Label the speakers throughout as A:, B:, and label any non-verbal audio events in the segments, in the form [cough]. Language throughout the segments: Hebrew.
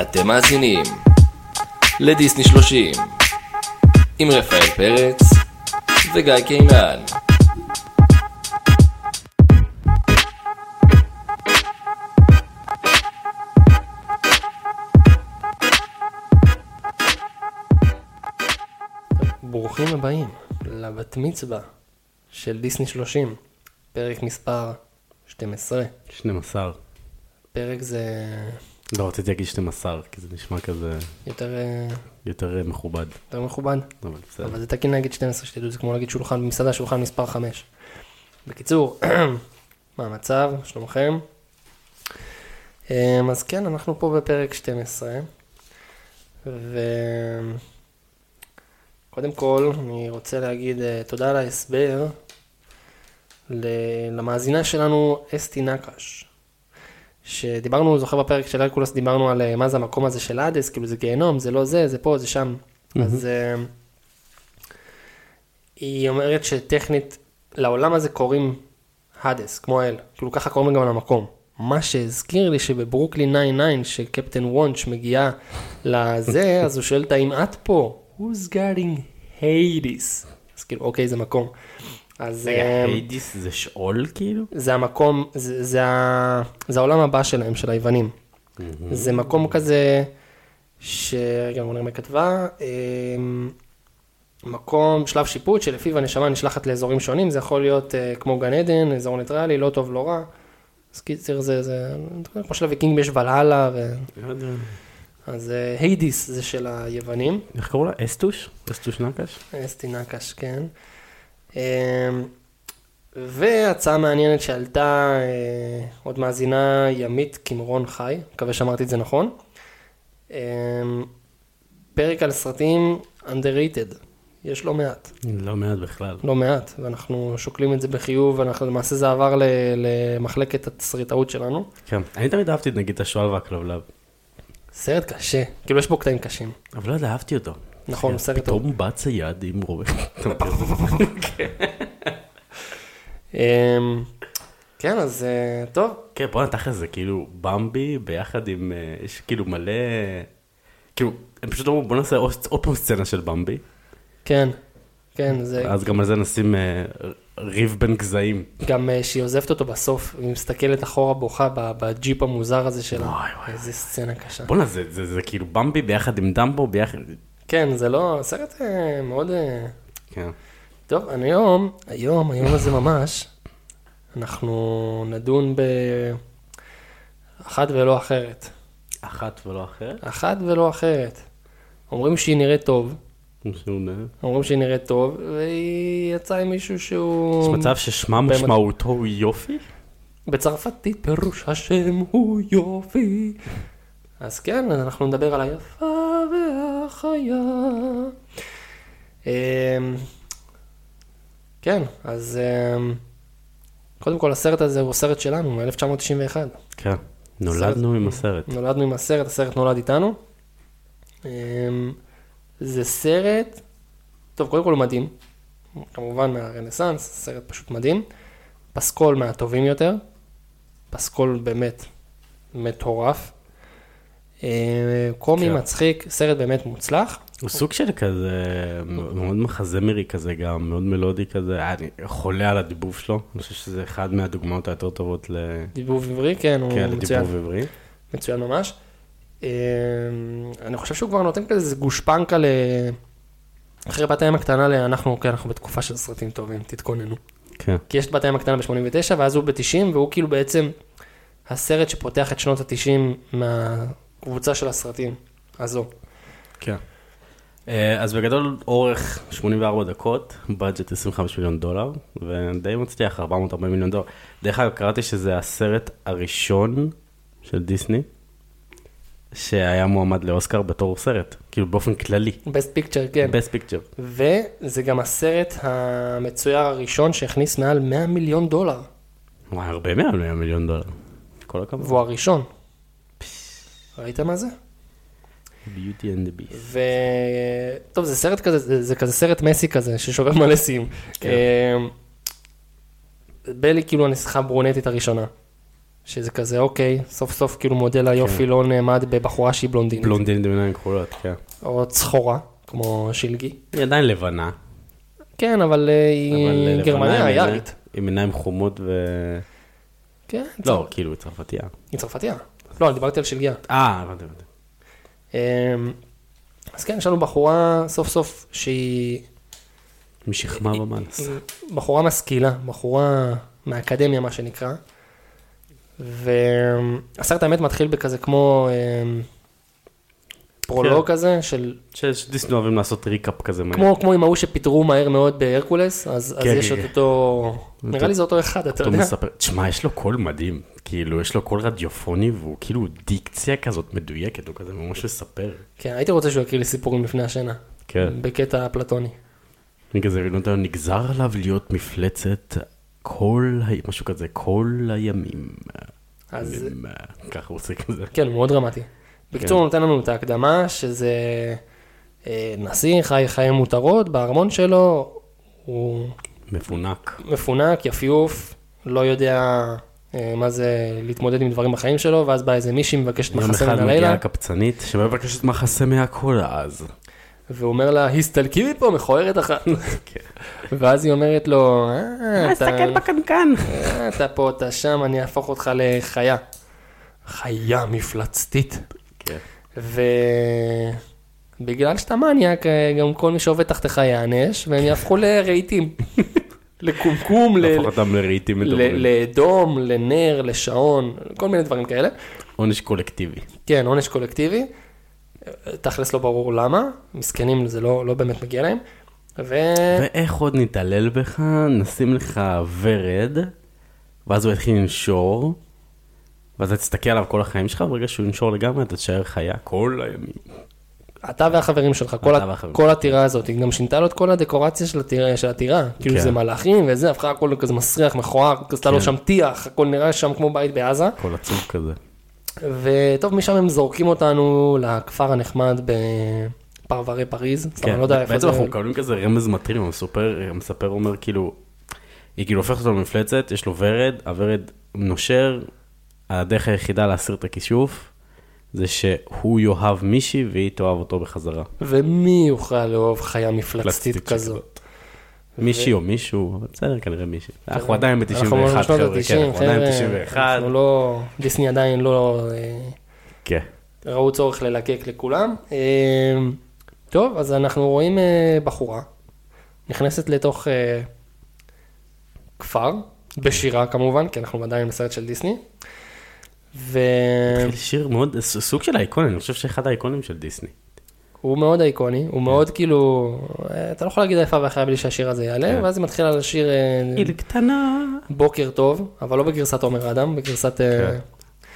A: אתם מאזינים לדיסני 30 עם רפאל פרץ וגיא קינן. ברוכים הבאים לבת מצווה של דיסני 30, פרק מספר 12.
B: 12.
A: פרק זה
B: לא רציתי להגיד 12, כי זה נשמע כזה
A: יותר, אה,
B: יותר אה, מכובד,
A: יותר מכובד.
B: אבל בסדר.
A: אבל זה תקין להגיד 12 שתדעו, זה כמו להגיד שולחן במסעדה, שולחן מספר 5. בקיצור, [clears throat] מה המצב? שלומכם? אמ, אז כן, אנחנו פה בפרק 12, וקודם כל, אני רוצה להגיד אה, תודה על ההסבר ל- למאזינה שלנו, אסתי נקש. שדיברנו, זוכר בפרק של הרקולס, דיברנו על אה, מה זה המקום הזה של האדס, כאילו זה גיהנום, זה לא זה, זה פה, זה שם. אז אה, היא אומרת שטכנית, לעולם הזה קוראים האדס, כמו האל. כאילו ככה קוראים גם למקום. מה שהזכיר לי שבברוקלין 99, שקפטן וונץ' מגיעה לזה, אז הוא שואל אותה אם את פה, who's got in Hades? אז כאילו, אוקיי, זה מקום. אז...
B: רגע,
A: אה,
B: היידיס זה שאול כאילו?
A: זה המקום, זה, זה, ה- זה העולם הבא שלהם, של היוונים. זה מקום כזה, ש... רגע, בוא נראה מה היא כתבה. אמ, מקום, שלב שיפוט שלפיו הנשמה נשלחת לאזורים שונים, זה יכול להיות אה, כמו גן עדן, אזור ניטרלי, לא טוב, לא רע. אז קיצר זה, זה, כמו שלוויקינג יש ולהלה, ו...
B: לא
A: אז אה, היידיס זה של היוונים.
B: איך קראו לה? אסטוש? אסטוש נקש?
A: אסתי נקש, כן. אמ, והצעה מעניינת שעלתה אה, עוד מאזינה ימית קמרון חי, מקווה שאמרתי את זה נכון. אמ, פרק על סרטים underrated, יש לא מעט,
B: לא מעט בכלל.
A: לא מעט, ואנחנו שוקלים את זה בחיוב, אנחנו למעשה זה עבר ל- למחלקת התסריטאות שלנו.
B: כן. אני תמיד אהבתי נגיד את השועל והכלבלב,
A: סרט קשה, כאילו יש בו קטעים קשים.
B: אבל לא יודע, אהבתי אותו.
A: נכון,
B: כן,
A: סרט טוב. נכון.
B: פתאום בא צייד עם רובה.
A: אמ, כן, אז אה, טוב,
B: כן, בואנה תכל'ס זה כאילו במבי ביחד עם, אה, יש כאילו מלא, כאילו, הם פשוט אמרו בוא נעשה עוד עוד פעם סצנה של במבי,
A: כן, כן, זה...
B: אז גם על זה נשים אה, ריב בין גזעים.
A: גם אה, שהיא עוזבת אותו בסוף, והיא מסתכלת אחורה בוכה ב- בג'יפ המוזר הזה שלה.
B: וואי, וואי,
A: איזה סצנה קשה.
B: בואנה, זה, זה, זה כאילו במבי ביחד עם דמבו ביחד.
A: כן, זה לא, סרט אה, מאוד... אה,
B: כן.
A: טוב, אני היום, היום, היום הזה ממש, אנחנו נדון באחת ולא אחרת.
B: אחת ולא אחרת.
A: אחת ולא אחרת. אומרים שהיא נראית טוב,
B: משהו, אה,
A: אומרים שהיא נראית טוב, והיא יצאה עם מישהו
B: יש
A: שהוא...
B: מצב ששמה
A: באמת.
B: משמעותו הוא יופי?
A: בצרפתית פירוש השם הוא יופי. אז כן, אז אנחנו נדבר על היפה והחיה. אמ, כן, אז אמ, קודם כל הסרט הזה הוא סרט שלנו, מ-1991.
B: כן. נולדנו עם הסרט.
A: נולדנו עם הסרט, הסרט נולד איתנו. אמ, זה סרט, טוב, קודם כל הוא מדהים. כמובן מהרנסאנס, סרט פשוט מדהים. פסקול מהטובים יותר. פסקול באמת מטורף. אה, קומי
B: כן.
A: מצחיק, סרט באמת מוצלח.
B: הוא סוג של כזה, מאוד מחזמרי כזה גם, מאוד מלודי כזה, אה, אני חולה על הדיבוב שלו, אני חושב שזה אחד מהדוגמאות היותר טובות ל...
A: דיבוב עברי, כן, הוא
B: כן,
A: מצוין.
B: לדיבוב עברי.
A: מצוין ממש. אמ, אני חושב שהוא כבר נותן כזה איזה גושפנקה ל... אחרי בת הים הקטנה, ל- אנחנו, אוקיי, אנחנו בתקופה של סרטים טובים, תתכוננו.
B: כן.
A: כי יש את בת הים הקטנה ב-89, ואז הוא ב-90, והוא כאילו בעצם הסרט שפותח את שנות ה-90 מהקבוצה של הסרטים הזו.
B: כן. אה, אז בגדול אורך 84 דקות, בדג'ט 25 מיליון דולר, ודי מצליח, 440 מיליון דולר. דרך אגב, קראתי שזה הסרט הראשון של דיסני, שהיה מועמד לאוסקר בתור סרט, כאילו באופן כללי,
A: Best Picture, כן.
B: best picture.
A: וזה גם הסרט המצויר הראשון שהכניס מעל 100 מיליון דולר,
B: וואי, הרבה מעל 100 מיליון דולר. כל הכבוד.
A: והוא הראשון. ראית מה זה?
B: Beauty and the Beast.
A: ו... טוב, זה סרט כזה, זה, זה כזה סרט מסי כזה, ששובר מלא שיאים. אמ,
B: כן.
A: אה, בלי כאילו הנסיכה הברונטית הראשונה. שזה כזה, אוקיי, סוף סוף כאילו מודל
B: כן.
A: היופי לא נעמד בבחורה שהיא בלונדינית,
B: בלונדינית בעיניים כחולות, כן.
A: או צחורה, כמו שלגי.
B: היא עדיין לבנה.
A: כן, אבל אה, היא
B: אבל לבנה
A: גרמניה,
B: עם עיני-
A: יארית.
B: עם עיניים חומות ו...
A: כן,
B: לא, כאילו, היא צרפתייה.
A: היא צרפתייה. לא, אני דיברתי על שלגיה.
B: אה, הבנתי, הבנתי.
A: אמ, אז כן, יש לנו בחורה סוף סוף שהיא
B: משכמה
A: אה,
B: ומעלה.
A: בחורה משכילה, בחורה מהאקדמיה מה שנקרא. והסרט האמת מתחיל בכזה כמו אמ, פרולוג
B: כן.
A: כזה של
B: שדיסנו אוהבים לעשות ריקאפ כזה מהר.
A: כמו כמו עם ההוא שפיטרו מהר מאוד בהרקולס אז אז
B: כן,
A: יש
B: כן,
A: את
B: כן.
A: אותו
B: אותו-
A: נראה לי זה אותו אחד אתה
B: אתה
A: יודע
B: מספר, תשמע, יש לו קול מדהים, כאילו, יש לו קול רדיופוני, והוא כאילו דיקציה כזאת מדויקת, הוא כזה ממש מספר.
A: כן הייתי רוצה שהוא יקריא לי סיפורים לפני השינה
B: כן.
A: בקטע אפלטוני
B: אני כזה, לא יודע, נגזר עליו להיות מפלצת כל, ה- משהו כזה, כל הימים.
A: אז
B: הם, אה, ככה הוא עושה כזה.
A: כן, הוא מאוד דרמטי.
B: כן.
A: בקיצור, הוא נותן לנו את ההקדמה, שזה אה, נשיא, חי חיים מותרות, בארמון שלו, הוא
B: מפונק.
A: מפונק, יפיוף, לא יודע אה, מה זה להתמודד עם דברים בחיים שלו, ואז בא איזה מישהי מבקשת
B: יום
A: מחסה מן
B: אחד מגיעה
A: הלילה,
B: קבצנית שמבקשת מחסה מהכל אז.
A: והוא אומר לה, הסתלקי מפה, מכוערת אחת.
B: [laughs] כן.
A: ואז היא אומרת לו, "אה, אתה-
B: בקנקן.
A: אה, אתה פה, אתה שם, אני אהפוך אותך לחיה. חיה מפלצתית.
B: כן.
A: ובגלל שאתה מניאק, אה, גם כל מי שעובד תחתיך יענש, והם יהפכו
B: [laughs]
A: לרהיטים. לקומקום, ל-
B: להפוך אותם לרהיטים מדברים.
A: ל- לאדום, לנר, לשעון, כל מיני דברים כאלה.
B: עונש קולקטיבי.
A: כן, עונש קולקטיבי. תכלס לא ברור למה, מסכנים זה לא, לא באמת מגיע להם. ו...
B: ואיך עוד נתעלל בך? נשים לך ורד, ואז הוא יתחיל לנשור, ואז אתה תסתכל עליו כל החיים שלך, ברגע שהוא ינשור לגמרי אתה תישאר חיה כל הימים.
A: אתה והחברים שלך, כל,
B: אתה
A: ה-
B: והחברים.
A: כל הטירה הזאת, היא גם שינתה לו את כל הדקורציה של הטירה, של הטירה. כאילו
B: כן.
A: זה מלאכים וזה, הפכה הכל לכזה מסריח, מכוער, עשתה לו
B: כן.
A: שם טיח, הכל נראה שם כמו בית בעזה.
B: כל עצוב כזה.
A: וטוב, משם הם זורקים אותנו לכפר הנחמד בפרברי פריז, סתם, אני לא יודע איפה
B: כן, בעצם
A: זה.
B: אנחנו מקבלים כזה רמז מטרים, המסופר, המספר אומר כאילו, היא כאילו הופכת אותו למפלצת, יש לו ורד, הוורד נושר, הדרך היחידה להסיר את הכישוף, זה שהוא יאהב מישהי והיא תאהב אותו בחזרה.
A: ומי יוכל לאהוב חיה מפלצתית
B: פלצתית
A: כזאת?
B: מישהי או מישהו, אבל בסדר, כנראה מישהי. אנחנו
A: כן.
B: עדיין ב-91,
A: אנחנו
B: חבר'ה,
A: בשנות
B: כן,
A: ה-תשעים,
B: אנחנו עדיין
A: חבר'ה,
B: ב-91.
A: אנחנו לא, דיסני עדיין לא אה,
B: כן.
A: ראו צורך ללקק לכולם. אה, טוב, אז אנחנו רואים אה, בחורה נכנסת לתוך אה, כפר,
B: כן.
A: בשירה כמובן, כי אנחנו עדיין בסרט של דיסני. ו... כן.
B: התחיל שיר מאוד, ס- סוג של אייקון, אני חושב שאחד האייקונים של דיסני.
A: כן. הוא מאוד איקוני,
B: כן.
A: הוא מאוד כאילו, אה, אתה לא יכול להגיד איפה ואחריה בלי שהשיר הזה יעלה,
B: כן.
A: ואז היא מתחילה לשיר אה,
B: קטנה.
A: בוקר טוב, אבל לא בגרסת עומר אדם, בגרסת אה,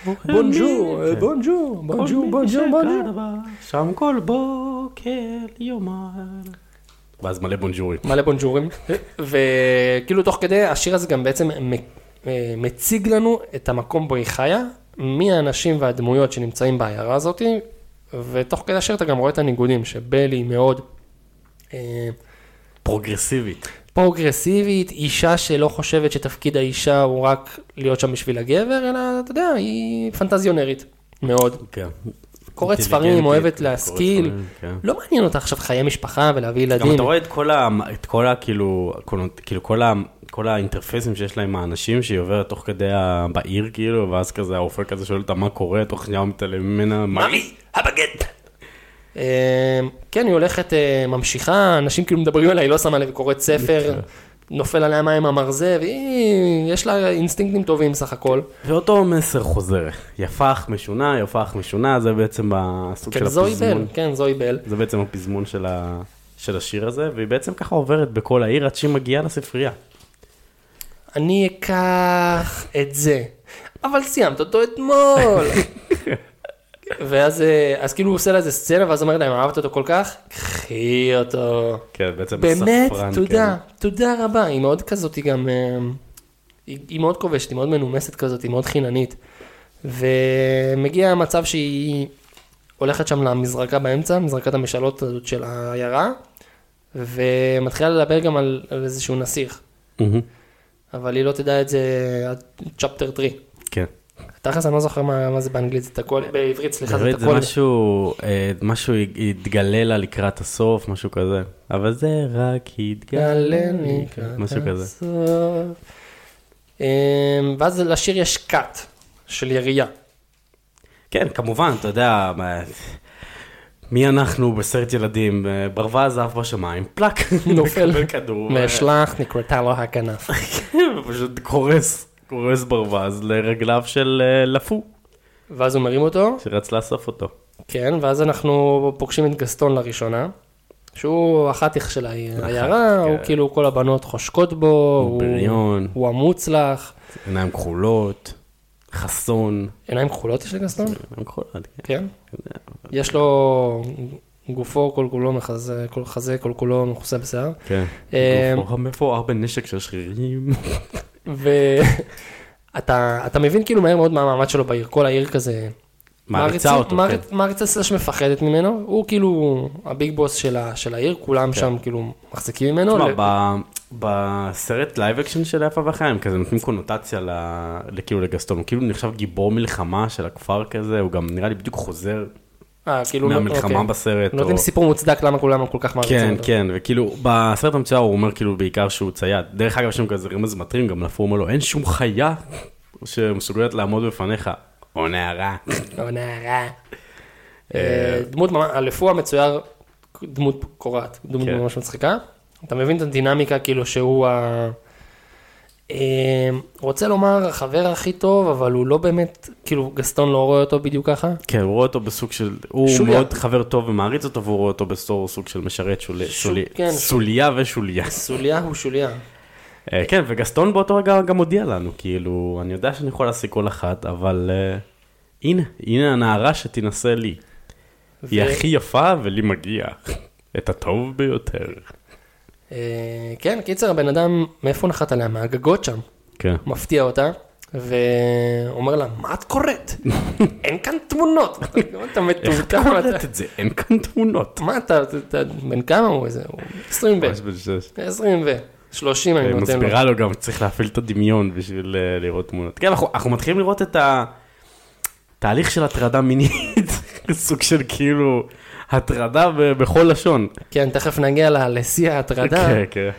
B: כן.
A: בונג'ור, אה, בונג'ור, בונג'ור, בונג'ור, בונג'ור.
B: שם כל בוקר יומיים. ואז מלא בונג'ורים.
A: מלא בונג'ורים, וכאילו תוך כדי השיר הזה גם בעצם מ- אה, מציג לנו את המקום בו היא חיה, מי האנשים והדמויות שנמצאים בעיירה הזאת, ותוך כדי השיר אתה גם רואה את הניגודים, שבלי היא מאוד... אה,
B: פרוגרסיבית.
A: פרוגרסיבית, אישה שלא חושבת שתפקיד האישה הוא רק להיות שם בשביל הגבר, אלא אתה יודע, היא פנטזיונרית מאוד.
B: כן.
A: קוראת ספרים,
B: אינטליגנטית, כן,
A: אוהבת
B: קוראת
A: להשכיל.
B: ספרים, כן.
A: לא מעניין אותה עכשיו חיי משפחה ולהביא
B: גם
A: ילדים.
B: אתה רואה את כל ה... את כל ה... כאילו, הקונות- כאילו כל ה... כל האינטרפסים שיש לה עם האנשים שהיא עוברת תוך כדי ה... בעיר כאילו, ואז כזה האופק כזה שואל אותה מה קורה, תוך שנייה הוא מתעלם ממנה, מארי, הבגט.
A: אה, כן, היא הולכת, אה, ממשיכה, אנשים כאילו מדברים עליה, היא לא שמה לב, היא קוראת
B: כן.
A: ספר, נופל עליה מים המרזה, והיא, יש לה אינסטינקטים טובים סך הכל.
B: ואותו מסר חוזר, יפה אך משונה, יפה אך משונה, זה בעצם הסוג של
A: כן, זוהי בל,
B: הפזמון.
A: כן, זוהי בל.
B: זה בעצם הפזמון של, ה... של השיר הזה, והיא בעצם ככה עוברת בכל העיר עד שהיא מגיעה לספרייה.
A: אני אקח את זה, אבל סיימת אותו
B: [laughs]
A: אתמול. ואז אה, אז כאילו הוא עושה לה איזה סצנה, ואז אומר להם, אהבת אותו כל כך, קחי אותו.
B: כן, בעצם
A: באמת,
B: הספרן,
A: תודה, תודה רבה. היא מאוד כזאת, היא גם, אה, היא היא מאוד כובשת, היא מאוד מנומסת כזאת, היא מאוד חיננית. ומגיע המצב שהיא הולכת שם למזרקה באמצע, מזרקת המשאלות הזאת של העיירה, ומתחילה לדבר גם על על איזשהו נסיך.
B: כן. מהמם,
A: אבל היא לא תדע את זה עד צ'פטר 3.
B: כן.
A: תכלס אני לא זוכר מה מה זה באנגלית, זה תקוע, בעברית, סליחה, זה
B: בעברית זה
A: תקוע. לי.
B: משהו, אה, משהו יתגלה לה לקראת הסוף, משהו כזה. אבל זה רק יתגלה
A: יתגלה
B: לי,
A: לקראת
B: אה, משהו כזה.
A: הסוף. אמ, ואז לשיר יש קאט של ירייה.
B: כן, כמובן, אתה יודע, מה- מי אנחנו בסרט ילדים, אה, ברווז עף בשמיים, [laughs] פלאק,
A: נופל.
B: מקבל כדור,
A: ואשלח נקרתה לו הכנף.
B: אה, [laughs] פשוט קורס, קורס ברווז לרגליו של אה, לפו,
A: ואז הוא מרים אותו,
B: שרץ לאסוף אותו.
A: כן, ואז אנחנו פוגשים את גסטון לראשונה, שהוא החתיך של העיירה,
B: כן.
A: הוא כאילו כל הבנות חושקות בו,
B: הוא בריון,
A: הוא המוצלח,
B: עיניים כחולות, חסון,
A: עיניים כחולות יש לגסטון?
B: עיניים כחולות, כן.
A: כן. יש לו גופו כל כולו מחזה, כל חזה כל כולו מכוסה בשיער.
B: כן.
A: אה,
B: גופו המפואר בנשק של שרירים.
A: ואתה [laughs] אתה מבין כאילו מהר מאוד מה המעמד שלו בעיר, כל העיר כזה.
B: מעריצה אותו,
A: מעריצ-
B: כן.
A: מעריצה סלש מפחדת ממנו, הוא כאילו הביג בוס של ה- של העיר, כולם שם כאילו מחזיקים ממנו.
B: כן. [laughs] תשמע,
A: ל-
B: ב- בסרט לייב אקשן של יפה וחיים, כזה נותנים קונוטציה ל- לכאילו לגסטון, הוא כאילו נחשב גיבור מלחמה של הכפר כזה, הוא גם נראה לי בדיוק חוזר
A: אה, כאילו,
B: מהמלחמה
A: אוקיי.
B: בסרט.
A: נותנים
B: או-
A: סיפור מוצדק למה כולם כל כך מעריצים
B: כן,
A: אותו.
B: כן, וכאילו, בסרט המצויר הוא אומר כאילו בעיקר שהוא צייד. דרך אגב, יש שם כזה רמז מטרים, גם לפור אומר לו, אין שום חיה שמסוגלת לעמוד בפניך, או נערה.
A: לא נערה. אה, דמות, ממש- הלפוע מצויר, דמות קורעת, דמות
B: כן.
A: ממש מצחיקה. אתה מבין את הדינמיקה כאילו שהוא ה... אה, רוצה לומר החבר הכי טוב, אבל הוא לא באמת, כאילו גסטון לא רואה אותו בדיוק ככה.
B: כן, הוא רואה אותו בסוג של, הוא
A: שוליה.
B: מאוד חבר טוב ומעריץ אותו, והוא רואה אותו בסור סוג של משרת שולי-
A: שו-
B: שולי-
A: כן, שו-
B: סוליה
A: [laughs]
B: ושוליה.
A: סוליה הוא שוליה.
B: אה, כן, וגסטון באותו רגע גם הודיע לנו, כאילו, אני יודע שאני יכול להשיג כל אחת, אבל אה, הנה, הנה הנערה שתינשא לי. היא
A: ו-
B: הכי יפה ולי מגיע. [laughs] את הטוב ביותר.
A: אה, כן, קיצר, הבן אדם, מאיפה הוא נחת עליה? מהגגות שם.
B: כן.
A: מפתיע אותה, ואומר לה, מה את
B: [laughs]
A: קוראת? אין כאן תמונות. אתה
B: איך את
A: מטומטם,
B: קולטת
A: אתה-
B: את זה? אין כאן תמונות.
A: מה אתה, אתה- אתה- בן כמה הוא איזה? הוא 20 ו...
B: ממש בן שש.
A: 20 ו... 30 אני
B: היא
A: נותן לו.
B: מסבירה לו גם, צריך להפעיל את הדמיון בשביל אה, לראות תמונות. כן, אנחנו- אנחנו מתחילים לראות את התהליך של הטרדה מינית, [laughs] סוג של כאילו הטרדה ב- בכל לשון.
A: כן, תכף נגיע ל- לשיא ההטרדה.
B: כן, כן.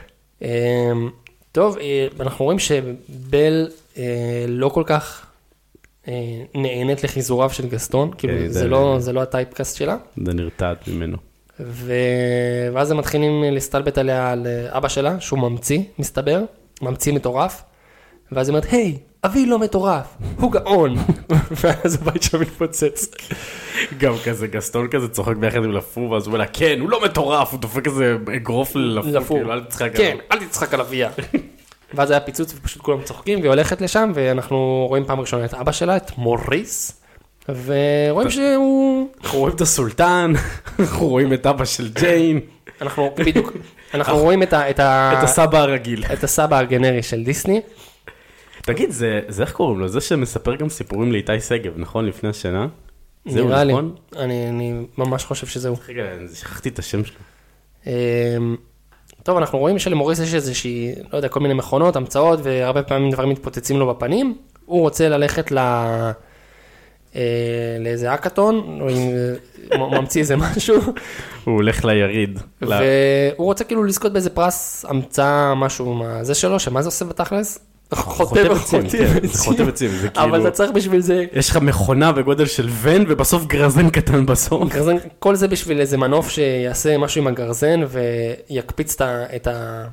A: אמ, טוב, אה, אנחנו רואים שבל אה, לא כל כך אה, נהנית לחיזוריו של גסטון,
B: כן,
A: כאילו
B: זה-
A: זה לא- זה לא הטייפקאסט שלה.
B: זה
A: [laughs]
B: נרתעת ממנו.
A: ו... ואז הם מתחילים אה, להסתלבט עליה, על אה, אבא שלה, שהוא ממציא, מסתבר, ממציא מטורף. ואז היא אומרת, היי, אבי לא מטורף, הוא גאון. [laughs] ואז הבית שם מתפוצץ.
B: גם כזה גסטון כזה צוחק ביחד עם לפור, ואז הוא אומר לה, כן, הוא לא מטורף, הוא דופק איזה אגרוף ללפור,
A: לפור.
B: כאילו, אל תצחק
A: כן,
B: עליו.
A: אל תצחק על אביה. ואז היה פיצוץ ופשוט כולם צוחקים, והיא הולכת לשם, ואנחנו רואים פעם ראשונה את אבא שלה, את מוריס, ורואים שהוא...
B: אנחנו רואים את הסולטן, [laughs] אנחנו רואים את אבא של ג'יין,
A: אנחנו
B: [laughs]
A: בדיוק, אנחנו רואים את ה... את ה...
B: את הסבא הרגיל.
A: את הסבא הגנרי של דיסני.
B: תגיד, זה, זה איך קוראים לו? זה שמספר גם סיפורים לאיתי שגב, נכון? לפני השנה? זהו,
A: נראה לי.
B: נכון?
A: אני, אני ממש חושב שזהו.
B: רגע, אני שכחתי את השם שלו.
A: אמ, טוב, אנחנו רואים שלמוריס יש איזושהי, לא יודע, כל מיני מכונות, המצאות, והרבה פעמים דברים מתפוצצים לו בפנים. הוא רוצה ללכת ל... אה, לאיזה האקתון, או אם אה, מ- ממציא איזה משהו,
B: הוא הולך ליריד. [laughs] ל...
A: והוא רוצה כאילו לזכות באיזה פרס המצאה, משהו מה זה שלו, שמה זה עושה בתכלס? חוטב
B: עצים, כן, זה חוטב עצים, זה
A: אבל
B: כאילו-
A: אתה צריך בשביל זה,
B: יש לך מכונה בגודל של ון, ובסוף גרזן קטן בסוף.
A: גרזן, כל זה בשביל איזה מנוף שיעשה משהו עם הגרזן ויקפיץ את, ה, את, ה,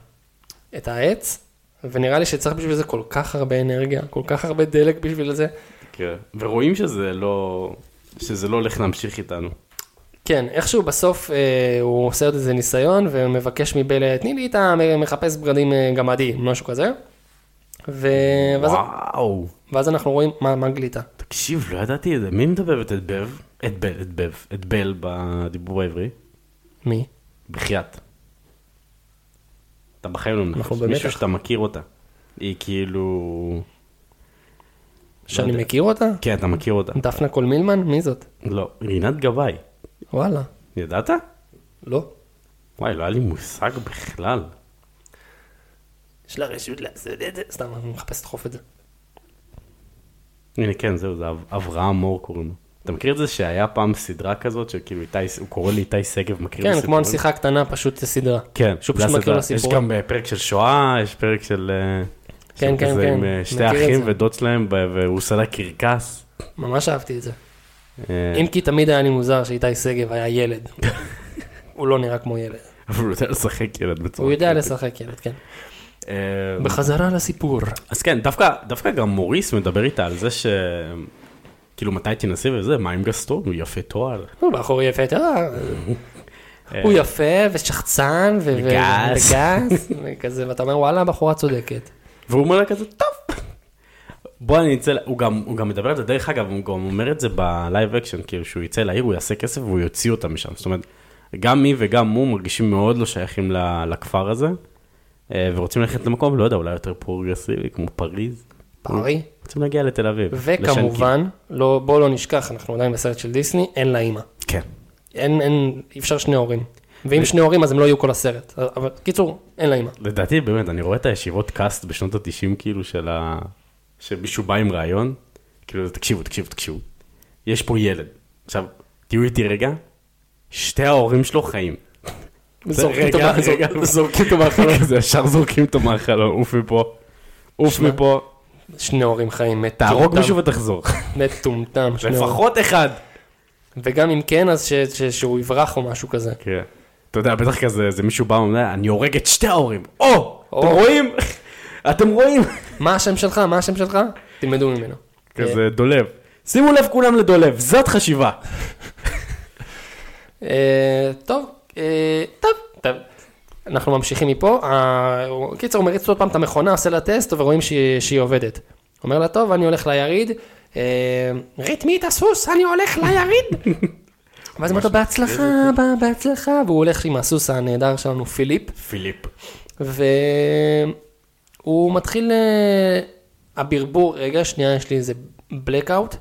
A: את העץ, ונראה לי שצריך בשביל זה כל כך הרבה אנרגיה, כל כך הרבה דלק בשביל זה.
B: כן. ורואים שזה לא... שזה לא הולך להמשיך איתנו.
A: כן, איכשהו בסוף אה, הוא עושה עוד איזה ניסיון ומבקש מבלה, תני לי את המחפש בגדים אה, גמדי, משהו כזה. ו... ואז,
B: וואו,
A: ואז אנחנו רואים מה, מה גליטה.
B: תקשיב, לא ידעתי את זה. מי מדבבת את בב? את בל, את בב, את בל בדיבור העברי?
A: מי?
B: בחייאת. אתה בחיים לא מנחש,
A: אנחנו במתח.
B: מישהו שאתה מכיר אותה. היא כאילו...
A: שאני
B: יודע.
A: מכיר אותה?
B: כן, אתה מכיר אותה.
A: דפנה קול מילמן? מי זאת?
B: לא, רינת גבאי.
A: וואלה.
B: ידעת?
A: לא.
B: וואי, לא היה לי מושג בכלל.
A: יש לה רשות לעשות את זה, סתם, אני מחפש לדחוף את זה.
B: הנה, כן, זהו, זה אב- אברהם מור קוראים לו. אתה מכיר את זה שהיה פעם סדרה כזאת, שכאילו איתי, הוא קורא לי איתי שגב, מכיר
A: כן, כמו
B: בסיפורים?
A: הנסיכה הקטנה, פשוט סדרה.
B: כאילו לא- כן,
A: שהוא
B: זה
A: פשוט מכיר
B: הסדרה.
A: לסיפורים.
B: יש גם אה, פרק של שואה, יש פרק של... אה,
A: כן,
B: שהוא
A: כן,
B: כזה
A: כן,
B: עם אה, שתי
A: מכיר את
B: האחים
A: זה.
B: ודוד שלהם, ב- והוא סלק קרקס.
A: ממש אהבתי את זה.
B: אה,
A: אם כי תמיד היה לי מוזר שאיתי שגב היה
B: [laughs]
A: ילד. הוא לא נראה כמו ילד.
B: אבל הוא יודע לשחק ילד בצורה...
A: הוא יודע
B: כזאת.
A: לשחק ילד, כן.
B: אה,
A: בחזרה לסיפור.
B: אז כן, דווקא, דווקא גם מוריס מדבר איתה על זה ש... כאילו, מתי תנסי וזה, מה עם גסטון? הוא יפה תואר. אה,
A: הוא בחור יפה, אתה יודע,
B: כן.
A: הוא יפה ושחצן ו- ו-
B: וגס. [laughs]
A: וגס, וכזה, ואתה אומר וואלה, הבחורה צודקת.
B: והוא אומר לה כזה, טוב. בוא אני אצא, ל-" הוא גם, הוא גם מדבר על זה, דרך אגב, הוא גם אומר את זה בלייב אקשן, כאילו שהוא יצא לעיר, הוא יעשה כסף והוא יוציא אותה משם. זאת אומרת, גם היא וגם הוא מרגישים מאוד לא שייכים ל- לכפר הזה, אה, ורוצים ללכת למקום, לא יודע, אולי יותר פרוגרסיבי, כמו פריז.
A: פרי.
B: רוצים להגיע לתל אביב. לשנקין.
A: וכמובן, לא, בואו לא נשכח, אנחנו עדיין בסרט של דיסני, אין לה אימא.
B: כן.
A: אין, אין, אי אפשר שני הורים. ואם שני הורים אז הם לא יהיו כל הסרט. אבל קיצור, אין לה אימא.
B: לדעתי באמת, אני רואה את הישיבות קאסט בשנות ה-90 כאילו של ה... שמישהו בא עם רעיון, כאילו תקשיבו, תקשיבו, תקשיבו. יש פה ילד, עכשיו, תהיו איתי רגע, שתי ההורים שלו חיים.
A: זורקים אותו
B: רגע,
A: מה-
B: רגע. [laughs]
A: זור- זורקים אותו מהחלום.
B: כזה ישר זורקים אותו מהחלום, עוף מפה, עוף
A: שמע,
B: מפה,
A: שני הורים חיים, מטומטם.
B: תהרוג מישהו ותחזור.
A: מטומטם, שני הורים.
B: לפחות אחד.
A: וגם אם כן, אז ש- ש- שהוא יברח או משהו כזה.
B: כן. אתה יודע, בטח כזה, זה מישהו בא ואומר, אני הורג את שתי ההורים. או! אתם
A: או.
B: רואים? [laughs] אתם רואים?
A: מה השם שלך? מה השם שלך? תלמדו ממנו.
B: כזה דולב. שימו לב כולם לדולב, זאת חשיבה.
A: אה, טוב, אה, טוב, טוב. אנחנו ממשיכים מפה. אה, הוא- קיצר, הוא מריץ עוד פעם את המכונה, עושה לה טסט, ורואים שהיא- שהיא עובדת. אומר לה, טוב, אני הולך ליריד. אה, ריתמי את הסוס, אני הולך
B: [laughs]
A: ליריד. ואז הוא אומר לו, בהצלחה, אבא, בהצלחה. והוא הולך עם הסוס הנהדר שלנו, פיליפ.
B: פיליפ.
A: והוא מתחיל, אה, הברבור, רגע, שנייה, יש לי איזה בלקאוט.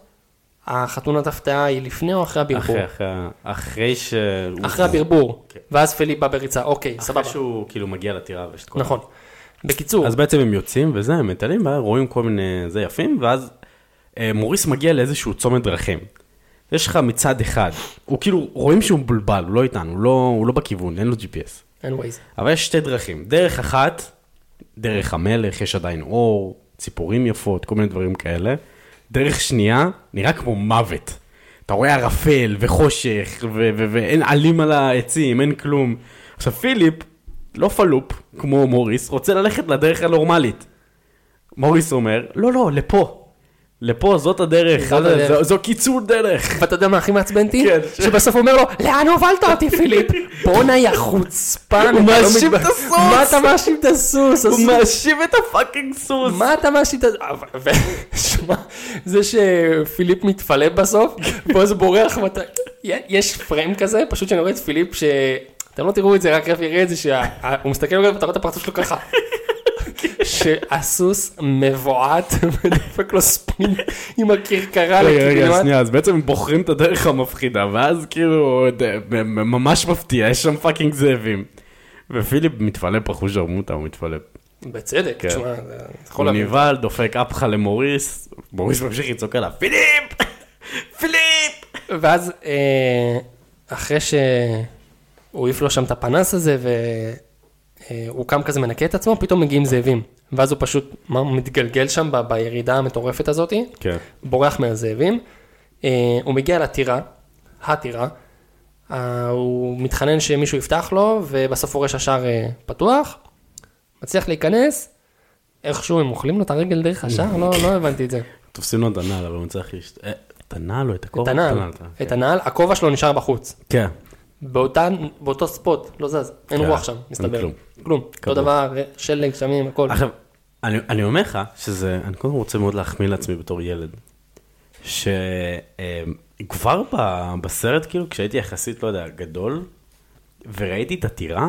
A: החתונת הפתעה היא לפני או אחרי הברבור?
B: אחרי, אחרי, אחרי ש...
A: אחרי הברבור. ואז פיליפ בא בריצה, אוקיי,
B: סבבה.
A: סבבה.
B: אחרי שהוא כאילו מגיע לטירה ויש את כל...
A: נכון. בקיצור,
B: אז בעצם הם יוצאים וזה, הם מטיילים, רואים כל מיני זה יפים, ואז אה, מוריס מגיע לאיזשהו צומת דרכים. יש לך מצד אחד, הוא כאילו, רואים שהוא מבולבל, הוא לא איתנו, הוא לא, הוא לא בכיוון, אין לו GPS.
A: אין ווייז.
B: אבל יש שתי דרכים, דרך אחת, דרך המלך, יש עדיין אור, ציפורים יפות, כל מיני דברים כאלה. דרך שנייה, נראה כמו מוות. אתה רואה ערפל וחושך, ו- ו- ואין עלים על העצים, אין כלום. עכשיו פיליפ, לא פלופ, כמו מוריס, רוצה ללכת לדרך הנורמלית. מוריס אומר, לא, לא, לפה. לפה, זאת הדרך,
A: זאת הדרך."
B: זו, זו קיצור דרך.
A: ואתה יודע מה הכי מעצבן אותי?
B: כן.
A: שבסוף הוא אומר לו, לאן הובלת אותי,
B: [laughs]
A: פיליפ? בואנה, יא חוצפן.
B: הוא
A: אתה לא
B: מאשים
A: מתבייש."
B: את הסוס.
A: מה אתה מאשים את הסוס?
B: הוא
A: הסוס
B: מאשים את הפאקינג סוס.
A: מה אתה מאשים את ה... אבל- ו- שמע, זה שפיליפ מתפלפ בסוף, ואז הוא בורח, ואתה... י- יש פריים כזה, פשוט שאני רואה את פיליפ, ש... אתם לא תראו את זה, רק רפי יראה את זה, שהוא מסתכל עליו ואתה רואה את הפרצוף שלו ככה. שהסוס מבועת ודופק לו ספין עם הכרכרה
B: רגע, רגע,
A: לכיוון.
B: שנייה, אז בעצם בוחרים את הדרך המפחידה, ואז כאילו, ד- מ- מ- ממש מפתיע, יש שם פאקינג זאבים. ופיליפ מתפלפ אחוז שרמוטה, הוא מתפלפ.
A: בצדק,
B: כן.
A: תשמע, זה- אתה יכול
B: הוא
A: להבין.
B: נבהל, דופק אפחה למוריס, מוריס ממשיך לצעוק עליו, פיליפ! [laughs] פיליפ!
A: ואז אה, אחרי שהוא העיף לו שם את הפנס הזה והוא קם כזה מנקה את עצמו, פתאום מגיעים זאבים. ואז הוא פשוט מה, הוא מתגלגל שם ב- בירידה המטורפת הזאת,
B: כן.
A: בורח מהזאבים. אה, הוא מגיע לטירה, הטירה, אה, הוא מתחנן שמישהו יפתח לו ובסוף הוא רואה שהשער אה, פתוח, מצליח להיכנס, איכשהו הם אוכלים לו את הרגל דרך השער, לא, לא הבנתי את זה.
B: תופסים לו את הנעל, אבל הוא צריך להשת... אה, את הנעל או את הכובע?
A: את הנעל,
B: את
A: את
B: הנעל.
A: הנעל, הכובע שלו נשאר בחוץ.
B: כן.
A: באותה, באותו ספוט, לא זז, אין
B: כן,
A: רוח שם,
B: אין
A: מסתבר.
B: כלום.
A: כלום. אותו
B: כלום.
A: דבר, אה, שלג, גשמים, הכל.
B: עכשיו, אני, אני אומר לך שזה, אני קודם כל רוצה מאוד להחמיא לעצמי בתור ילד, שכבר בסרט, כאילו, כשהייתי יחסית, לא יודע, גדול, וראיתי את הטירה,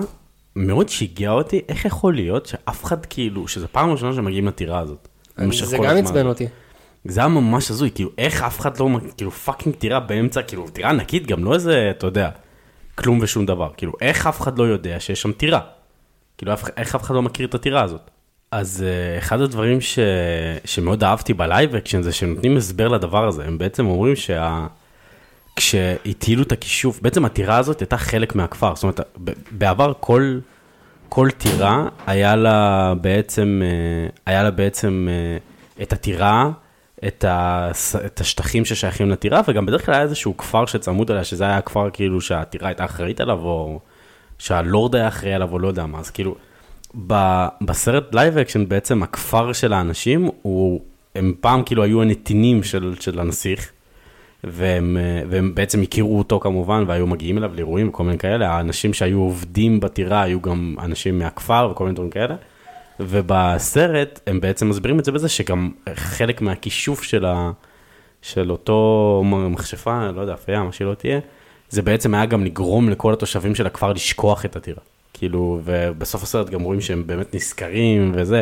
B: מאוד שיגע אותי, איך יכול להיות שאף אחד, כאילו, שזו פעם ראשונה שמגיעים לטירה הזאת. במשך
A: זה
B: כל
A: גם
B: הזמן.
A: עצבן אותי.
B: זה היה ממש הזוי, כאילו, איך אף אחד לא, מ- כאילו, פאקינג טירה באמצע, כאילו, טירה ענקית, גם לא איזה, אתה יודע, כלום ושום דבר. כאילו, איך אף אחד לא יודע שיש שם טירה? כאילו, אף- איך אף אחד לא מכיר את הטירה הזאת? אז אה, אחד הדברים ש... שמאוד אהבתי בלייב אקשן זה שהם נותנים הסבר לדבר הזה, הם בעצם אומרים שה... כשהטילו את הכישוף, בעצם הטירה הזאת הייתה חלק מהכפר, זאת אומרת, ב- בעבר כל, כל טירה היה לה בעצם, אה, היה לה בעצם אה, את הטירה, את, הס... את השטחים ששייכים לטירה, וגם בדרך כלל היה איזשהו כפר שצמוד אליה, שזה היה הכפר כאילו שהטירה הייתה אחראית עליו, או שהלורד היה אחראי עליו, או לא יודע מה, אז כאילו, ב... בסרט לייב אקשן בעצם הכפר של האנשים, הוא, הם פעם כאילו היו הנתינים של, של הנסיך. והם, אה, והם בעצם הכירו אותו כמובן, והיו מגיעים אליו לאירועים וכל מיני כאלה. האנשים שהיו עובדים בטירה היו גם אנשים מהכפר וכל מיני דברים כאלה. ובסרט הם בעצם מסבירים את זה בזה שגם חלק מהכישוף של, ה, של אותו מ- מכשפה, לא יודע, אפייה, מה שלא תהיה, זה בעצם היה גם לגרום לכל התושבים של הכפר לשכוח את הטירה. כאילו, ובסוף הסרט גם רואים שהם באמת נזכרים וזה.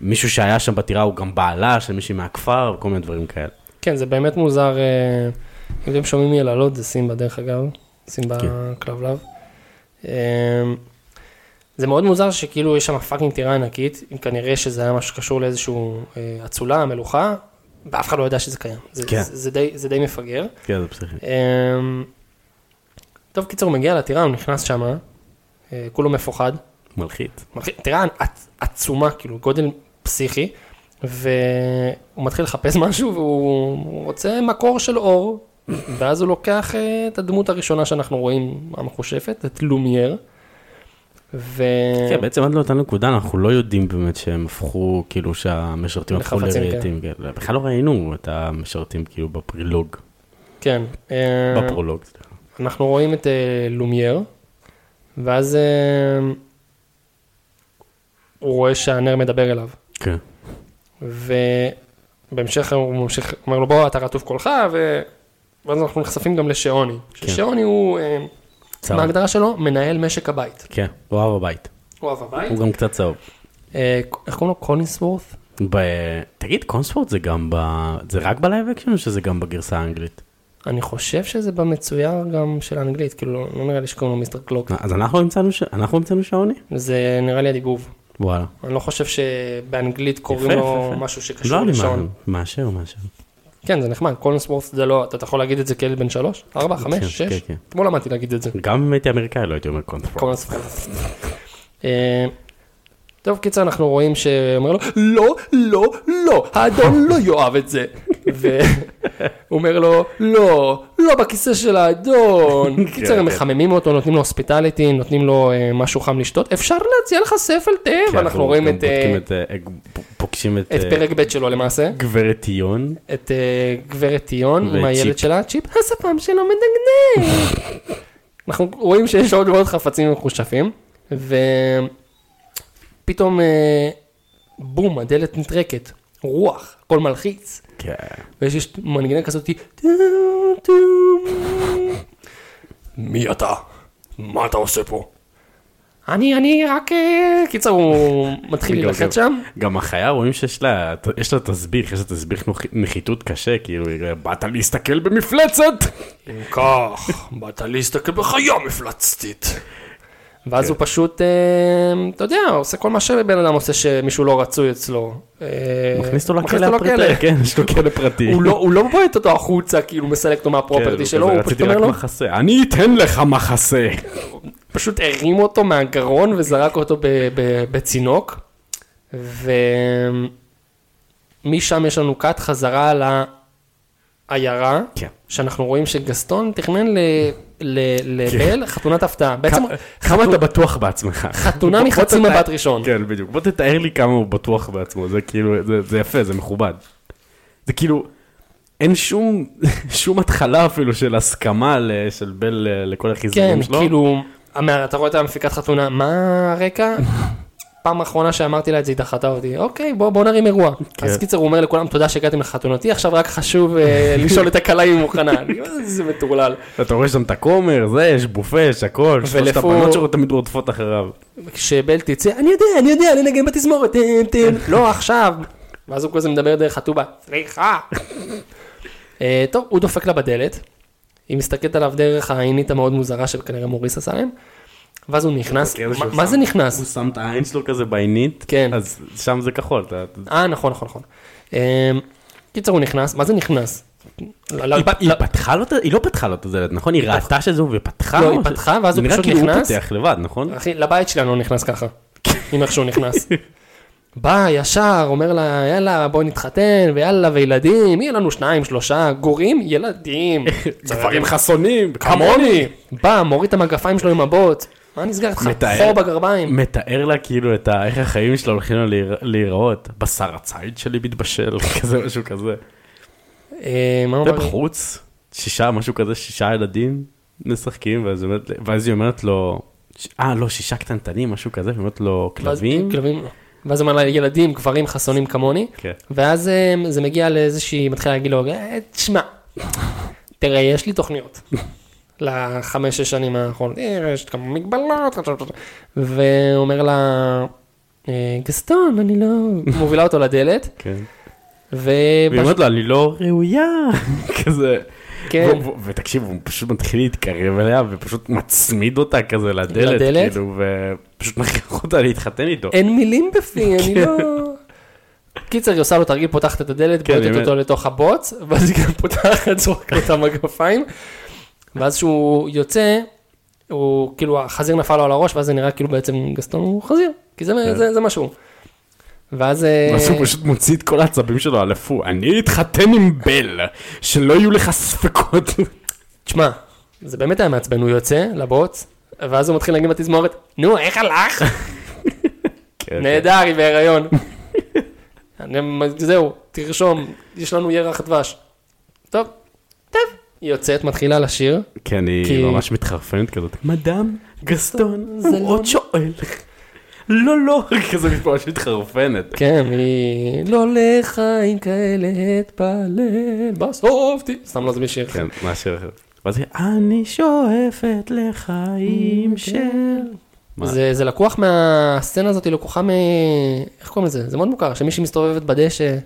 B: מישהו שהיה שם בטירה הוא גם בעלה של מישהי מהכפר וכל מיני דברים כאלה.
A: כן, זה באמת מוזר. אה, אם אתם שומעים יללות, זה סימבה דרך אגב, סימבה
B: כן.
A: כלבלב. אה, זה מאוד מוזר שכאילו יש שם פאקינג טירה ענקית, אם כנראה שזה היה משהו שקשור לאיזשהו אה, אצולה, מלוכה, ואף אחד לא ידע שזה קיים. זה,
B: כן.
A: זה, זה, די, זה די מפגר.
B: כן, זה פסיכי.
A: אמ, טוב, קיצור, הוא מגיע לטירה, הוא נכנס שמה, אה, כולו מפוחד.
B: מלחיץ.
A: מתחיל- טירה עצ- עצומה, כאילו, גודל פסיכי, והוא מתחיל לחפש משהו והוא הוא רוצה מקור של אור, ואז הוא לוקח אה, את הדמות הראשונה שאנחנו רואים, המחושפת, את לומייר. ו...
B: כן, בעצם עד לאותה נקודה אנחנו לא יודעים באמת שהם הפכו, כאילו שהמשרתים הפכו
A: לחפצים,
B: לרהיטים. כן. בכלל לא ראינו את המשרתים כאילו בפרילוג,
A: כן. אה,
B: בפרולוג. סליחה.
A: אנחנו רואים את אה, לומייר, ואז אה, הוא רואה שהנר מדבר אליו.
B: כן.
A: ובהמשך הוא ממשיך, אומר לו בוא אתה רטוב קולך ו... ואז אנחנו נחשפים גם לשעוני.
B: כן.
A: ששעוני הוא, אה,
B: צהוב.
A: בהגדרה שלו, מנהל משק הבית.
B: כן, הוא אהב הבית.
A: הוא אב הבית.
B: הוא גם קצת צהוב.
A: אה, איך קוראים לו? קולינסוורת'?
B: ב... תגיד, קונספורט זה גם ב... זה רק בלייב אקשן או שזה גם בגרסה האנגלית?
A: אני חושב שזה במצויר גם של האנגלית, כאילו לא- לא נראה לי שקוראים לו מיסטר קלוק.
B: אז אנחנו המצאנו, ש... אנחנו המצאנו שעוני?
A: זה נראה לי הדיבוב.
B: וואלה.
A: אני לא חושב שבאנגלית קוראים
B: יפה,
A: לו
B: יפה, יפה.
A: משהו
B: לא,
A: שקשור
B: אני
A: לשעון.
B: מה- מאשר, מאשר.
A: כן, זה נחמד, קולינסוורת' זה לא, אתה אתה יכול להגיד את זה כילד בן שלוש? ארבע,
B: כן,
A: חמש, שש?
B: כן, כן.
A: אתמול למדתי להגיד את זה.
B: גם אם הייתי אמריקאי לא הייתי אומר קונספורט.
A: כל הספרים. אה, טוב, קיצר, אנחנו רואים שאומר לו, לא, לא, לא, האדון לא יאהב את זה. [laughs] והוא אומר לו, לא, לא בכיסא של האדון. קיצר, הם
B: [laughs] כן.
A: מחממים אותו, נותנים לו הוספיטליטי, נותנים לו אה, משהו חם לשתות, אפשר להציע לך ספל תה,
B: כן,
A: ואנחנו רואים
B: גם
A: את, אה,
B: בודקים את... אה, פוגשים את...
A: את
B: אה,
A: פרק ב' שלו למעשה,
B: גברת טיון.
A: את אה, גברת טיון עם
B: ואת
A: הילד
B: צ'יפ.
A: שלה, צ'יפ, הספם שלו מדגדג. [laughs] אנחנו רואים שיש עוד ועוד חפצים מחושפים, ופתאום אה, בום, הדלת נטרקת, רוח, הכל מלחיץ,
B: כן.
A: ויש יש מנגינה כזאת, "טו, טו". מי אתה? מה אתה עושה פה? אני, אני רק... אה", קיצר, הוא מתחיל
B: גם- גם-
A: ללכת שם.
B: גם החיה רואים שיש לה, יש לה תסביך, יש לה תסביך נוח- נחיתות קשה, כאילו, היא אומרת, באת להסתכל במפלצת!
A: אם כך, באת להסתכל בחיה מפלצתית. ואז
B: כן.
A: הוא פשוט, אה, אתה יודע, עושה כל מה שבן אדם עושה שמישהו לא רצוי אצלו. אה,
B: מכניס אותו
A: מכניס
B: לכלא הפרטי, כן, יש לו כלא פרטי.
A: הוא לא- הוא לא בועט אותו החוצה, כאילו מסלק אותו
B: כן,
A: מהפרופרטי
B: הוא
A: שלו,
B: כזה,
A: הוא פשוט
B: "רציתי
A: אומר
B: רק
A: לו,
B: מחסה, אני אתן לך מחסה.
A: פשוט הרים אותו מהגרון וזרק אותו ב- ב- בצינוק. ומשם יש לנו קאט חזרה על העיירה.
B: כן.
A: שאנחנו רואים שגסטון תכנן ל- ל-
B: כן.
A: לבל חתונת הפתעה. בעצם
B: כמה אתה בטוח בעצמך.
A: חתונה
B: בוא- בוא
A: מחצי
B: תתאר-
A: מבט ראשון.
B: כן, בדיוק. בוא תתאר לי כמה הוא בטוח בעצמו, זה כאילו, זה- זה יפה, זה מכובד. זה כאילו, אין שום [laughs] שום התחלה אפילו של הסכמה ל- של בל אה, לכל
A: כן,
B: החיזורים שלו.
A: כאילו, המ- אתה רואה את המפיקת חתונה, מה
B: [laughs]
A: הרקע? פעם אחרונה שאמרתי לה את זה, היא דחתה אותי, אוקיי, בוא, בוא נרים אירוע.
B: כן.
A: אז קיצר, הוא אומר לכולם, תודה שהגעתם לחתונתי, עכשיו רק חשוב
B: [laughs]
A: אה, לשאול את הכלה אם היא מוכנה. אני אומר, איזה מטורלל.
B: אתה רואה שם את הכומר, זה, יש בופה, יש הכל, שלושת
A: ולפור-
B: הבנות שלו תמיד רודפות אחריו.
A: כשבל תצא, אני יודע, אני יודע, אני נגן בתזמורת, תן, תן, לא עכשיו. ואז הוא כזה מדבר דרך הטובה, סליחה. אה, טוב, הוא דופק לה בדלת, היא מסתכלת עליו דרך העינית המאוד מוזרה שכנראה מוריס עשה להם, ואז הוא נכנס,
B: בקטע
A: מה-
B: שהוא
A: מה
B: שם-
A: זה נכנס?
B: הוא שם את העין שלו כזה בעינית,
A: כן.
B: אז שם זה כחול, אתה... אתה-
A: אה, נכון, נכון, נכון. אמ, קיצר, הוא נכנס, מה זה נכנס? לא, לא,
B: היא פ-
A: לא,
B: היא פתחה לו את ה- היא לא פתחה לו את הדלת, נכון? היא ראתה שזה הוא ופתחה?
A: לא, היא
B: או ש-
A: פתחה, ואז הוא
B: נראה
A: פשוט
B: כאילו
A: נכנס.
B: הוא פותח לבד, נכון?
A: אחי, לבית שלנו הוא נכנס ככה, עם איך שהוא
B: [laughs]
A: נכנס. בא ישר, אומר לה, יאללה, בואי נתחתן, ויאללה, וילדים, יהיה לנו שניים, שלושה, גורים,
B: [laughs]
A: ילדים,
B: דברים חסונים,
A: כמוני. בא, מוריד את המגפיים שלו עם הבוט, מה נסגר איתך?
B: מתאר.
A: חור בגרביים.
B: מתאר לה כאילו את ה... איך החיים שלו הולכים לו להיר- להיראות. בשר הציד שלי מתבשל, [laughs] כזה משהו כזה.
A: אה, מה הוא אמר לי?
B: ובחוץ, שישה, משהו כזה, שישה ילדים משחקים, ואז היא אומרת- ואז היא אומרת לו, ש- אה, לא, שישה קטנטנים, משהו כזה, והיא אומרת לו,
A: ואז-
B: כלבים?
A: כלבים. ואז הוא אומר לה, ילדים, גברים, חסונים כמוני.
B: כן.
A: ואז אה, זה מגיע לאיזושהי, מתחילה להגיד לו, "אה, תשמע, תראה, יש לי תוכניות [laughs] לחמש, שש שנים האחרונות, "אה, יש כמה מגבלות, והוא אומר לה, "אה, גסטון, אני לא... מובילה אותו לדלת,
B: כן. והיא
A: ובש-
B: אומרת לו, אני לא ראויה, [laughs] כזה.
A: כן.
B: והוא- והוא- ותקשיב, הוא פשוט מתחיל להתקרב אליה, ופשוט מצמיד אותה כזה לדלת,
A: לדלת? אה.
B: כאילו, ופשוט מכריח אותה להתחתן איתו.
A: אין מילים בפי, אני לא... קיצר, היא עושה לו תרגיל, פותחת את הדלת,
B: כן,
A: בועטת
B: באמת.
A: אותו לתוך הבוץ, ואז היא גם פותחת, זורקת לו את המגפיים, ואז שהוא יוצא, הוא כאילו, החזיר נפל לו על הראש, ואז זה נראה כאילו בעצם גסטון הוא חזיר, כי זה-
B: כן.
A: זה זה מה שהוא. ואז... אה,
B: ואז הוא פשוט מוציא את כל העצבים שלו על הפו, אני אתחתן עם בל, שלא יהיו לך ספקות. [laughs]
A: תשמע, זה באמת היה מעצבן, הוא יוצא לבוץ, ואז הוא מתחיל להגיד בתזמורת, נו, איך הלך?
B: כן,
A: נהדר, היא בהיריון. אני- זהו, תרשום, יש לנו ירח דבש. טוב, טוב. היא יוצאת, מתחילה לשיר.
B: כן,
A: כי-
B: היא ממש מתחרפנת כזאת. מדאם, גסטון,
A: זה
B: הוא
A: לא-
B: עוד שואל. [laughs] לא, לא, [laughs] כזה ממש מתחרפנת.
A: כן, היא... לא לחיים כאלה אתפלל, בסוף ת... סתם לא זה בשיר.
B: [laughs] כן, מה ש... ואז היא, אני שואפת
A: כן.
B: לחיים של... מה?
A: זה, זה לקוח מהסצנה הזאת, היא לקוחה מ... איך קוראים לזה? זה מאוד מוכר, שמישהי מסתובבת בדשא,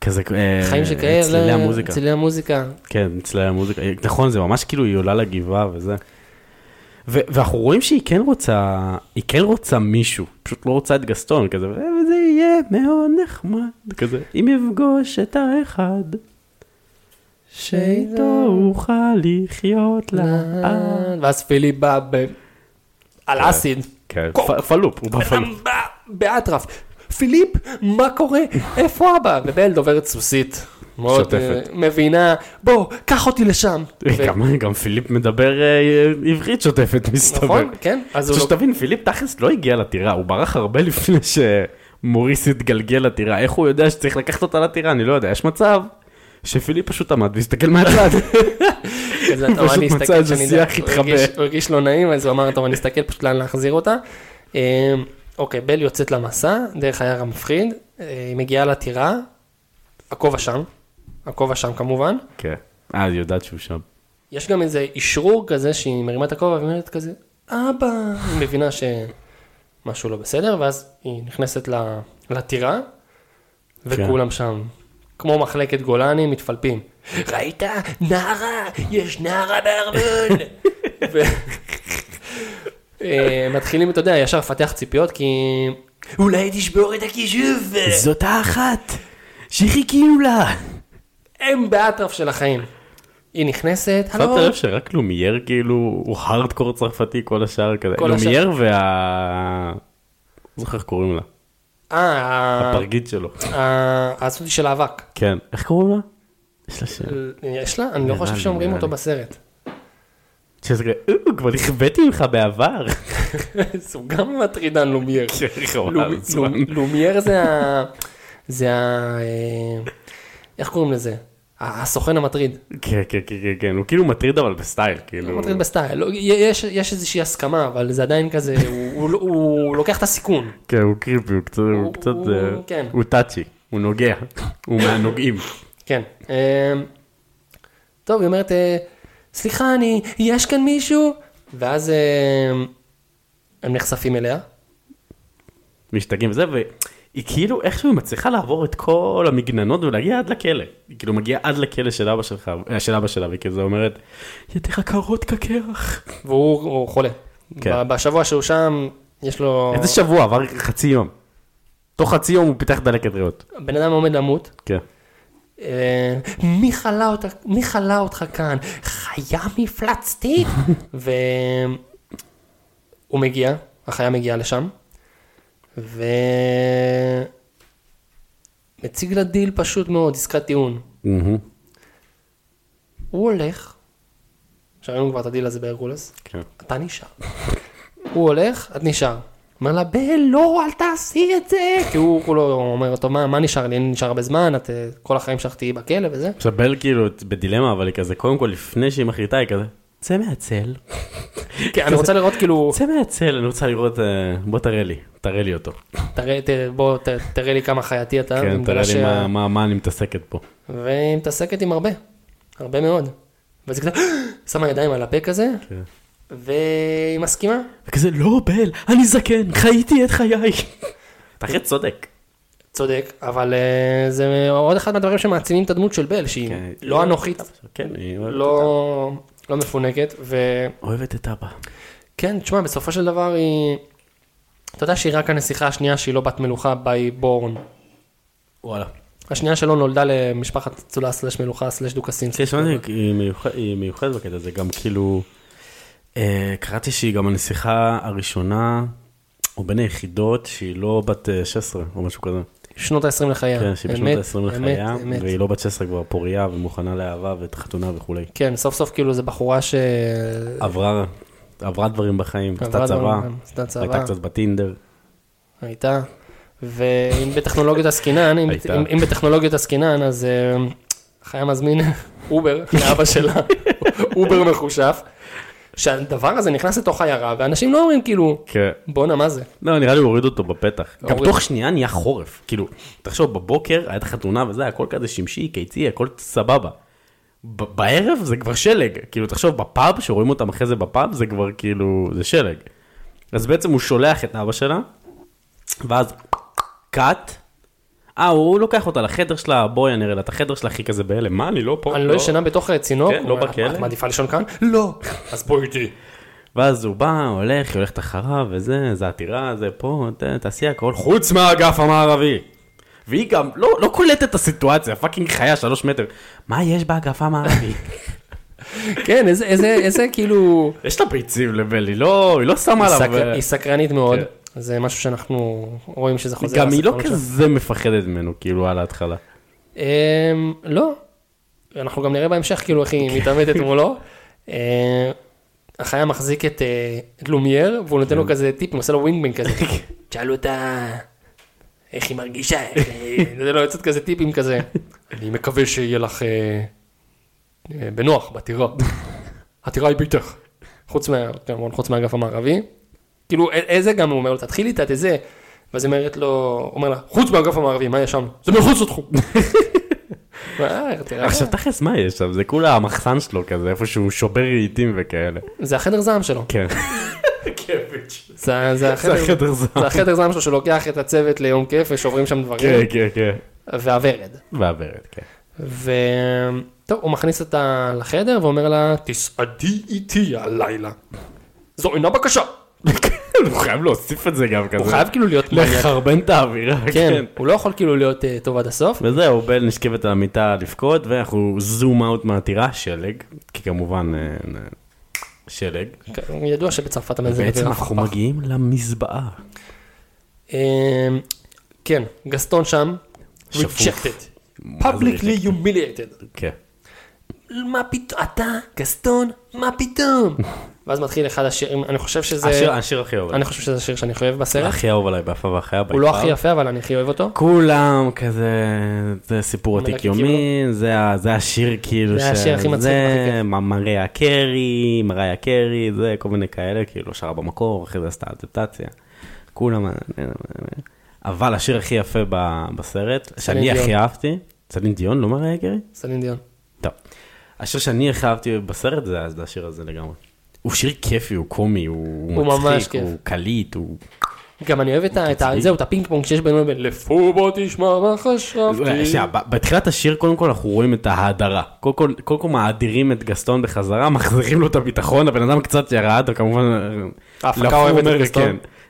B: כזה, אה,
A: חיים לא, שכאלה,
B: צלילי המוזיקה.
A: צלילי המוזיקה.
B: כן, צלילי המוזיקה. נכון, זה ממש כאילו, היא עולה לגבעה וזה. ו- ואנחנו רואים שהיא כן רוצה, היא כן רוצה מישהו, פשוט לא רוצה את גסטון כזה, "אה, וזה יהיה מאוד נחמד, כזה, אם יפגוש את האחד, שאיתו אוכל לחיות לעד.
A: ואז פילי בא ב... על אסיד.
B: כן, פ- פלופ, הוא בפלופ.
A: אדם בא באטרף. פיליפ, מה קורה? איפה אבא? ובל דוברת סוסית. מאוד
B: שוטפת.
A: אה, מבינה, בוא, קח אותי לשם. ו-
B: גם- גם פיליפ מדבר אה, עברית שוטפת, מסתבר.
A: אוקיי. נכון, כן. אז הוא
B: עכשיו שתבין, פיליפ תכלס לא הגיע לטירה, הוא ברח הרבה [laughs] לפני שמוריס התגלגל לטירה. איך הוא יודע שצריך לקחת אותה לטירה? אני לא יודע, יש מצב שפיליפ פשוט עמד והסתכל
A: [laughs]
B: מהצד.
A: לא- כזה, "טוב,
B: [laughs] פשוט
A: אני אסתכל
B: מצא איזה
A: שאני יודע."
B: שיח,
A: הוא
B: התחבא.
A: הרגיש- הוא הרגיש לא נעים, אז הוא אמר, טוב, אני אסתכל פשוט לאן להחזיר אותה. אה, אוקיי, בל יוצאת למסע, דרך היער המפחיד, אה, היא מגיעה לטירה, הכובע שם, הכובע שם כמובן.
B: כן, אה, היא יודעת שהוא שם.
A: יש גם איזה אשרור כזה שהיא מרימה את הכובע ואומרת כזה, אבא, היא מבינה שמשהו לא בסדר, ואז היא נכנסת ל- לטירה, וכולם שם, כמו מחלקת גולני, מתפלפים. ראית? נערה, יש נערה בארמון! ו- אה, מתחילים, אתה יודע, ישר לפתח ציפיות, כי... אולי תשבור את הכישוב!
B: זאת האחת שחיכינו לה.
A: הם באטרף של החיים. היא נכנסת,
B: שמת
A: הלו,
B: לב שרק לומייר כאילו הוא הארדקור צרפתי כל השאר כזה.
A: כל השאר.
B: לומייר וה... לא זוכר איך קוראים לה.
A: אה,
B: הפרגית שלו.
A: אה, הזאת של האבק.
B: כן, איך קוראים לה? יש לה שם.
A: יש לה? אני לא
B: נראה
A: חושב
B: לי,
A: שאומרים
B: נראה
A: אותו
B: לי.
A: בסרט. [laughs]
B: שזה כזה, "או, כבר נכוויתי ממך [laughs] בעבר.
A: הוא גם מטרידן
B: [laughs]
A: לומייר.
B: כן,
A: לומ-
B: חבל,
A: לומ- לומייר זה ה... זה ה... אה, איך קוראים לזה? ה- הסוכן המטריד.
B: כן, כן, כן, כן, כן, הוא כאילו מטריד אבל בסטייל,
A: הוא
B: כאילו.
A: מטריד בסטייל. לא, יש יש איזושהי הסכמה, אבל זה עדיין כזה, הוא- הוא לא- הוא לוקח את הסיכון.
B: כן, הוא קריפי, הוא קצת,
A: הוא-
B: הוא קצת,
A: הוא-
B: אה,
A: כן.
B: הוא טאצ'י, הוא נוגע, [laughs] הוא מהנוגעים.
A: כן. אה, טוב, היא אומרת, אה, סליחה, אני, יש כאן מישהו? ואז אה, הם נחשפים אליה.
B: משתגעים וזה, והיא כאילו איכשהו היא מצליחה לעבור את כל המגננות ולהגיע עד לכלא. היא כאילו מגיעה עד לכלא של אבא שלך, אה, של אבא שלה, והיא כזה אומרת, ידיך קרות כקרח.
A: והוא הוא חולה.
B: כן.
A: ב- בשבוע שהוא שם, יש לו...
B: איזה שבוע, עבר חצי יום. תוך חצי יום הוא פיתח דלקת ריאות.
A: בן אדם עומד למות.
B: כן.
A: אה, מי חלה אותך, מי חלה אותך כאן? חיה
B: [laughs]
A: מפלצתית? והוא מגיע, החיה מגיעה לשם, ומציג לה דיל פשוט מאוד, עסקת טיעון.
B: מהמם.
A: הוא הולך, שראינו כבר את הדיל הזה בהרקולס,
B: כן.
A: אתה נשאר. הוא הולך, את נשאר. אומר לה, בל, לא, אל תעשי את זה. כי הוא כולו אומר, טוב, מה, מה נשאר לי? אני נשאר הרבה זמן, את אה, כל החיים שלך תהיי בכלא וזה.
B: עכשיו בל כאילו בדילמה, אבל היא כזה, קודם כל לפני שהיא מחליטה היא כזה, צא מהצל,
A: כן, אני רוצה לראות כאילו,
B: צא מהצל, אני רוצה לראות, אה, בוא תראה לי, תראה לי אותו.
A: תראה, תראה, בוא, ת- תראה לי כמה חייתי אתה.
B: כן,
A: אני
B: תראה
A: מגלה
B: לי מה- מה- מה אני מתעסקת פה.
A: והיא מתעסקת עם הרבה, הרבה מאוד. וזה כזה, [gasps] שמה ידיים על הפה כזה,
B: כן.
A: והיא מסכימה.
B: וכזה, לא בל, אני זקן, חייתי את חיי. אתה אחרי צודק.
A: צודק, אבל אה, זה עוד אחד מהדברים שמעצימים את הדמות של בל, שהיא
B: כן.
A: לא אנוכית,
B: כן, היא אוהבת את
A: לא לא מפונקת, ו...
B: אבא. אוהבת את אבא.
A: כן, תשמע, בסופו של דבר היא... אתה יודע שהיא רק הנסיכה השנייה שהיא לא בת מלוכה by born.
B: וואלה.
A: השנייה שלו נולדה למשפחת צולה סלש מלוכה סלש דוכסים.
B: כן, שמעתי, היא מיוחד- היא מיוחדת בקטע הזה, גם כאילו, אה, קראתי שהיא גם הנסיכה הראשונה, או בין היחידות, שהיא לא בת אה, 16 או משהו כזה.
A: שנות ה-20 לחייה.
B: כן, שהיא
A: אמת,
B: בשנות ה-20 לחיה,
A: אמת, אמת.
B: והיא לא בת 16 כבר פוריה ומוכנה לאהבה וחתונה וכולי.
A: כן, סוף סוף כאילו זו בחורה ש...
B: עברה, עברה דברים בחיים, עשתה
A: עברה
B: צבא,
A: דברים, עשתה צבא.
B: הייתה קצת בטינדר.
A: הייתה. ואם בטכנולוגיות עסקינן, אם-
B: הייתה.
A: אם- אם בטכנולוגיות עסקינן, אז אה, חיה מזמין [laughs] אובר לאבא
B: [laughs]
A: שלה, אובר מחושף. שהדבר הזה נכנס לתוך עיירה, ואנשים לא אומרים כאילו,
B: כן.
A: בואנה, מה זה?
B: לא, נראה לי הוא הוריד אותו בפתח. גם
A: לא, הוריד.
B: תוך שנייה נהיה חורף. כאילו, תחשוב, בבוקר הייתה חתונה וזה, הכל כזה שמשי, קיצי, הכל סבבה. ב- בערב זה כבר שלג. כאילו, תחשוב, בפאב, שרואים אותם אחרי זה בפאב, זה כבר כאילו, זה שלג. אז בעצם הוא שולח את אבא שלה, ואז קאט. אה, הוא לוקח אותה לחדר שלה, בואי אני אראה לה את החדר שלה, הכי כזה בהלם. מה, אני לא פה?
A: אני לא ישנה בתוך צינוק?
B: כן, לא
A: הוא אומר,
B: בכלא.
A: את מעדיפה לישון כאן? [laughs] לא. אז בואי איתי.
B: ואז הוא בא, הולך, היא הולכת אחריו, וזה, זה עתירה, זה פה, ת- תעשי הכל, חוץ מהאגף המערבי. והיא גם לא, לא קולטת את הסיטואציה, פאקינג חיה שלוש מטר. מה יש באגף המערבי?
A: כן, איזה- איזה איזה
B: [laughs]
A: כאילו...
B: יש לה ביצים לבל, היא לא, היא לא שמה
A: היא
B: עליו.
A: סקר-
B: אה,
A: היא סקרנית מאוד.
B: כן.
A: זה משהו שאנחנו רואים שזה חוזר.
B: גם היא לא
A: לסרטון שלה.
B: כזה מפחדת ממנו, כאילו, על ההתחלה.
A: אמ, לא. אנחנו גם נראה בהמשך כאילו איך היא מתעמתת מולו. אה, החיה מחזיק את אה, את לומייר, והוא נותן לו כזה טיפים, עושה לו ווינגבנג כזה. תשאל אותה איך היא מרגישה, איך, אה, נותן לו עצות כזה טיפים כזה. אני מקווה שיהיה לך אה, אה, בנוח בעתירה. עתירה היא ביתך. חוץ מה- כמובן, חוץ מהאגף המערבי. כאילו, א- איזה גם הוא אומר לו, תתחיל איתה, תזה. ואז היא אומרת לו, אומר לה, חוץ מהאגף המערבי, מה יש שם? זה מחוץ לתחום. מה, תראה,
B: עכשיו, תכלס, מה יש שם? זה כולה המחסן שלו כזה, איפה שהוא שובר רהיטים וכאלה.
A: זה החדר זעם שלו.
B: [laughs] כן,
A: זה זה
B: זה
A: החדר
B: החדר זעם.
A: זה החדר זעם שלו שלוקח את הצוות ליום כיף ושוברים שם
B: כן,
A: דברים.
B: כן, כן.
A: והוורד.
B: והוורד, כן. [laughs]
A: וטוב, הוא מכניס אותה לחדר ואומר לה, תסעדי איתי הלילה. זו אינה בקשה.
B: הוא חייב להוסיף את זה גם כזה.
A: הוא חייב כאילו להיות מניאק.
B: לחרבן את האווירה,
A: כן, הוא לא יכול כאילו להיות אה, טוב עד הסוף.
B: וזהו, בל נשכבת על המיטה לבכות, ואנחנו זום אאוט מהעתירה, שלג, כי כמובן אה, אה, שלג.
A: הוא ידוע שבצרפת המזג
B: בעצם
A: אוויר
B: אנחנו
A: הפך.
B: מגיעים למזבעה.
A: אמ, כן, גסטון שם,
B: שפוף.
A: rejected,
B: מה זה
A: publicly humiliated.
B: כן.
A: מה פתאום, אתה, גסטון, מה פתאום? [laughs] ואז מתחיל אחד השירים, אני חושב שזה,
B: השיר- השיר הכי אהוב.
A: אני חושב שזה השיר שאני הכי אוהב בסרט.
B: הכי אהוב עליי באפה והחיה
A: הוא לא הכי יפה, אבל אני הכי אוהב אותו.
B: כולם כזה, זה סיפור עתיק
A: מלקקים
B: יומי, זה ה- זה השיר כאילו,
A: כאילו. זה השיר הכי מצחיק, הכי
B: זה
A: כיף.
B: מ- מריה קרי, מריה קרי, זה כל מיני כאלה, כאילו שרה במקור, אחרי זה עשתה אדפטציה. כולם, אה, אבל השיר הכי יפה ב- בסרט, שאני
A: דיון.
B: הכי אהבתי, סלין דיון, לא מריה קרי?
A: סלין דיון.
B: טוב. השיר שאני הכי אהבתי בסרט זה זה השיר הזה לגמרי. הוא שיר כיפי, הוא קומי, הוא הוא
A: הוא ממש
B: מצחיק,
A: כיף.
B: הוא קליט, הוא
A: גם אני אוהב את ה... את
B: אוקיי.
A: ה- זהו, את הפינג פונג שיש בינינו לבין לפובו תשמע מה
B: אז רגע,
A: חשבתי.
B: אה, שנייה, ב- בתחילת השיר קודם כל אנחנו רואים את ההאדרה. קודם כל- קודם כל מאדירים את גסטון בחזרה, [laughs] מחזירים לו את הביטחון, הבן אדם קצת ירד, הוא כמובן...
A: ההפקה
B: לפור
A: אוהבת את
B: אומר,
A: גסטון.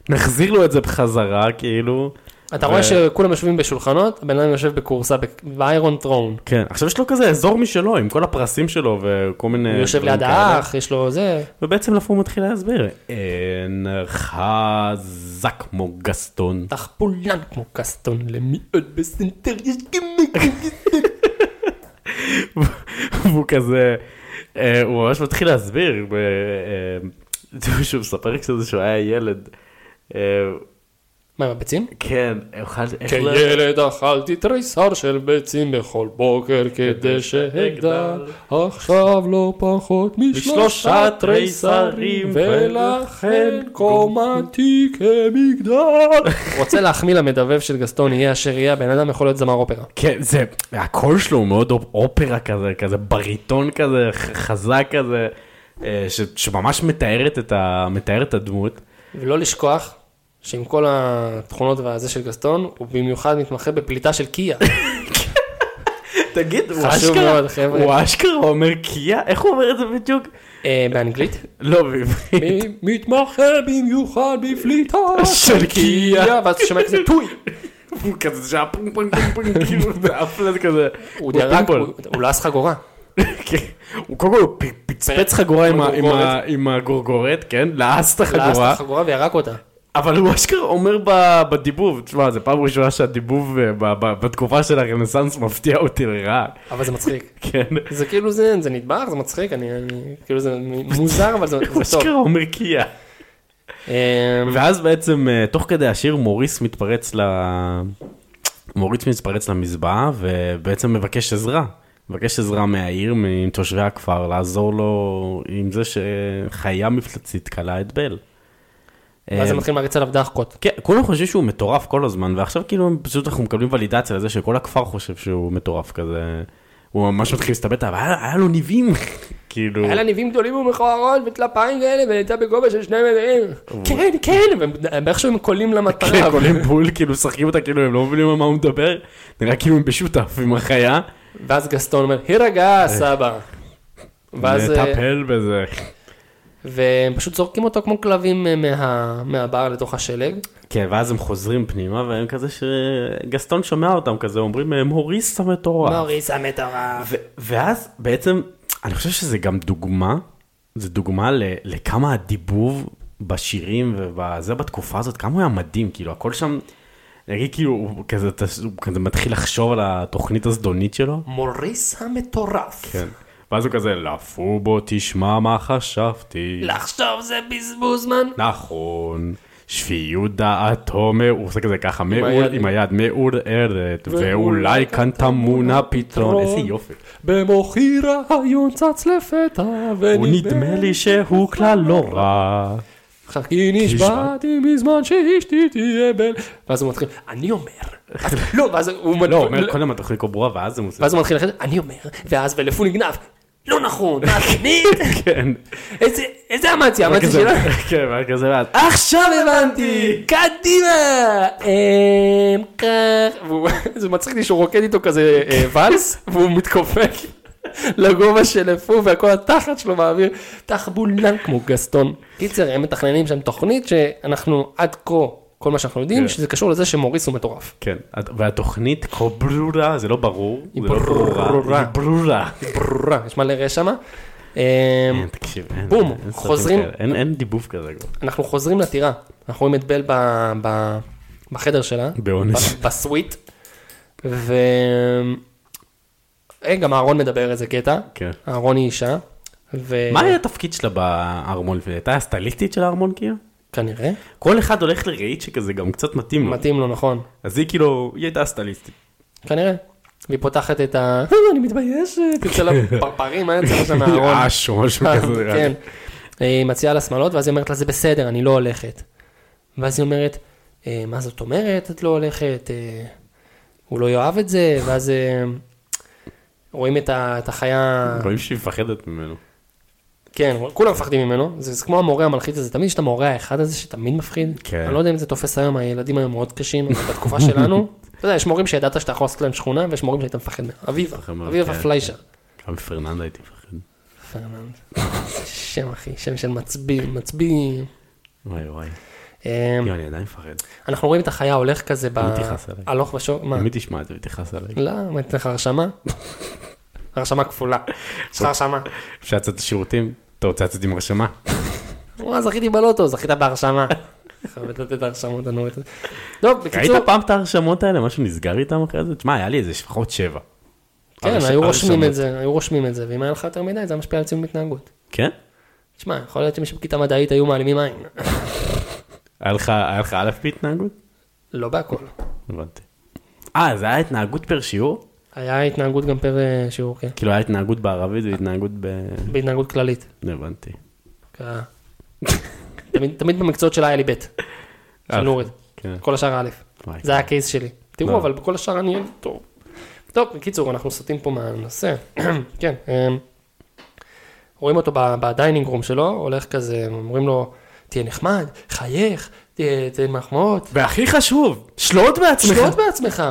B: כן. נחזיר לו את זה בחזרה, כאילו.
A: אתה
B: ו-
A: רואה שכולם יושבים בשולחנות, הבן אדם יושב בכורסה בק- באיירון טרון.
B: כן, עכשיו יש לו כזה אזור משלו, עם כל הפרסים שלו וכל מיני...
A: הוא יושב
B: אה,
A: ליד
B: דברים כאלה.
A: האח, יש לו זה.
B: ובעצם לפור מתחיל להסביר, אין חזק כמו גסטון. [laughs]
A: תחפולן כמו קסטון, למי עוד בסנטר יש
B: [laughs]
A: גימיק.
B: והוא כזה, אה, הוא ממש מתחיל להסביר, ב- אה, [laughs] שהוא מספר כזה שהוא היה ילד. אה,
A: מה עם הביצים?
B: כן, הוא חל- איך ל-
A: כילד אכלתי תריסר של ביצים בכל בוקר כדי שאגדל, עכשיו לא פחות משלושה תריסרים ולכן קומתי כמגדל. [laughs] רוצה להחמיא למדבב של גסטון, יהיה אשר יהיה, הבן אדם יכול להיות זמר אופרה.
B: כן, זה, הקול שלו הוא מאוד אופ- אופרה כזה, כזה בריטון כזה, ח- חזק כזה, אה, ש- שממש מתארת את ה- מתאר את הדמות.
A: ולא לשכוח שעם כל התכונות והזה של גסטון, הוא במיוחד מתמחה בפליטה של קיה.
B: תגיד, הוא
A: חשוב מאוד,
B: אשכרה,
A: חבר'ה.
B: הוא אשכרה אומר קיה? איך הוא אומר את זה בדיוק?
A: אה, באנגלית?
B: לא, בעברית.
A: מ- מתמחה במיוחד בפליטה
B: של קיה.
A: ואז אתה שומע כזה טוי.
B: הוא כזה שהיה פונג פונג פונג פונג, כאילו, ואף אחד כזה.
A: הוא דרק,
B: פינבול.
A: הוא- הוא לעס
B: [laughs]
A: חגורה.
B: כן. הוא קודם כל הוא פ- פצפץ חגורה עם ה- עם ה- עם הגורגורת, כן? לעס את
A: לעס
B: החגורה,
A: את החגורה וירק אותה.
B: אבל הוא אשכרה אומר ב- בדיבוב, תשמע, זו פעם ראשונה שהדיבוב אה, ב- ב- בתקופה של הרנסאנס מפתיע אותי לרעה, [laughs]
A: אבל זה מצחיק.
B: כן?
A: זה כאילו זה, זה נדבך, זה מצחיק, אני, אני כאילו זה מוזר, אבל זה,
B: [laughs] הוא
A: זה טוב.
B: אשכרה אומר קיה.
A: אה,
B: ואז בעצם, אה, תוך כדי השיר, מוריס מתפרץ ל... מוריס מתפרץ למזבעה, ובעצם מבקש עזרה. מבקש עזרה מהעיר, מתושבי הכפר, לעזור לו עם זה שחיה מפלצית כלה את בל.
A: ואז
B: אה,
A: הם מתחילים להריץ עליו דחקות.
B: כן, כולם חושבים שהוא מטורף כל הזמן, ועכשיו כאילו הם- פשוט אנחנו מקבלים ולידציה לזה שכל הכפר חושב שהוא מטורף כזה. הוא ממש מתחיל להסתבט, אבל היה, היה לו ניבים, [laughs] כאילו.
A: היה לה ניבים גדולים ומכוערות וטלפיים כאלה, והייתה בגובה של שני מטרים. כן, כן, והם איכשהו הם קולים
B: כן,
A: למטרה.
B: קולים בול, כאילו משחקים אותה, כאילו הם לא מבינים על מה הוא מדבר, נראה כאילו הם בשותף עם החיה.
A: ואז גסטון אומר,
B: אה.
A: הירגע, סבא. ואז, אה,
B: נטפל בזה.
A: והם פשוט זורקים אותו כמו כלבים אה, מה- מהבר לתוך השלג.
B: כן, ואז הם חוזרים פנימה, והם כזה שגסטון שומע אותם כזה, אומרים, "אה, מוריס המטורף.
A: מוריס המטורף.
B: ו- ואז בעצם, אני חושב שזה גם דוגמה, זה דוגמה ל- לכמה הדיבוב בשירים ובזה בתקופה הזאת, כמה הוא היה מדהים, כאילו הכל שם, נגיד כאילו, הוא כזה, אתה- הוא כזה מתחיל לחשוב על התוכנית הזדונית שלו.
A: מוריס המטורף.
B: כן. ואז הוא כזה, לפובו תשמע מה חשבתי.
A: לחשוב זה בזבוז זמן.
B: נכון. שפיות דעתו, מע- הוא עושה כזה ככה, מעול-
A: היד.
B: עם היד מעורערת, ואולי כאן טמון הפתרון. איזה יופי.
A: במוחי רעיון צץ לפתע,
B: הוא נדמה לי שהוא כלל לא רע.
A: עכשיו כי נשבעתי מזמן שאשתי תהיה בן... ואז הוא מתחיל, אני אומר.
B: [laughs]
A: אז- לא, ואז הוא מת-
B: לא, הוא אומר קודם התוכנית קוברה ואז הם עושים.
A: ואז הוא מתחיל לחשוב, אני אומר, ואז ולפון נגנב. לא נכון, מה תמיד?
B: [laughs] כן.
A: איזה- איזה אמציה, אמציה
B: כזה,
A: שלנו.
B: [laughs] כן, ואז כזה ואז.
A: עכשיו הבנתי! קדימה! אמ... כך... והוא- זה מצחיק לי שהוא רוקד איתו כזה אה, ואלס, והוא מתכופף לגובה של אפו, והכל התחת שלו באוויר, תחבולן כמו גסטון. קיצר, הם מתכננים שם תוכנית שאנחנו עד כה, כל מה שאנחנו יודעים,
B: כן.
A: שזה קשור לזה שמוריס הוא מטורף.
B: כן, והתוכנית קוברורה, זה לא ברור,
A: היא
B: זה לא
A: ברורה.
B: ברורה, היא ברורה.
A: אה. ברורה, יש מלא רעש שמה. אמ,
B: אין, תקשיב, אין-
A: בום,
B: אין סרטים
A: חוזרים.
B: כאלה. אין אין דיבוב כזה כבר.
A: אנחנו חוזרים לטירה, אנחנו רואים את בל ב- ב- בחדר שלה.
B: בעונש.
A: ב- בסוויט. ו... אה, גם אהרון מדבר איזה קטע.
B: כן.
A: אהרון היא אישה. ו...
B: מה היה התפקיד שלה בארמון? היא הייתה הסטליסטית של הארמון כאילו?
A: כנראה.
B: כל אחד הולך לרהיט שכזה גם קצת מתאים לו.
A: מתאים לו, נכון.
B: אז היא כאילו, היא הייתה [laughs] הסטליסטית.
A: כנראה. והיא פותחת את ה... [laughs] "אה, אני מתביישת. אצל הפרפרים, מה יצא שם מהארון?
B: כן. אש או משהו כזה. נראה
A: כן.
B: לי.
A: היא מציעה לה שמלות, ואז היא אומרת לה, זה בסדר, אני לא הולכת. ואז היא אומרת, "אה, מה זאת אומרת, את לא הולכת? אה, הוא לא יאהב את זה, ואז אה, רואים את ה- את החיה...
B: רואים שהיא מפחדת ממנו.
A: כן, כולם מפחדים ממנו, זה, זה כמו המורה המלחיץ הזה, תמיד יש את המורה האחד הזה שתמיד מפחיד.
B: כן.
A: אני לא יודע אם זה תופס היום, הילדים היום מאוד קשים, אבל בתקופה
B: [laughs]
A: שלנו, אתה יודע, יש מורים שידעת שאתה יכול לעשות להם שכונה, ויש מורים שהיית מפחד מהם. אביבה,
B: מפחד מאוד,
A: אביבה
B: כן.
A: פליישר.
B: גם פרננדה הייתי מפחד.
A: פרננד. איזה שם אחי, שם של מצביא, מצביא.
B: וואי וואי.
A: אמ,
B: יואו, אני עדיין מפחד.
A: אנחנו רואים את החיה הולך כזה ב...
B: מי תכעס עליי?
A: הלוך ושוב, מה?
B: אם היא תשמע את זה, היא תכעס עליי.
A: לא, מה, אתן לך הרשמה? הרשמה כפולה.
B: אוקיי.
A: יש לך הרשמה.
B: אפשר לצאת לשירותים? אתה רוצה לצאת עם הרשמה?
A: וואה, זכיתי בלוטו, זכית בהרשמה. חייבת לתת הרשמות, אני רואה את זה. טוב,
B: ראית
A: בקיצור,
B: פעם את ההרשמות האלה? משהו נסגר איתם אחרי זה? תשמע, היה לי איזה לפחות שבע.
A: כן,
B: הרש-
A: היו רושמים
B: הרשמות.
A: את זה, היו רושמים את זה, ואם היה לך יותר מדי, זה היה משפיע על ציון התנהגות.
B: כן?
A: תשמע, יכול להיות שמי שבכיתה מדעית היו מעלימים עין.
B: היה לך היה לך א' בהתנהגות?
A: לא בהכל.
B: הבנתי. אה, זה היה התנהגות פר שיעור?
A: היה התנהגות גם פר אה, שיעור, כן.
B: כאילו היה התנהגות בערבית והתנהגות ב...
A: בהתנהגות כללית.
B: הבנתי. [laughs]
A: ככה. תמיד- תמיד במקצועות שלה היה לי ב', של
B: אה,
A: נורית.
B: כן.
A: כל השאר א'.
B: וואי.
A: זה היה הקייס שלי. תראו,
B: לא.
A: אבל בכל השאר אני אוהב טוב. טוב, בקיצור, אנחנו סוטים פה מהנושא. [clears throat] כן, אמ, רואים אותו ב- בדיינינג רום שלו, הולך כזה, אומרים לו, תהיה נחמד, חייך, תהיה תהיה מחמאות,
B: והכי חשוב, שלוט בעצמך.
A: שלוט בעצמך.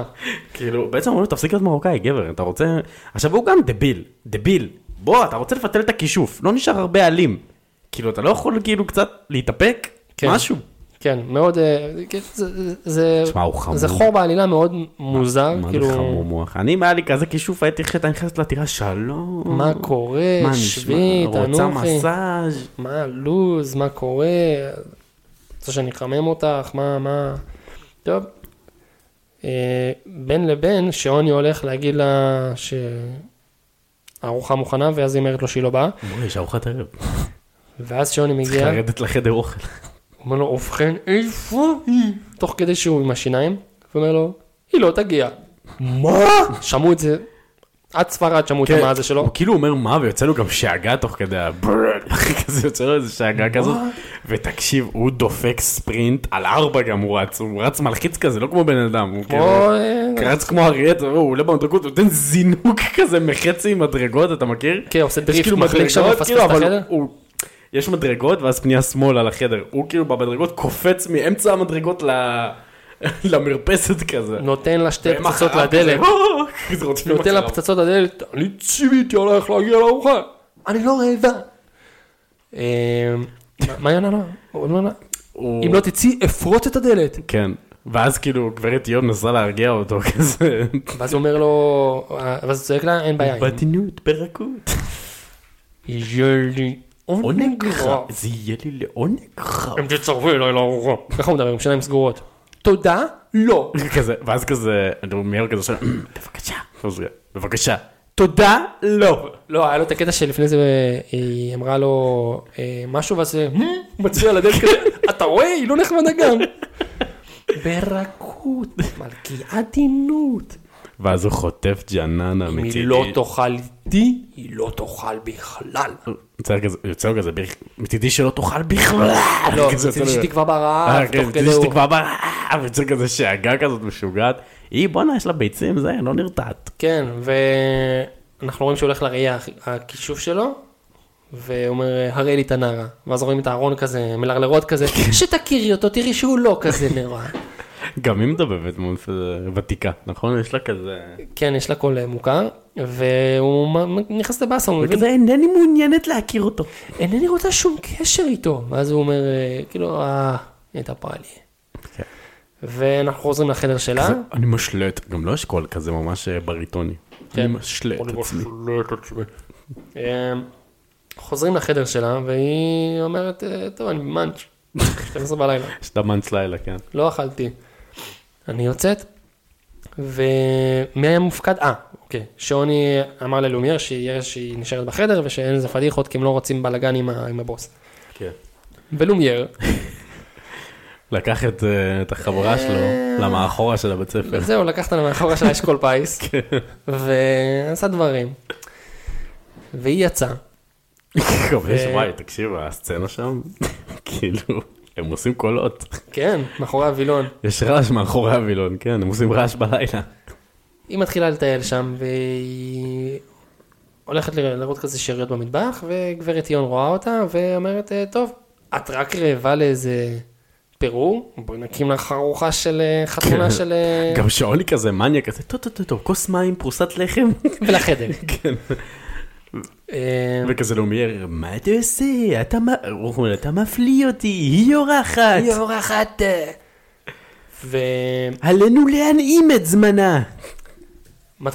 B: כאילו, בעצם אומרים לו, תפסיק להיות מרוקאי, גבר, אתה רוצה... עכשיו, הוא גם דביל, דביל. בוא, אתה רוצה לפתל את הכישוף, לא נשאר הרבה עלים. כאילו, אתה לא יכול כאילו קצת להתאפק?
A: כן.
B: משהו.
A: כן, מאוד, אה, כן, זה- זה-
B: תשמע, הוא חמור.
A: זה חור בעלילה מאוד מוזר,
B: מה זה חמור
A: כאילו,
B: מוח? אני, אם היה לי כזה כישוף, הייתי חייבת, אני נכנסת לטירה, שלום.
A: מה קורה,
B: מה נשמע?
A: שבי,
B: רוצה
A: תנוחי,
B: מסאז'?
A: מה הלו"ז, מה קורה, רוצה שאני אחמם אותך, מה, מה, טוב. אה, בין לבין, שעוני הולך להגיד לה שהארוחה מוכנה, ואז היא אומרת לו שהיא לא באה,
B: בואי, יש ארוחת ערב.
A: ואז שעוני
B: צריך
A: מגיע, הוא
B: לרדת לחדר אוכל.
A: אומר לו, ובכן, איפה היא? תוך כדי שהוא עם השיניים, ואומר לו, היא לא תגיע. מה? שמעו את זה, עד ספרד שמעו את
B: כן,
A: המה הזה שלו.
B: הוא כאילו אומר מה ויוצא לו גם שאגה תוך כדי הברל, [laughs] אחי כזה יוצא לו איזה שאגה כזאת, ותקשיב הוא דופק ספרינט על ארבע גם הוא רץ, הוא רץ מלחיץ כזה לא כמו בן אדם, הוא
A: או,
B: כאילו
A: אה,
B: רץ כמו אריה, אתה רואה, הוא עולה במדרגות, הוא נותן זינוק [laughs] כזה מחצי מדרגות אתה מכיר?
A: כן, עושה
B: יש
A: דריפט,
B: כאילו
A: מחליק שם,
B: מדרגות,
A: מפספס
B: כאילו,
A: את
B: אבל
A: החדר?
B: הוא- יש מדרגות ואז פנייה שמאלה לחדר, הוא כאילו במדרגות קופץ מאמצע המדרגות ל- [laughs] למרפסת כזה.
A: נותן לה שתי
B: והם
A: פצצות
B: אחריו כזה,
A: לדלת.
B: "אה!" כזה רודפים
A: נותן לה
B: אחריו.
A: פצצות לדלת, אני ציוויתי עלייך להגיע לארוחה, אני לא רעבה. אה, מה- מה היא עונה לה? הוא אומר לה,
B: הוא-
A: אם לא תצאי, אפרוט את הדלת.
B: כן, ואז כאילו גברת יון מנסה להרגיע אותו [laughs] כזה.
A: ואז הוא אומר לו, אה, ואז הוא צועק לה, אין בעיה.
B: בעדינות, ברכות.
A: יהיה לי עונג
B: [laughs]
A: רב.
B: זה יהיה לי לעונג רב.
A: אם תצטרפי "לא." אליי לארוחה. ככה הוא מדבר עם שיניים סגורות. תודה, לא.
B: כזה, ואז כזה, אני אומר
A: [clears throat]
B: כזה שם, בבקשה. אז רגע, בבקשה. תודה, לא.
A: לא, היה לו את הקטע שלפני זה, אה, היא אמרה לו אה, משהו, ואז אה, "מ?" הוא מצביע על הדלת כזה, אתה רואה? היא לא נחמדה גם. ברכות, מלכי עדינות.
B: ואז הוא חוטף ג'ננה
A: אם
B: מצידי.
A: היא לא תאכל איתי, היא לא תאכל בכלל.
B: יוצא כזה- יוצא לו כזה, "ברכ- מצידי שלא תאכל בכלל.
A: לא,
B: [laughs] כזה
A: רציתי
B: יוצא לו-
A: שתקבע ברעב,
B: כן, אה,
A: תוך
B: כן,
A: כדי
B: מצידי
A: הוא...
B: שתקבע ברעב. יוצא כזה שאגה כזאת משוגעת. היא, בואנה, יש לה ביצים, זה, לא נרתעת.
A: כן, ואנחנו רואים שהוא הולך לראייה, הכישוף שלו, והוא אומר, הראה לי את הנערה. ואז רואים את הארון כזה, מלרלרות כזה,
B: כן.
A: שתכירי אותו, תראי שהוא לא כזה נורא.
B: גם היא מדבבת מול כזה ותיקה, נכון? יש לה כזה...
A: כן, יש לה קול אה, מוכר, והוא מ- נכנס לבאסה, הוא מבין,
B: וכזה אינני מעוניינת להכיר אותו.
A: אינני רוצה שום קשר איתו. ואז הוא אומר, אה, כאילו, אה, התאפרה לי.
B: כן.
A: ואנחנו חוזרים לחדר שלה.
B: אני משלט, גם לא יש קול כזה ממש אה, בריטוני.
A: כן.
B: אני משלה את עצמי.
A: אמ, חוזרים לחדר שלה, והיא אומרת, אה, טוב, אני מאנץ', 12 בלילה,
B: יש את המאנץ לילה, כן.
A: לא אכלתי. אני יוצאת, ומי היה מופקד? אה, אוקיי, שעוני אמר ללומייר שהיא שהיא נשארת בחדר ושאין איזה פדיחות כי הם לא רוצים בלאגן עם ה- עם הבוס.
B: כן.
A: ולומייר,
B: לקח את אה, את החברה שלו למאחורה של הבית ספר.
A: כן. זהו, לקחת לה מאחורה של האשכול
B: [laughs]
A: פיס,
B: כן.
A: ועשה דברים. והיא יצאה,
B: גם יש, וואי, תקשיב, הסצנה שם, [laughs] כאילו, הם עושים קולות.
A: כן, מאחורי הווילון.
B: יש רעש מאחורי הווילון, כן, הם עושים רעש בלילה.
A: היא מתחילה לטייל שם והיא הולכת ל- לראות כזה שאריות במטבח, וגברת יון רואה אותה, ואומרת, "אה, טוב, את רק רעבה לאיזה פירור, בואי נקים לך ארוחה של אה, חתונה של... אה,
B: כן. [laughs] גם שאולי כזה מניאק כזה, טוב, טוב, טוב, טוב, כוס מים, פרוסת לחם.
A: ולחדר.
B: [laughs] כן.
A: אה,
B: וכזה לאומייר, מה אתה עושה? אתה מה... הוא אומר, אתה מפליא אותי, היא אורחת.
A: היא אורחת. אה, ומתחיל
B: עלינו להנעים את זמנה.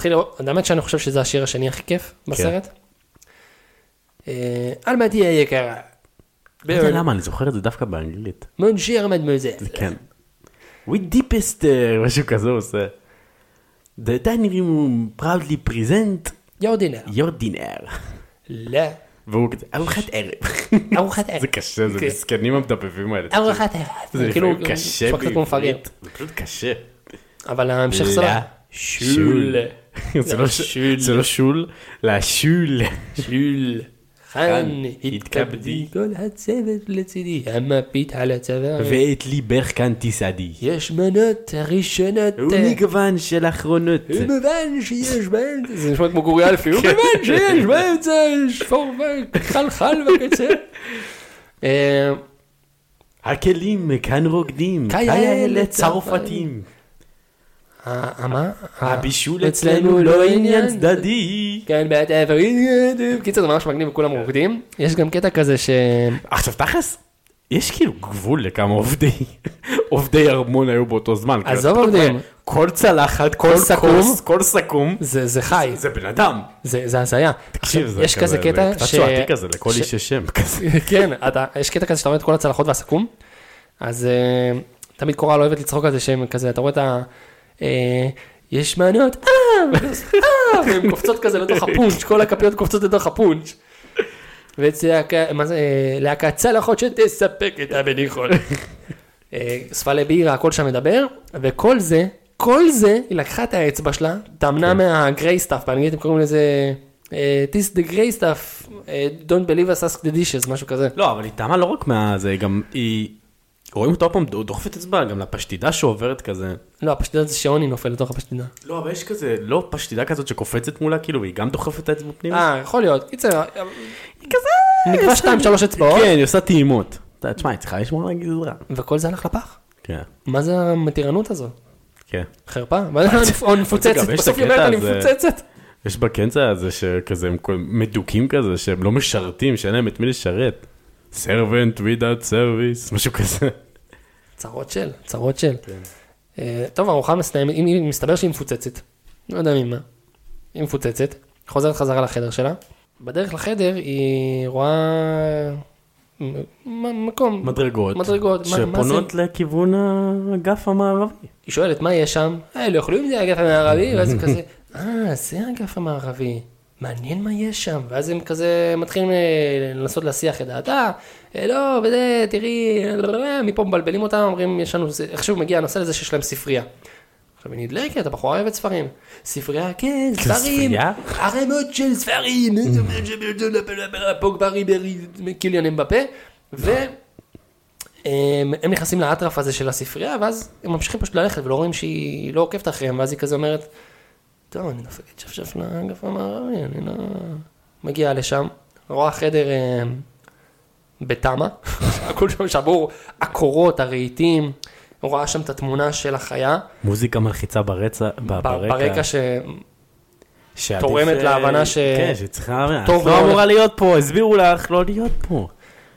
A: לראות, האמת שאני חושב שזה השיר השני הכי כיף
B: כן.
A: בסרט. אה, אלמדי היקרה.
B: לא יודע למה, אני זוכר את זה דווקא באנגלית.
A: מונשיר מדמוזל.
B: כן. We deepest, אה, משהו כזה הוא עושה. The dining room proudly present
A: יורדינר.
B: your dinner.
A: לא.
B: והוא כזה, ארוחת ערב.
A: ארוחת ערב.
B: זה קשה, זה
A: כן.
B: מסכנים המדפדפים האלה.
A: ארוחת ערב.
B: זה
A: כאילו,
B: לפעמים קשה
A: נשמע קצת כמו מפגר.
B: בעברית. זה פשוט קשה.
A: אבל ההמשך סבבה.
B: שול. זה לא ש-
A: לשול.
B: זה לא שול, לשול.
A: שול.
B: כאן
A: כאן התכבדי
B: התכבדי.
A: כל הצוות לצידי, המפית על הצוואר.
B: ואת ליבך כאן תסעדי.
A: יש מנות הראשונות.
B: הוא
A: אה,
B: מגוון של אחרונות.
A: במובן שיש באמצע, זה נשמע כמו גוריאלפי, במובן שיש באמצע, שפור וחלחל בקצה. אה,
B: הכלים כאן רוקדים,
A: קיה
B: קיה
A: אלה
B: אלה צרפתים.
A: ה- מה?
B: הבישול
A: ה-
B: אצלנו לא עניין צדדי.
A: כן, בעת העברית. קיצר, זה ממש מגניב, וכולם רוקדים. יש גם קטע כזה ש...
B: עכשיו תכלס, יש כאילו גבול לכמה עובדי עובדי ארמון היו באותו זמן. כאילו,
A: עזוב
B: אתה פתאום
A: עובדים.
B: רואה, כל צלחת, כל
A: סכו"ם.
B: כוס, כל סכו"ם,
A: זה זה חי,
B: זה בן אדם.
A: זה זה הזיה.
B: תקשיב,
A: עכשיו,
B: זה
A: יש כזה קטע
B: זה קצת שואתי כזה, לכל
A: ש-
B: איש יש שם כזה.
A: כן, אתה, יש קטע כזה שאתה רואה את כל הצלחות והסכו"ם, אז אה, תמיד קורל אוהבת לצחוק על זה שהם כזה, אתה רואה את ה... אה, יש מענות, אה, אה, והן קופצות כזה לתוך הפונץ', כל הכפיות קופצות לתוך הפונץ'. ולהקת אה, צלחות שתספק את הבדיחות. אה, ספלי בירה, הכל שם מדבר, וכל זה, כל זה, היא לקחה את האצבע שלה, טמנה מהגריי סטאפ, באנגלית הם קוראים לזה, אה, this the gray stuff, אה, don't believe us ask the dishes, משהו כזה.
B: לא, אבל היא טעמה לא רק מה... זה גם... היא... רואים אותה עוד פעם דוחפת אצבע גם לפשטידה שעוברת כזה.
A: לא, הפשטידה זה שעוני נופל לתוך הפשטידה.
B: לא, אבל יש כזה, לא פשטידה כזאת שקופצת מולה, כאילו, והיא גם דוחפת את האצבע פנימה?
A: אה, יכול להיות, קיצר,
B: כזה...
A: נקבע שתיים שלוש אצבעות,
B: כן, היא עושה טעימות. אתה- תשמע, היא צריכה לשמור על הגזרה.
A: וכל זה הלך לפח.
B: כן,
A: מה זה המתירנות הזו?
B: כן.
A: חרפה? מה [laughs] זה אני מפוצצת?
B: גם יש את
A: בסוף היא
B: הקטע
A: אומרת אני
B: הזה-
A: מפוצצת.
B: יש בקנצה הזה שכזה, הם כל- מדוקים כזה, שהם לא משרתים, שאין להם את מי לשרת. servant without service, משהו כזה.
A: צרות של, צרות של.
B: כן.
A: אה, טוב, ארוחה מסתיימת, אם- אם מסתבר שהיא מפוצצת. לא יודע ממה. היא מפוצצת, חוזרת חזרה לחדר שלה. בדרך לחדר היא רואה מ- מ- מקום.
B: מדרגות.
A: מדרגות, מה- מה
B: שפונות לכיוון האגף המערבי.
A: היא שואלת מה יש שם? אה, לא יכולים זה האגף המערבי? ואז הם כזה, אה, זה האגף המערבי. מעניין מה יש שם. ואז הם כזה מתחילים אה, לנסות להסיח את דעתה. אה, לא, וזה, תראי, לא, אה, מפה מבלבלים אותם, אומרים, יש לנו, זה- איכשהו מגיע הנושא לזה שיש להם ספרייה. עכשיו היא נדלקת, הבחורה אוהבת ספרים. ספרייה, כן, ספרים.
B: ספרייה?
A: ערימות של ספרים. פוגבה ריברי, קיליאן אמבפה. ו... הם, אמ, הם נכנסים לאטרף הזה של הספרייה, ואז הם ממשיכים פשוט ללכת ולא רואים שהיא לא עוקבת אחריהם, ואז היא כזה אומרת, טוב, אני דופקת שפשף לאגף המערבי, אני לא... מגיעה לשם, רואה חדר אה, בתמה, [laughs] הכל שם שבור, הקורות, הרהיטים, רואה שם את התמונה של החיה,
B: מוזיקה מלחיצה ברצע, ב-
A: ב-
B: ברקע.
A: ברקע ש...
B: שעדיף,
A: תורמת
B: אה,
A: להבנה ש-
B: כן, שצריכה...
A: טוב,
B: טוב, לא
A: מאוד.
B: אמורה להיות פה, הסבירו לך לא להיות פה.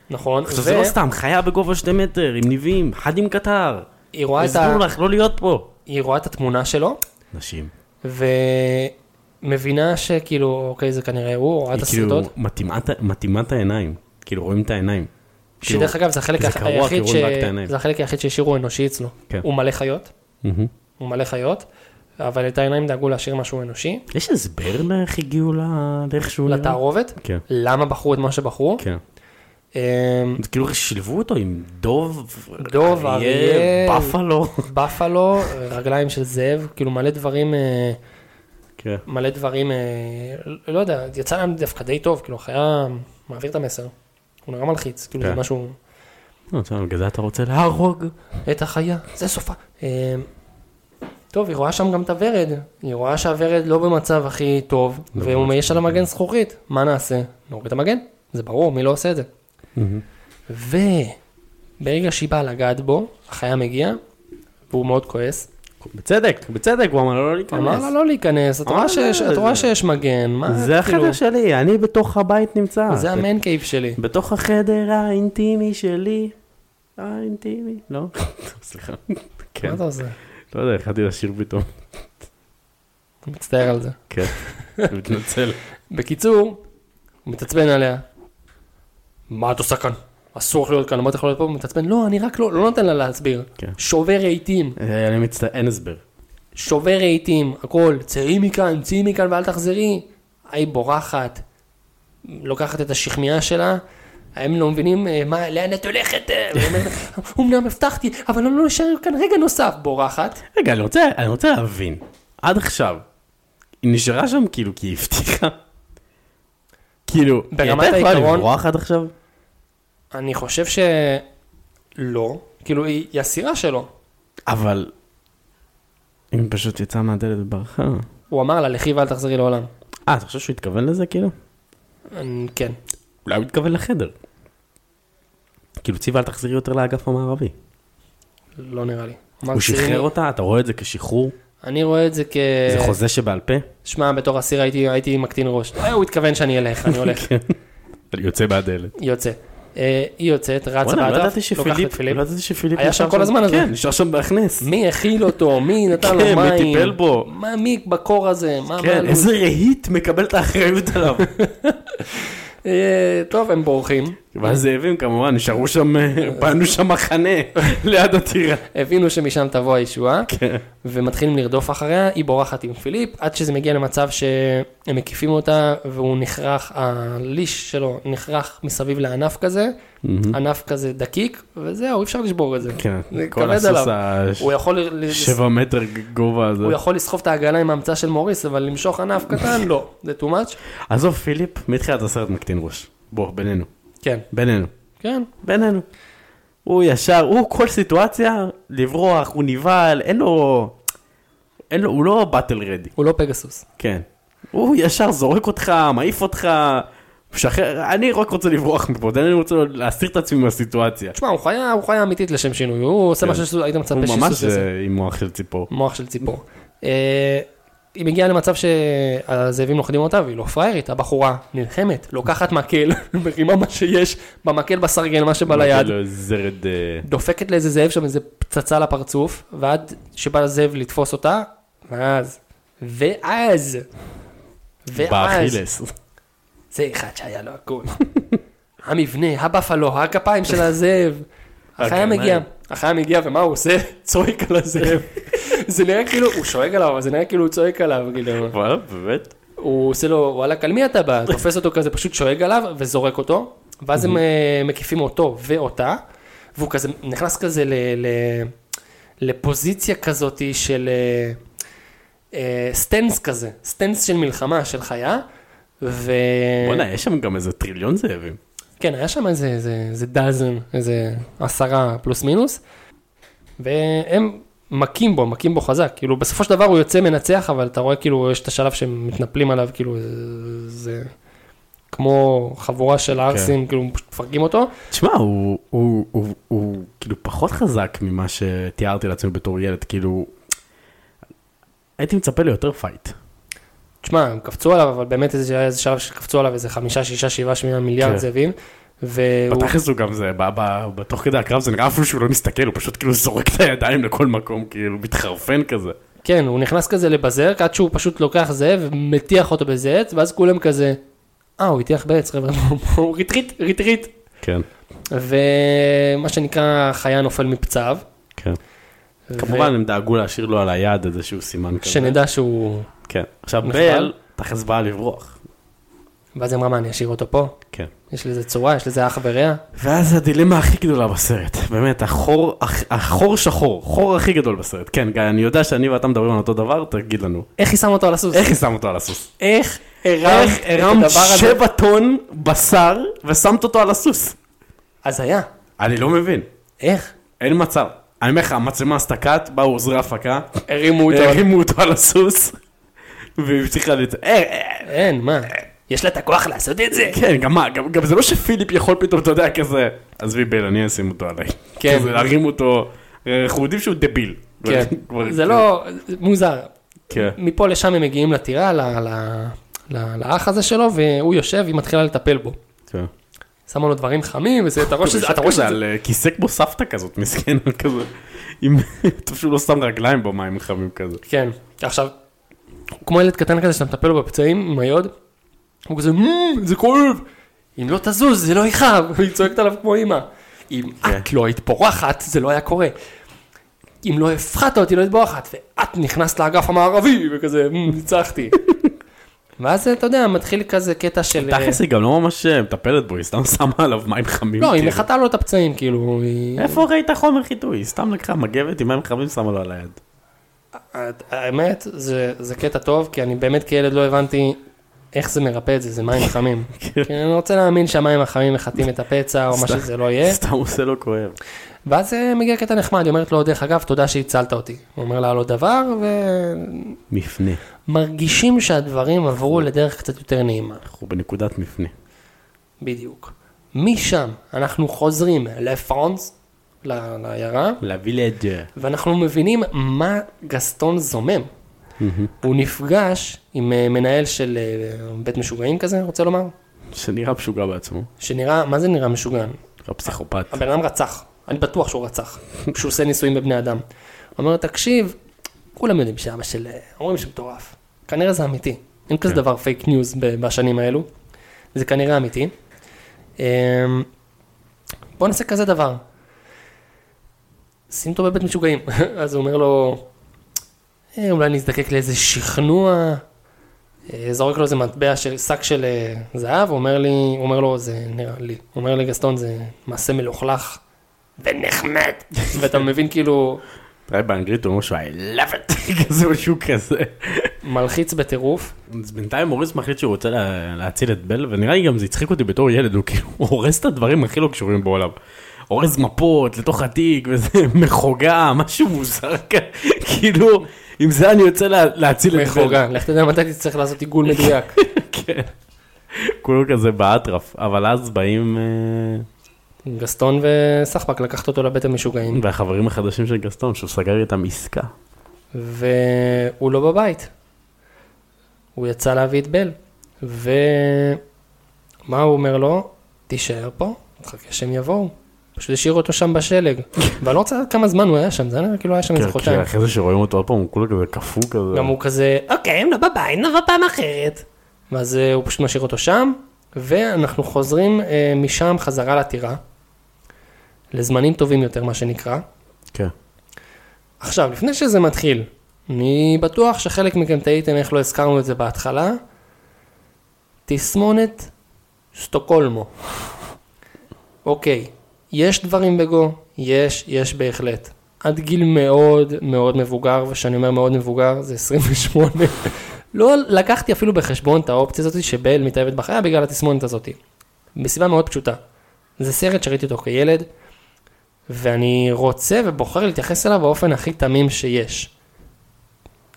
A: נכון,
B: עכשיו זה לא סתם, חיה בגובה שתי מטר, עם ניבים, חד עם קטר.
A: והיא רואה, את ה...
B: הסבירו לך לא להיות פה.
A: היא רואה את התמונה שלו,
B: נשים.
A: ומבינה שכאילו, אוקיי, זה כנראה הוא, רואה את
B: היא כאילו
A: הסרטון.
B: מתאימה את ה- מתאימה את העיניים. כאילו רואים את העיניים. כאילו-
A: שדרך אגב, זה החלק
B: זה
A: הח-
B: קרוע,
A: היחיד
B: כי
A: ש...
B: רואים רק את העיניים.
A: זה החלק היחיד שהשאירו אנושי אצלו.
B: כן.
A: הוא מלא חיות,
B: מהמם.
A: הוא מלא חיות, אבל את העיניים דאגו להשאיר משהו אנושי.
B: יש הסבר לאיך הגיעו ל- לאיך שהוא נראה?
A: לתערובת,
B: כן,
A: למה בחרו את מה שבחרו.
B: כן.
A: אמ,
B: אז כאילו שילבו אותו עם דוב,
A: דוב, אריה.
B: בפלו.
A: בפלו, רגליים של זאב, כאילו מלא דברים, אה,
B: כן.
A: מלא דברים, אה, לא יודע, יצא להם דווקא די טוב, כאילו החיה מעביר את המסר. הוא נורא מלחיץ, כאילו זה
B: כן.
A: משהו,
B: לא, אתה יודע, בגלל זה אתה רוצה להרוג.
A: את החיה, זה סופה. אמ, טוב, היא רואה שם גם את הוורד, היא רואה שהוורד לא במצב הכי טוב,
B: לא
A: והוא יש על המגן זכוכית, מה נעשה? נוריד את המגן, זה ברור, מי לא עושה את זה? וברגע שהיא באה לגעת בו, החיה מגיע, והוא מאוד כועס,
B: בצדק, בצדק, הוא אמר לו לא
A: הוא אמר
B: להיכנס.
A: לה לא להיכנס, את
B: אמר
A: רואה
B: לה,
A: שיש- את
B: אה, זה-
A: רואה שיש מגן, מה,
B: זה
A: כאילו,
B: החדר שלי, אני בתוך הבית נמצא.
A: זה המיין קייב שלי.
B: בתוך החדר האינטימי שלי. האינטימי, לא? [laughs] סליחה. כן,
A: מה אתה עושה?
B: לא יודע, החלטתי לשיר פתאום.
A: אני מצטער על זה.
B: כן, [laughs] אני מתנצל.
A: בקיצור, הוא מתעצבן עליה. מה את עושה כאן? אסור לך להיות כאן, מה אתה יכול להיות פה? הוא מתעצבן, לא, אני רק לא, לא נותן לה להסביר.
B: כן.
A: שובר רהיטים,
B: אה, אני מצטער, אין הסבר.
A: שובר רהיטים, הכל, צאי מכאן, צאי מכאן ואל תחזרי. היא בורחת, לוקחת את השכמיה שלה, הם לא מבינים אה, מה, לאן את הולכת, אה? והיא אומרת, אמנם הבטחתי, אבל אני לא נשאר כאן רגע נוסף, בורחת.
B: רגע, אני רוצה, אני רוצה להבין. עד עכשיו, היא נשארה שם כאילו כי היא הבטיחה. כאילו, היא
A: ברמת
B: הייתה יכולה
A: העיקרון-
B: לברוח עד עכשיו?
A: אני חושב שלא, כאילו היא היא אסירה שלו.
B: אבל... היא פשוט יצאה מהדלת וברחה.
A: הוא אמר לה, לכי ואל תחזרי לעולם.
B: אה, אתה חושב שהוא התכוון לזה כאילו?
A: אני- כן.
B: אולי הוא התכוון לחדר. כאילו ציווה אל תחזרי יותר לאגף המערבי.
A: לא נראה לי.
B: הוא שחרר אותה, אתה רואה את זה כשחרור?
A: אני רואה את זה כ...
B: זה חוזה שבעל
A: [laughs]
B: פה?
A: שמע, בתור אסיר הייתי, הייתי מקטין ראש. אה, הוא התכוון שאני אלך, אני
B: [laughs]
A: הולך.
B: כן. אני יוצא מהדלת.
A: היא יוצאת. אה, היא יוצאת, רצה
B: וואלה, לא
A: באטרף,
B: ידעתי
A: לוקחת את
B: שפיליפ,
A: פיליפ.
B: לא ידעתי שפיליפ
A: היה
B: נשאר
A: שם כל הזמן הזה.
B: כן, נשאר שם בהכנס.
A: מי הכיל אותו?
B: [laughs]
A: מי נתן
B: כן,
A: לו
B: מי
A: מים?
B: טיפל בו?
A: מה, מי בקור
B: [laughs]
A: הזה? מה, מה,
B: כן,
A: לו?
B: איזה רהיט מקבל את האחריות [laughs] עליו.
A: אה, טוב, הם בורחים.
B: והזאבים כמובן נשארו [laughs] שם, אה, בנו שם מחנה [laughs] ליד הטירה.
A: הבינו שמשם תבוא הישועה,
B: כן.
A: ומתחילים לרדוף אחריה, היא בורחת עם פיליפ, עד שזה מגיע למצב שהם מקיפים אותה, והוא נכרך, הליש שלו נכרך מסביב לענף כזה, ענף כזה דקיק, וזהו, אי אפשר לשבור את זה.
B: כן,
A: זה
B: כל
A: כבד
B: הסוס
A: עליו.
B: הש-
A: הוא יכול, ל- ל-
B: שבע מטר גובה הזה.
A: הוא יכול לסחוב את העגלה עם ההמצאה של מוריס, אבל למשוך ענף קטן, לא. זה too much?
B: עזוב פיליפ, מתחילת הסרט מקטין ראש. בוא, בינינו.
A: כן.
B: בינינו.
A: כן.
B: בינינו. הוא ישר, הוא כל סיטואציה, לברוח, הוא נבהל, אין לו... אין לו, הוא לא באטל רדי,
A: הוא לא פגסוס.
B: כן. הוא ישר זורק אותך, מעיף אותך, משחרר, אני רק רוצה לברוח מפה, אני רוצה להסיר את עצמי מהסיטואציה.
A: תשמע, הוא חיה, הוא חיה אמיתית לשם שינוי, הוא עושה
B: כן.
A: מה שהיית
B: הוא
A: מצפה
B: ממש
A: שסוס יעשה.
B: אה, עם מוח של ציפור.
A: מוח של ציפור. אה, היא מגיעה למצב שהזאבים לוכדים אותה והיא לא פראיירית, הבחורה נלחמת, לוקחת מקל, [laughs] מרימה מה שיש, במקל בסרגל, מה שבא ליד,
B: כאילו זרד... אה,
A: דופקת לאיזה זאב שם איזה פצצה לפרצוף, ועד שבא הזאב לתפוס אותה, ואז, ואז, ואז,
B: באכילס.
A: זה אחד שהיה לו הכול. [laughs] המבנה, הבפלו, הכפיים של הזאב. החיה
B: הקרניים.
A: מגיעה, החיה מגיעה, ומה הוא עושה? [laughs] צועק על הזאב. זה נראה כאילו, הוא שואג עליו, אבל זה נראה כאילו הוא צועק עליו, כאילו.
B: וואלה, באמת?
A: הוא עושה לו, וואלכ, על מי אתה בא? תופס אותו כזה, פשוט שואג עליו וזורק אותו, ואז הם אה, מקיפים אותו ואותה, והוא כזה, נכנס כזה ל, ל, לפוזיציה כזאת של אה, אה, סטנס כזה, סטנס של מלחמה, של חיה, ו...
B: בואנה, יש שם גם איזה טריליון זאבים.
A: כן, היה שם איזה, איזה, איזה דאזן, איזה עשרה פלוס מינוס, והם מכים בו, מכים בו חזק, כאילו בסופו של דבר הוא יוצא מנצח, אבל אתה רואה כאילו יש את השלב שהם מתנפלים עליו, כאילו זה, זה כמו חבורה של ערסים, כאילו פשוט מפרקים אותו,
B: תשמע, הוא, הוא, הוא, הוא כאילו פחות חזק ממה שתיארתי לעצמי בתור ילד, כאילו... הייתי מצפה ליותר פייט.
A: תשמע, הם קפצו עליו, אבל באמת איזה, היה איזה שלב שקפצו עליו איזה חמישה, שישה, שבעה, שמונה מיליארד
B: כן.
A: זאבים, והוא
B: בתכלס הוא גם זה, ב, ב, ב, תוך כדי הקרב זה נראה אפילו שהוא לא מסתכל, הוא פשוט כאילו זורק את הידיים לכל מקום, כאילו מתחרפן כזה.
A: כן, הוא נכנס כזה לבזרק, עד שהוא פשוט לוקח זאב ומטיח אותו באיזה עץ, ואז כולם כזה, אה, הוא הטיח בעץ, חבר'ה, [laughs] הוא ריטריט, ריטריט.
B: כן,
A: ומה שנקרא, חיה נופל מפצעיו.
B: כן.
A: ו-
B: כמובן הם דאגו להשאיר לו על היד איזשהו סימן כזה.
A: שנדע שהוא...
B: כן. עכשיו
A: נחבל.
B: בל, תכלס באה לברוח.
A: ואז היא אמרה, מה, אני אשאיר אותו פה?
B: כן.
A: יש לזה צורה, יש לזה אח ורע.
B: ואז הדילמה הכי גדולה בסרט, באמת, החור, הח- החור שחור, חור הכי גדול בסרט. כן, גיא, אני יודע שאני ואתה מדברים על אותו דבר, תגיד לנו.
A: איך היא שמה אותו על הסוס?
B: איך היא שם אותו על הסוס?
A: איך הרמת
B: איך
A: את
B: הרמת
A: הדבר הזה?
B: שבע טון בשר ושמת אותו על הסוס?
A: אז היה.
B: אני לא מבין,
A: איך?
B: אין מצב. אני אומר לך, המצלמה עשתה קאט, באו עוזרי הפקה,
A: הרימו אותו.
B: הרימו אותו על הסוס, והיא המשיכה לצ... אה, אה,
A: אין, מה? יש לה את הכוח לעשות את זה?
B: כן, גם מה, גם, גם זה לא שפיליפ יכול פתאום, אתה יודע, כזה, עזבי בל, אני אשים אותו עליי.
A: כן.
B: כזה, להרים אותו, אה, אנחנו יודעים שהוא דביל.
A: כן.
B: [laughs] כבר-
A: זה לא, זה מוזר.
B: כן.
A: מפה לשם הם מגיעים לטירה, ל- ל- ל- לאח הזה שלו, והוא יושב, והיא מתחילה לטפל בו.
B: כן.
A: שמה לו דברים חמים, וזה, אתה רואה שזה, אתה רואה שזה,
B: על אה, כיסא כמו סבתא כזאת, מסכן, [laughs] כזה, עם, [laughs] טוב שהוא לא שם רגליים במים חמים כזה.
A: כן. עכשיו, הוא כמו ילד קטן כזה שאתה מטפל לו בפצעים עם היוד, הוא כזה, "מ, זה כואב, אם לא תזוז זה לא יכאב, [laughs] והיא צועקת עליו כמו אימא. אם
B: כן.
A: את לא היית פורחת, זה לא היה קורה. אם לא הפחדת אותי, לא היית בורחת, ואת נכנסת לאגף המערבי, וכזה, "מ, ניצחתי. [laughs] ואז אתה יודע, מתחיל כזה קטע של...
B: תכלס היא גם לא ממש אה, מטפלת בו, היא סתם שמה עליו מים חמים.
A: לא, היא
B: כאילו.
A: מחטאה לו את הפצעים, כאילו, היא...
B: איפה ראית חומר חיטוי? סתם לקחה מגבת עם מים חמים, שמה לו על היד.
A: האמת, זה, זה קטע טוב, כי אני באמת כילד לא הבנתי איך זה מרפא את זה, זה מים [laughs] חמים.
B: כן.
A: כי אני רוצה להאמין שהמים החמים מחטאים את הפצע, או מה
B: סתם.
A: שזה לא יהיה.
B: סתם עושה לו כואב.
A: ואז אה, מגיע קטע נחמד, היא אומרת לו, דרך אגב, תודה שהצלת אותי. הוא אומר לה לא דבר,
B: מפנה.
A: ומרגישים שהדברים עברו לדרך קצת יותר נעימה.
B: אנחנו בנקודת מפנה.
A: בדיוק. משם אנחנו חוזרים לפרנס, ל- לעיירה,
B: לווילג'
A: ואנחנו מבינים מה גסטון זומם. הוא נפגש עם אה, מנהל של אה, בית משוגעים כזה, רוצה לומר,
B: שנראה משוגע בעצמו.
A: שנראה, מה זה נראה משוגען?
B: נראה פסיכופת.
A: הבן אדם רצח, אני בטוח שהוא רצח, כשהוא עושה ניסויים בבני אדם. הוא אומר, תקשיב, כולם יודעים שאבא של, אה, אומרים שהוא מטורף, כנראה זה אמיתי, אין כזה
B: כן.
A: דבר פייק ניוז ב- בשנים האלו, זה כנראה אמיתי. אמ, בוא נעשה כזה דבר, שים אותו בבית משוגעים, [laughs] אז הוא אומר לו, "אה, אולי נזדקק לאיזה שכנוע, אה, זורק לו איזה מטבע של שק של אה, זהב, הוא אומר לי, הוא אומר לו, זה נראה לי, הוא אומר לי גסטון, זה מעשה מלוכלך ונחמד, ואתה מבין כאילו,
B: תראה באנגלית הוא אומר שהוא I love it. [laughs] כזה משהו כזה.
A: מלחיץ בטירוף,
B: אז בינתיים מוריס מחליט שהוא רוצה לה- להציל את בל, ונראה לי גם זה הצחיק אותי בתור ילד, הוא כאילו הורס את הדברים הכי לא קשורים בעולם. אורז מפות לתוך התיק וזה [laughs] מחוגה, משהו מוזר כ- כאילו, עם זה אני יוצא לה- להציל את בל.
A: מחורגן, לך תדע מתי תצטרך לעשות עיגול מדויק.
B: כן. כולו כזה באטרף, אבל אז באים, אה,
A: גסטון וסחבק לקחת אותו לבית המשוגעים,
B: והחברים החדשים של גסטון, שהוא סגר איתם עסקה.
A: והוא לא בבית. הוא יצא להביא את בל, ומה הוא אומר לו? תישאר פה, תחכה שהם יבואו. פשוט השאיר אותו שם בשלג, [laughs] ואני לא רוצה לדעת כמה זמן הוא היה שם, זה היה כאילו היה שם איזה
B: כן,
A: חודשיים.
B: כי אחרי זה שרואים אותו עוד פעם, הוא כולו כזה קפוא כזה.
A: גם הוא כזה, אוקיי, הם לא בבית, נבוא פעם אחרת. ואז אה, הוא פשוט משאיר אותו שם, ואנחנו חוזרים אה, משם חזרה לטירה, לזמנים טובים יותר, מה שנקרא.
B: כן.
A: עכשיו, לפני שזה מתחיל, אני בטוח שחלק מכם תהיתם איך לא הזכרנו את זה בהתחלה, תסמונת סטוקולמו. אוקיי, יש דברים בגו? יש, יש בהחלט. עד גיל מאוד מאוד מבוגר, וכשאני אומר מאוד מבוגר זה 28. [laughs] לא לקחתי אפילו בחשבון את האופציה הזאת שבל מתאהבת בחיה בגלל התסמונת הזאת. מסיבה מאוד פשוטה. זה סרט שראיתי אותו כילד, ואני רוצה ובוחר להתייחס אליו באופן הכי תמים שיש.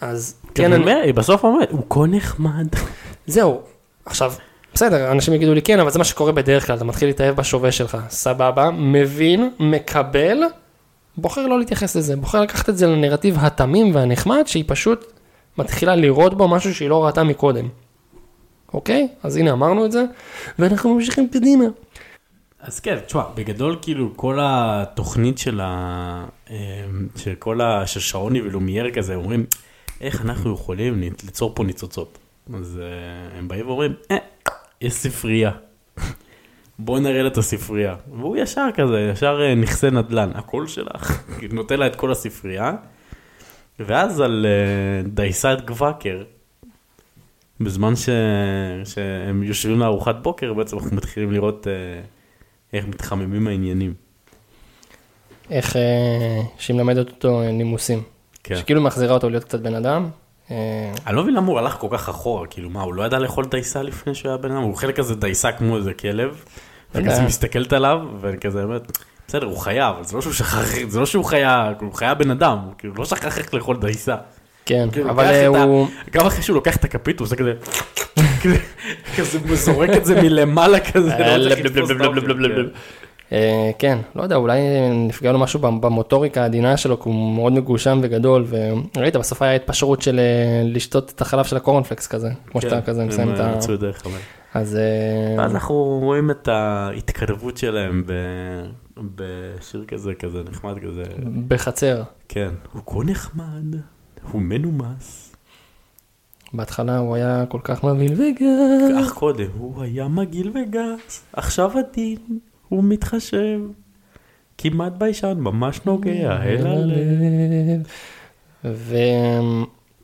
A: אז
B: כן,
A: כן,
B: אני
A: אני...
B: אומר, היא בסוף אומרת, הוא כה נחמד.
A: זהו, עכשיו, בסדר, אנשים יגידו לי כן, אבל זה מה שקורה בדרך כלל, אתה מתחיל להתאהב בשווה שלך, סבבה, מבין, מקבל, בוחר לא להתייחס לזה, בוחר לקחת את זה לנרטיב התמים והנחמד, שהיא פשוט מתחילה לראות בו משהו שהיא לא ראתה מקודם. אוקיי? אז הנה אמרנו את זה, ואנחנו ממשיכים קדימה.
B: אז כן, תשמע, בגדול כאילו כל התוכנית של ה... אמ, של כל ה... של שרוני ולומייר כזה, אומרים, איך אנחנו יכולים ל- ליצור פה ניצוצות? אז אה, הם באים ואומרים, אה, יש ספרייה. בואי נראה לה את הספרייה. והוא ישר כזה, ישר אה, נכסי נדל"ן, הכל שלך. [laughs] כאילו, נותן לה את כל הספרייה. ואז על אה, דייסת גוואקר, בזמן ש... שהם יושבים לארוחת בוקר, בעצם אנחנו מתחילים לראות אה, איך מתחממים העניינים.
A: איך אה, שהיא מלמדת אותו אה, נימוסים.
B: כן.
A: שכאילו מחזירה אותו להיות קצת בן אדם. אה,
B: אני לא מבין למה הוא הלך כל כך אחורה, כאילו מה, הוא לא ידע לאכול דייסה לפני שהוא היה בן אדם? הוא אוכל כזה דייסה כמו איזה כלב, וכזה
A: יודע.
B: מסתכלת עליו, וכזה אומרת, בסדר, הוא חיה, אבל זה לא שהוא שכח, זה לא שהוא חיה, הוא חיה בן אדם, הוא כאילו לא שכח איך לאכול דייסה.
A: כן,
B: כאילו,
A: אבל
B: לוקח
A: אה,
B: את ה-
A: הוא...
B: גם אחרי שהוא לוקח את הכפית, הוא עושה כזה... כזה- כזה, הוא זורק את זה מלמעלה כזה. לא צריך לתפוס את האופציה, כן.
A: אה, כן, לא יודע, אולי נפגע לו משהו במוטוריקה העדינה שלו, כי הוא מאוד מגושם וגדול, וראית, בסוף היה התפשרות של אה, לשתות את החלב של הקורנפלקס כזה, כמו שאתה
B: כן,
A: כזה מסיים
B: הם,
A: את
B: אה,
A: ה...
B: מצאו את דרך המלך.
A: אז אה,
B: ואז אנחנו רואים את ההתקרבות שלהם ב- בשיר כזה, כזה נחמד כזה.
A: בחצר,
B: כן. הוא כה נחמד, הוא מנומס.
A: בהתחלה הוא היה כל כך מבהיל וגר.
B: אך קודם הוא היה מגעיל וגס, עכשיו עדין, הוא מתחשב. כמעט ביישן, ממש נוגע, אל הלב.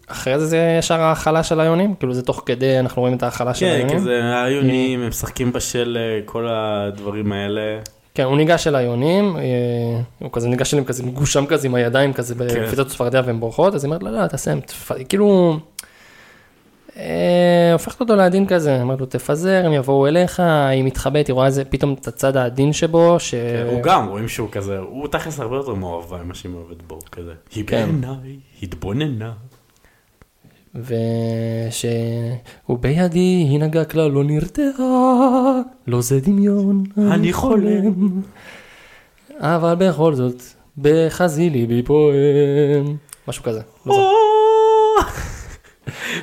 A: ואחרי זה זה ישר ההאכלה של היונים, כאילו זה תוך כדי אנחנו רואים את ההאכלה של
B: כן,
A: היונים.
B: כזה היונים, הם משחקים בשלג, כל הדברים האלה.
A: כן, הוא ניגש אל היונים, אה, הוא כזה ניגש אליהם כזה מגושם כזה עם הידיים כזה
B: כן.
A: בקפיצות צפרדע והן בורחות, אז היא אומרת לו, לא, תעשה, הם תפ- כאילו, אה, הופכת אותו לעדין כזה, היא אומרת לו, תפזר, הם יבואו אליך, היא מתחבאת, היא רואה איזה, פתאום את הצד העדין שבו, ש...
B: כן, הוא גם, רואים שהוא כזה, הוא תכלס הרבה יותר מאוהב בה ממה שהיא מאוהבת בו, כזה. היא
A: כן.
B: בעיניי, התבוננה.
A: ושהוא בידי, היא נגעה כלל לא נרתעה, לא זה דמיון,
B: אני חולם.
A: אבל בכל זאת, בחזי ליבי פועם, משהו כזה, לא זוכר.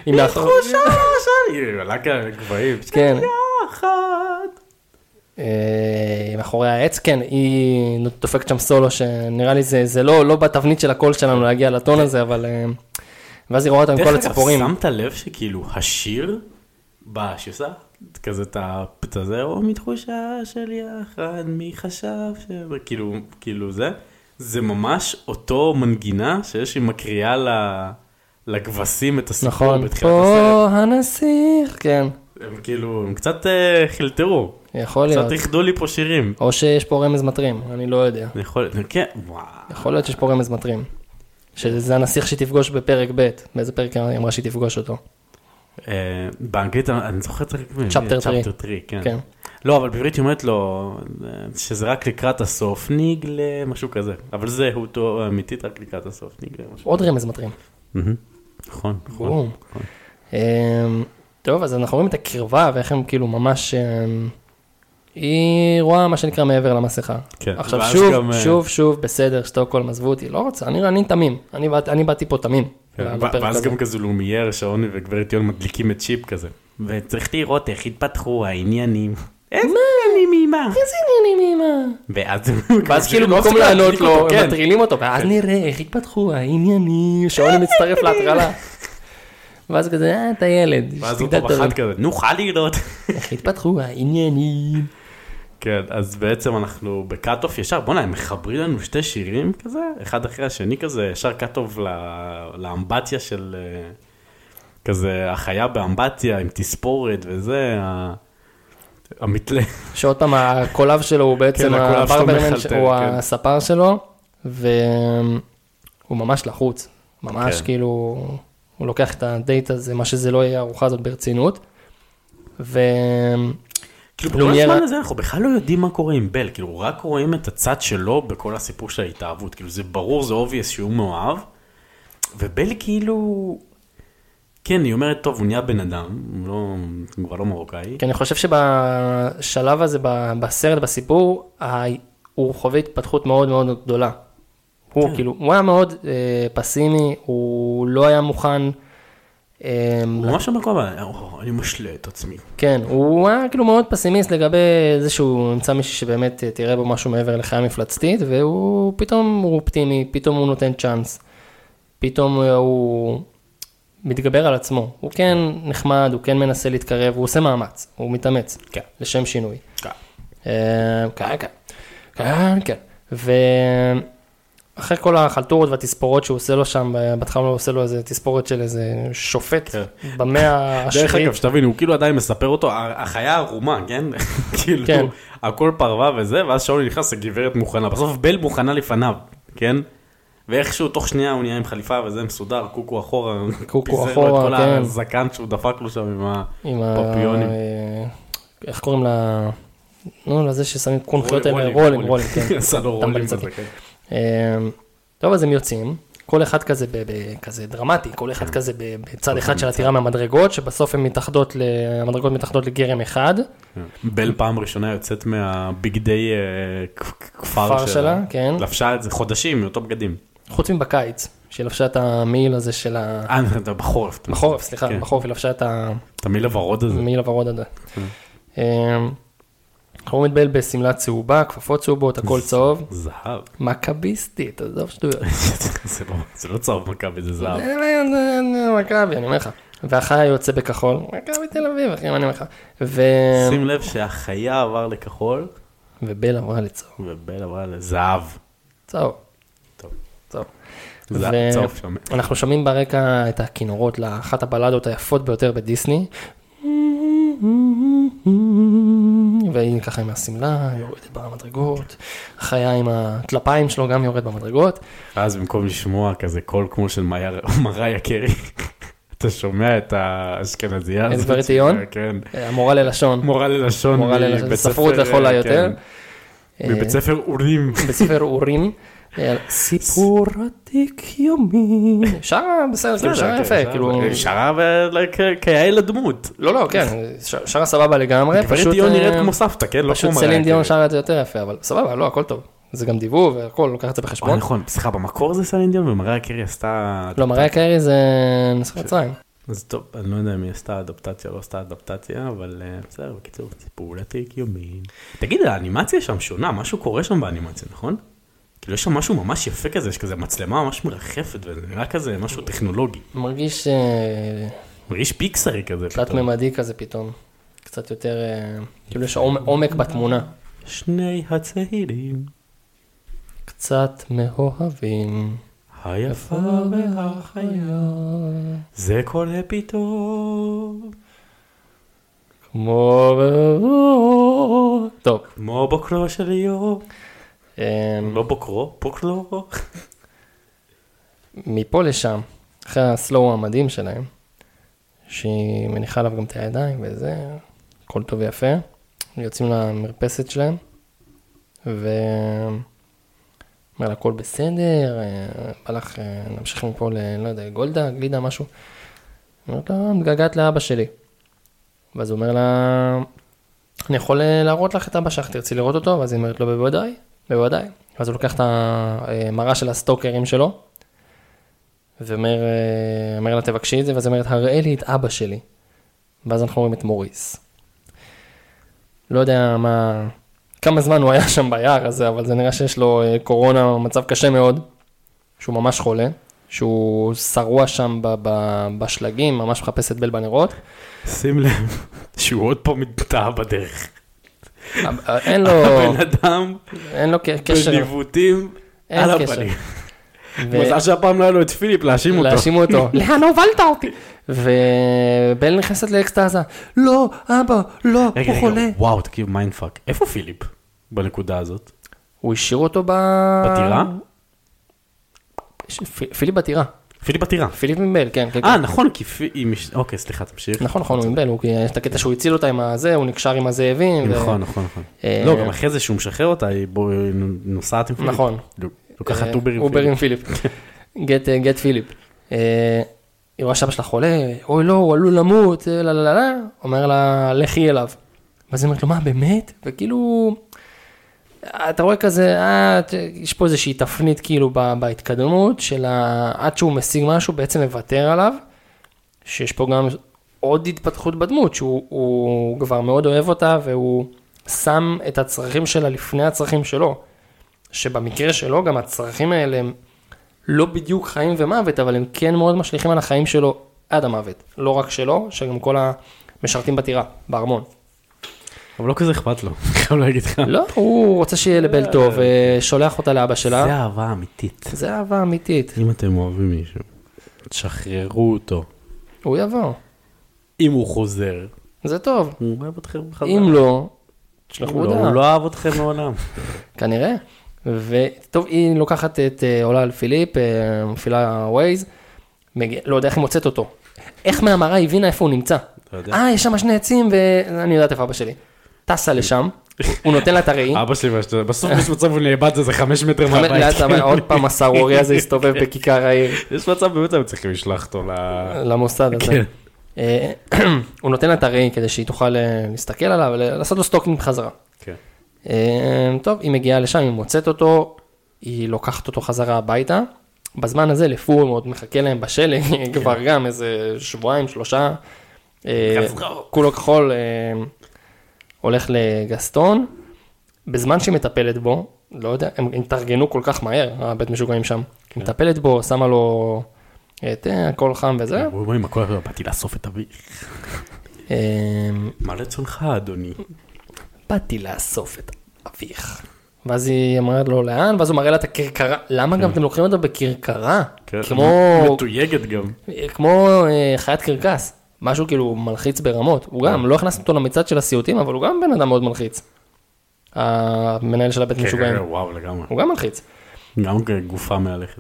A: היא מאחור-
B: תחושה שלי, עלה כאן גבהים.
A: כן.
B: יחד.
A: אה, מאחורי העץ, כן, היא דופקת שם סולו שנראה לי זה, זה לא, לא בתבנית של הקול שלנו להגיע לטון הזה, אבל... אה, ואז היא רואה אותם עם כל
B: דרך אגב,
A: הציפורים.
B: שמת לב שכאילו השיר, ב- שעושה כזה את ה- את הזה, או מתחושה של יחד, מי חשב ש... כאילו, כאילו זה, זה ממש אותו מנגינה שיש עם הקריאה ל- לכבשים את הסיפור
A: נכון,
B: בתחילת הסרט.
A: פה הנסיך, כן,
B: הם כאילו, הם קצת אה, חילטרו,
A: יכול
B: קצת
A: להיות.
B: איחדו לי פה שירים.
A: או שיש פה רמז מטרים, אני לא יודע.
B: אני יכול, כן, וואו.
A: יכול להיות שיש פה רמז מטרים. שזה הנסיך שהיא תפגוש בפרק ב', באיזה פרק היא אמרה שהיא תפגוש אותו.
B: אה, באנגלית אני אני זוכר את זה רק ב-
A: Chapter three.
B: Chapter three, כן.
A: כן.
B: לא, אבל בעברית היא אומרת לו אה, שזה רק לקראת הסוף, ניגלה, משהו כזה. אבל זה אותו אמיתית רק לקראת הסוף, ניגלה, משהו.
A: עוד רמז מטרים.
B: מהמם. נכון, נכון.
A: ברור. אמ, טוב, אז אנחנו רואים את הקרבה ואיך הם כאילו ממש... אמ, היא רואה מה שנקרא מעבר למסכה.
B: כן.
A: עכשיו
B: ואז
A: שוב,
B: גם, אה,
A: שוב, שוב, בסדר, שטוקהולם, עזבו אותי, לא רוצה, אני אני תמים, אני באת- אני באתי פה תמים.
B: כן,
A: לפרק
B: ואז
A: הזה.
B: גם כזה לומייר, שעון וגברת יון מדליקים את צ'יפ כזה. וצריך לראות איך התפתחו העניינים. איזה עניינים אימא.
A: איזה עניינים אימא.
B: ואז הם
A: ואז כאילו
B: לא
A: במקום
B: מפסיקים
A: לענות
B: להדליק
A: לו,
B: אותו,
A: הם
B: כן.
A: מטרילים אותו, ואז נראה איך התפתחו העניינים,
B: [laughs]
A: שעון מצטרף להטרלה. ואז כזה, אה, אתה ילד,
B: ואז
A: שתדע
B: אותו
A: טוב,
B: אחד כזה, נוכל לראות.
A: איך התפתחו העניינים.
B: כן, אז בעצם אנחנו בקאט-אוף ישר, בואנה, הם מחברים לנו שתי שירים כזה, אחד אחרי השני כזה, ישר קאט-אוף ל- לאמבטיה של אה, כזה, החיה באמבטיה עם תספורת וזה, ה- המתלה, [laughs]
A: שעוד פעם, הקולב שלו הוא בעצם
B: כן, הקולב שלו
A: הברברמן,
B: מחלטר,
A: הוא
B: כן.
A: הספר שלו, והוא ממש לחוץ, ממש
B: כן.
A: כאילו, הוא לוקח את הדייט הזה, מה שזה לא יהיה, הארוחה הזאת ברצינות. ו-
B: כאילו בכל
A: לומייר-
B: הזמן הזה אנחנו בכלל לא יודעים מה קורה עם בל, כאילו רק רואים את הצד שלו בכל הסיפור של ההתאהבות, כאילו זה ברור, זה אובייס שהוא מאוהב, ובל כאילו, כן, היא אומרת, טוב, הוא נהיה בן אדם, הוא לא, הוא כבר לא מרוקאי.
A: כי אני חושב שבשלב הזה, ב- בסרט, בסיפור, ה- הוא חווה התפתחות מאוד מאוד גדולה. הוא
B: כן.
A: כאילו, הוא היה מאוד אה, פסימי, הוא לא היה מוכן. אה,
B: הוא ממש אומר כל הזמן, "אה, אני משלה את עצמי.
A: כן, הוא היה כאילו מאוד פסימיסט לגבי זה שהוא ימצא מישהי שבאמת אה, תראה בו משהו מעבר לחיה מפלצתית, והוא פתאום הוא אופטימי, פתאום הוא נותן צ'אנס, פתאום אה, הוא מתגבר על עצמו, הוא כן נחמד, הוא כן מנסה להתקרב, הוא עושה מאמץ, הוא מתאמץ,
B: כן.
A: לשם שינוי.
B: כן.
A: אה, כן, כן, כן, כן, ואחרי כל החלטורות והתספורות שהוא עושה לו שם, בהתחלה הוא עושה לו איזה תספורת של איזה שופט
B: כן.
A: במאה
B: דרך
A: השביעית.
B: אגב, שתבינו, הוא כאילו עדיין מספר אותו, ה- החיה ערומה,
A: [laughs]
B: כן? כאילו,
A: כן.
B: הכל פרווה וזה, ואז שאולי נכנס, הגברת מוכנה. בסוף בל מוכנה לפניו, כן? ואיכשהו תוך שנייה הוא נהיה עם חליפה וזה מסודר, קוקו אחורה,
A: קוקו
B: פיזר לו
A: אחורה,
B: את
A: כן.
B: כל הזקן שהוא דפק לו שם עם ה...
A: עם ה...
B: פפיונים.
A: אה, איך קוראים לה? נו, לזה ששמים קונכיות האלה,
B: רולים,
A: רולים,
B: רולים.
A: רולים, כן.
B: [laughs] עשה לו
A: טמבל
B: רולים
A: צדיק.
B: כזה, כן.
A: אמ, טוב, אז הם יוצאים, כל אחד כזה ב- ב- כזה דרמטי, כל
B: כן.
A: אחד כזה ב- בצד אחד של הטירה מהמדרגות, שבסוף הן מתאחדות, ל- המדרגות מתאחדות לגרם אחד,
B: בל כן. פעם ראשונה יוצאת מהבגדי אה, כ- כפר
A: כפר
B: שלה.
A: שלה, כן.
B: לבשה את זה חודשים, מאותו בגדים.
A: חוץ מבקיץ, שהיא לבשה את המעיל הזה של ה...
B: אה, אתה בחורף. אתה-
A: בחורף, סליחה,
B: כן.
A: בחורף היא לבשה את
B: תמיד הוורוד הזה.
A: המעיל הוורוד הזה.
B: אה.
A: אמ, אנחנו מתבייל בשמלה צהובה, כפפות צהובות, הכל צהוב.
B: זהב. [laughs]
A: מכביסטית, עזוב שטויות.
B: זה לא- זה לא צהוב מכבי, זה זהב.
A: אה, אה, אה, מכבי, אני אומר לך. והחיה יוצא בכחול, מכבי תל אביב, אחי, מה אני אומר לך. ו-
B: שים לב שהחיה עבר לכחול,
A: ובל עברה לצהוב.
B: ובל עברה לזהב.
A: צהוב.
B: טוב.
A: צהוב.
B: זה
A: ו-
B: צהוב שם.
A: אנחנו שומעים ברקע את הכינורות לאחת הבלדות היפות ביותר בדיסני. והיא ככה עם השמלה, יורדת במדרגות, החיה עם הטלפיים שלו גם יורד במדרגות.
B: ואז במקום לשמוע כזה קול כמו של מאיה- מריה קרי, [laughs] אתה שומע את האשכנזייה
A: את
B: הזאת.
A: גברת עיון?
B: שלה, [laughs] כן.
A: אה, המורה ללשון,
B: מורה ללשון.
A: מורה
B: מבית
A: ללשון,
B: ספר,
A: ספרות לכל
B: אה,
A: היותר. אה.
B: כן, מבית ספר אורים.
A: בית ספר אורים. אה, סיפור עתיק יומי. שרה בסדר, כאילו שרה
B: כן,
A: יפה, כאילו...
B: שרה ו- כ- כיאה לדמות.
A: לא, לא, כן, ש- שרה סבבה לגמרי.
B: גברת
A: פשוט,
B: עיון
A: אה,
B: נראית כמו סבתא, כן? לא
A: פשוט
B: כמו מריה
A: סלין דיון
B: קרי.
A: שרה את זה יותר יפה, אבל סבבה, לא, הכל טוב. זה גם דיבוב והכל, לוקח את זה
B: אה,
A: בחשבון.
B: נכון, סליחה, במקור זה סלין דיון ומריה קרי עשתה...
A: לא, מריה קרי זה נשיא מצרים.
B: אז טוב, אני לא יודע אם היא עשתה אדפטציה או לא עשתה אדפטציה, אבל אה, בסדר, בקיצור, סיפור עתיק יומי. תגיד, האנימציה שם שונה, משהו קורה שם באנימציה, נכון? כאילו, יש שם משהו ממש יפה כזה, יש כזה מצלמה ממש מרחפת, וזה נראה כזה משהו טכנולוגי.
A: מרגיש אה,
B: מרגיש פיקסרי כזה. פתאום.
A: תלת-ממדי כזה פתאום. קצת יותר, אה, כאילו יש עומ- עומק בתמונה.
B: שני הצעירים,
A: קצת מאוהבים.
B: היפה והחיה, זה קורה פתאום,
A: כמו... באור. טוב,
B: כמו בוקרו של יום.
A: אה,
B: לא בוקרו, בוקרו.
A: מפה לשם, אחרי הסלואו המדהים שלהם, שהיא מניחה עליו גם את הידיים וזה, הכל טוב ויפה, יוצאים למרפסת שלהם, ו... אומר לה, הכל בסדר, אה, בא לך אה, להמשיך מפה ל... לא יודע, גולדה, גלידה, משהו. אומרת לה, מתגעגעת לאבא שלי. ואז הוא אומר לה, אני יכול אה, להראות לך את אבא שלך, תרצי לראות אותו? ואז היא אומרת לו, בוודאי, בוודאי. ואז הוא לוקח את המראה של הסטוקרים שלו, ואומר אה, אומר לה, תבקשי את זה, ואז היא אומרת, הראה לי את אבא שלי. ואז אנחנו רואים את מוריס. לא יודע מה, כמה זמן הוא היה שם ביער הזה, אבל זה נראה שיש לו אה, קורונה, מצב קשה מאוד, שהוא ממש חולה, שהוא שרוע שם ב- ב- בשלגים, ממש מחפש את בל בנרות.
B: כן. שים לב שהוא עוד פעם מתטעה בדרך.
A: אה, אין
B: [laughs]
A: לו,
B: הבן אדם
A: אין לו ק- קשר.
B: בניווטים
A: אין
B: על
A: קשר.
B: הפנים.
A: ו-
B: מזל שהפעם לא היה לו את פיליפ להאשים אותו.
A: להאשים אותו.
B: [laughs]
A: לאן הובלת אותי? ובל נכנסת לאקסטזה, לא, אבא, לא,
B: רגע,
A: הוא
B: רגע,
A: חולה.
B: וואו, תקשיב, מיינדפאק. איפה פיליפ בנקודה הזאת?
A: הוא השאיר אותו ב... אה.
B: בטירה?
A: ש- פ- פיליפ בטירה,
B: פיליפ בטירה.
A: פיליפ עם בל, כן, כן.
B: אה,
A: כן.
B: נכון, כי פי... היא מש- אוקיי, סליחה, תמשיך.
A: נכון, נכון, הוא עם בל, הוא- יש את הקטע שהוא הציל אותה עם הזה, הוא נקשר עם הזאבים. ו-
B: נכון, נכון, נכון.
A: אה,
B: לא, גם אחרי זה שהוא משחרר אותה, היא בו- היא נוסעת עם פיליפ.
A: נכון.
B: בדיוק.
A: אה,
B: לוקחת אובר עם
A: אובר
B: פיליפ.
A: עם פיליפ. גט אה, גט פיליפ. אה, היא רואה שאבא שלה חולה, אוי לא, הוא עלול למות, אה, לה לה לה לה, אומר לה, לכי אליו. ואז היא אומרת לו, מה באמת? וכאילו, אתה רואה כזה, אה, ת- יש פה איזושהי תפנית כאילו ב- בהתקדמות של ה- עד שהוא משיג משהו, בעצם מוותר עליו, שיש פה גם עוד התפתחות בדמות, שהוא הוא כבר מאוד אוהב אותה והוא שם את הצרכים שלה לפני הצרכים שלו. שבמקרה שלו גם הצרכים האלה הם לא בדיוק חיים ומוות, אבל הם כן מאוד משליכים על החיים שלו עד המוות. לא רק שלו, שגם כל המשרתים בטירה, בארמון.
B: אבל לא כזה אכפת לו, [laughs] חייב להגיד לך.
A: לא, הוא רוצה שיהיה לבל טוב, אה, שולח אותה לאבא
B: זה
A: שלה.
B: אהבה אמיתית.
A: זה אהבה אמיתית,
B: אם אתם אוהבים מישהו, תשחררו אותו.
A: הוא יבוא,
B: אם הוא חוזר,
A: זה טוב.
B: הוא אוהב אתכם בחזרה.
A: אם לא,
B: לא,
A: תשלחו הודעה.
B: הוא לא אהב אתכם מעולם.
A: [laughs] כנראה. וטוב, היא לוקחת את, אה, עולה על פיליפ, אה, מפעילה ווייז, מגיע, לא יודע איך היא מוצאת אותו. איך מהמראה היא הבינה איפה הוא נמצא?
B: לא יודע.
A: אה, יש שם שני עצים ואני יודעת איפה אבא שלי. טסה לשם, הוא נותן לה את הראי.
B: אבא שלי מהשטויות, בסוף יש מצב הוא נאבד איזה חמש מטר
A: חמד-
B: מהבית.
A: לאט אבל עוד פעם הסהרורי הזה הסתובב בכיכר העיר
B: [laughs] יש מצב באמת היו צריכים לשלוח אותו ל...
A: למוסד הזה.
B: כן.
A: אה, [clears throat] הוא נותן לה את הראי כדי שהיא תוכל אה, להסתכל עליו, ל- לעשות לו סטוקינג חזרה.
B: כן.
A: אה, טוב, היא מגיעה לשם, היא מוצאת אותו, היא לוקחת אותו חזרה הביתה. בזמן הזה לפור מאוד מחכה להם בשלג, [laughs] כבר גם איזה שבועיים, שלושה. אה,
B: חזרו.
A: כולו כחול אה, הולך לגסטון. בזמן שהיא מטפלת בו, לא יודע, הם הם התארגנו כל כך מהר, הבית משוגעים שם. היא מטפלת בו, שמה לו את אה, הכל חם וזה.
B: הוא אומר עם הכל הזה, באתי לאסוף את אבי.
A: אה,
B: מה רצונך אדוני?
A: באתי לאסוף את אביך. ואז היא אומרת לו לאן, ואז הוא מראה לה את הכרכרה. למה גם אתם לוקחים אותו בכרכרה?
B: כן,
A: כמו,
B: מתויגת גם.
A: כמו אה, חיית קרקס, משהו כאילו מלחיץ ברמות. הוא
B: כן.
A: גם, לא הכנסנו אותו למצעד של הסיוטים, אבל הוא גם בן אדם מאוד מלחיץ. המנהל של הבית משוגעים.
B: כן, וואו לגמרי.
A: הוא גם מלחיץ.
B: גם גופה מהלכת.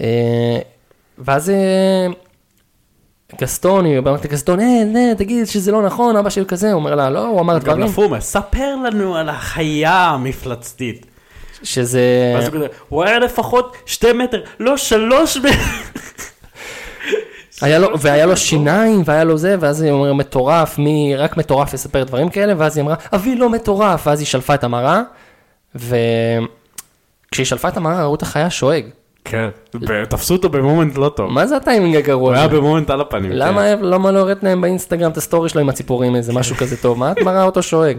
A: אה, ואז אה, גסטון, היא אומרת לגסטון, אה, נה, תגיד שזה לא נכון, אבא שלי כזה, הוא אומר לה, לא, הוא אמר
B: גם
A: דברים,
B: לפומה, ספר לנו על החיה המפלצתית.
A: אה. שזה...
B: ואז הוא כזה, הוא היה לפחות שתי מטר, לא שלוש מטר.
A: היה לו, והיה לו שיניים, והיה לו זה, ואז היא אומרת, מטורף, מי, רק מטורף יספר דברים כאלה, ואז היא אמרה, אבי לא מטורף, ואז היא שלפה את המראה, וכשהיא שלפה את המראה, ראו את החיה שואג.
B: כן, ותפסו אותו במומנט לא טוב.
A: מה זה הטיימינג
B: הוא
A: הגרוע
B: היה
A: הזה?
B: במומנט על הפנים. כן.
A: למה, למה לא הראית להם באינסטגרם את הסטורי שלו עם הציפורים, איזה משהו כזה טוב? מה את מראה אותו שואג?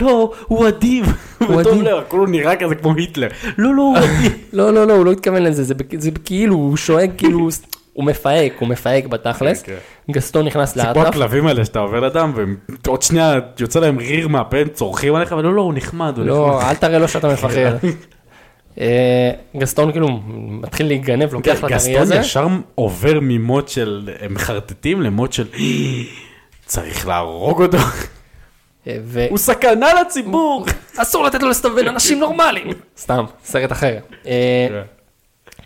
B: לא, הוא אדיב. הוא
A: אדיב.
B: אדיב. הוא נראה כזה כמו היטלר. לא, לא, הוא אדיב.
A: לא, לא, לא, הוא לא התכוון לזה, זה, בכ- זה כאילו, הוא שואג כאילו, הוא מפהק, הוא מפהק בתכלס.
B: כן,
A: גסטון נכנס
B: כמו
A: לאטרף.
B: הכלבים האלה שאתה עובר אדם, ועוד שנייה יוצא להם ריר מהפה, הם צורכים עליך, אבל לא, לא, הוא נחמד, הוא נחמד.
A: לא, אל תראה לו שאתה מפחד.
B: [laughs]
A: אה, גסטון כאילו מתחיל להיגנב, לוקח לה את האריה
B: גסטון
A: הזה.
B: ישר עובר ממוד של הם מחרטטים למוד של "אה, צריך להרוג אותו, [laughs]
A: אה, ו-
B: הוא סכנה לציבור.
A: אסור לתת לו לסתובב אנשים נורמליים. סתם, סרט אחר. אה,
B: כן.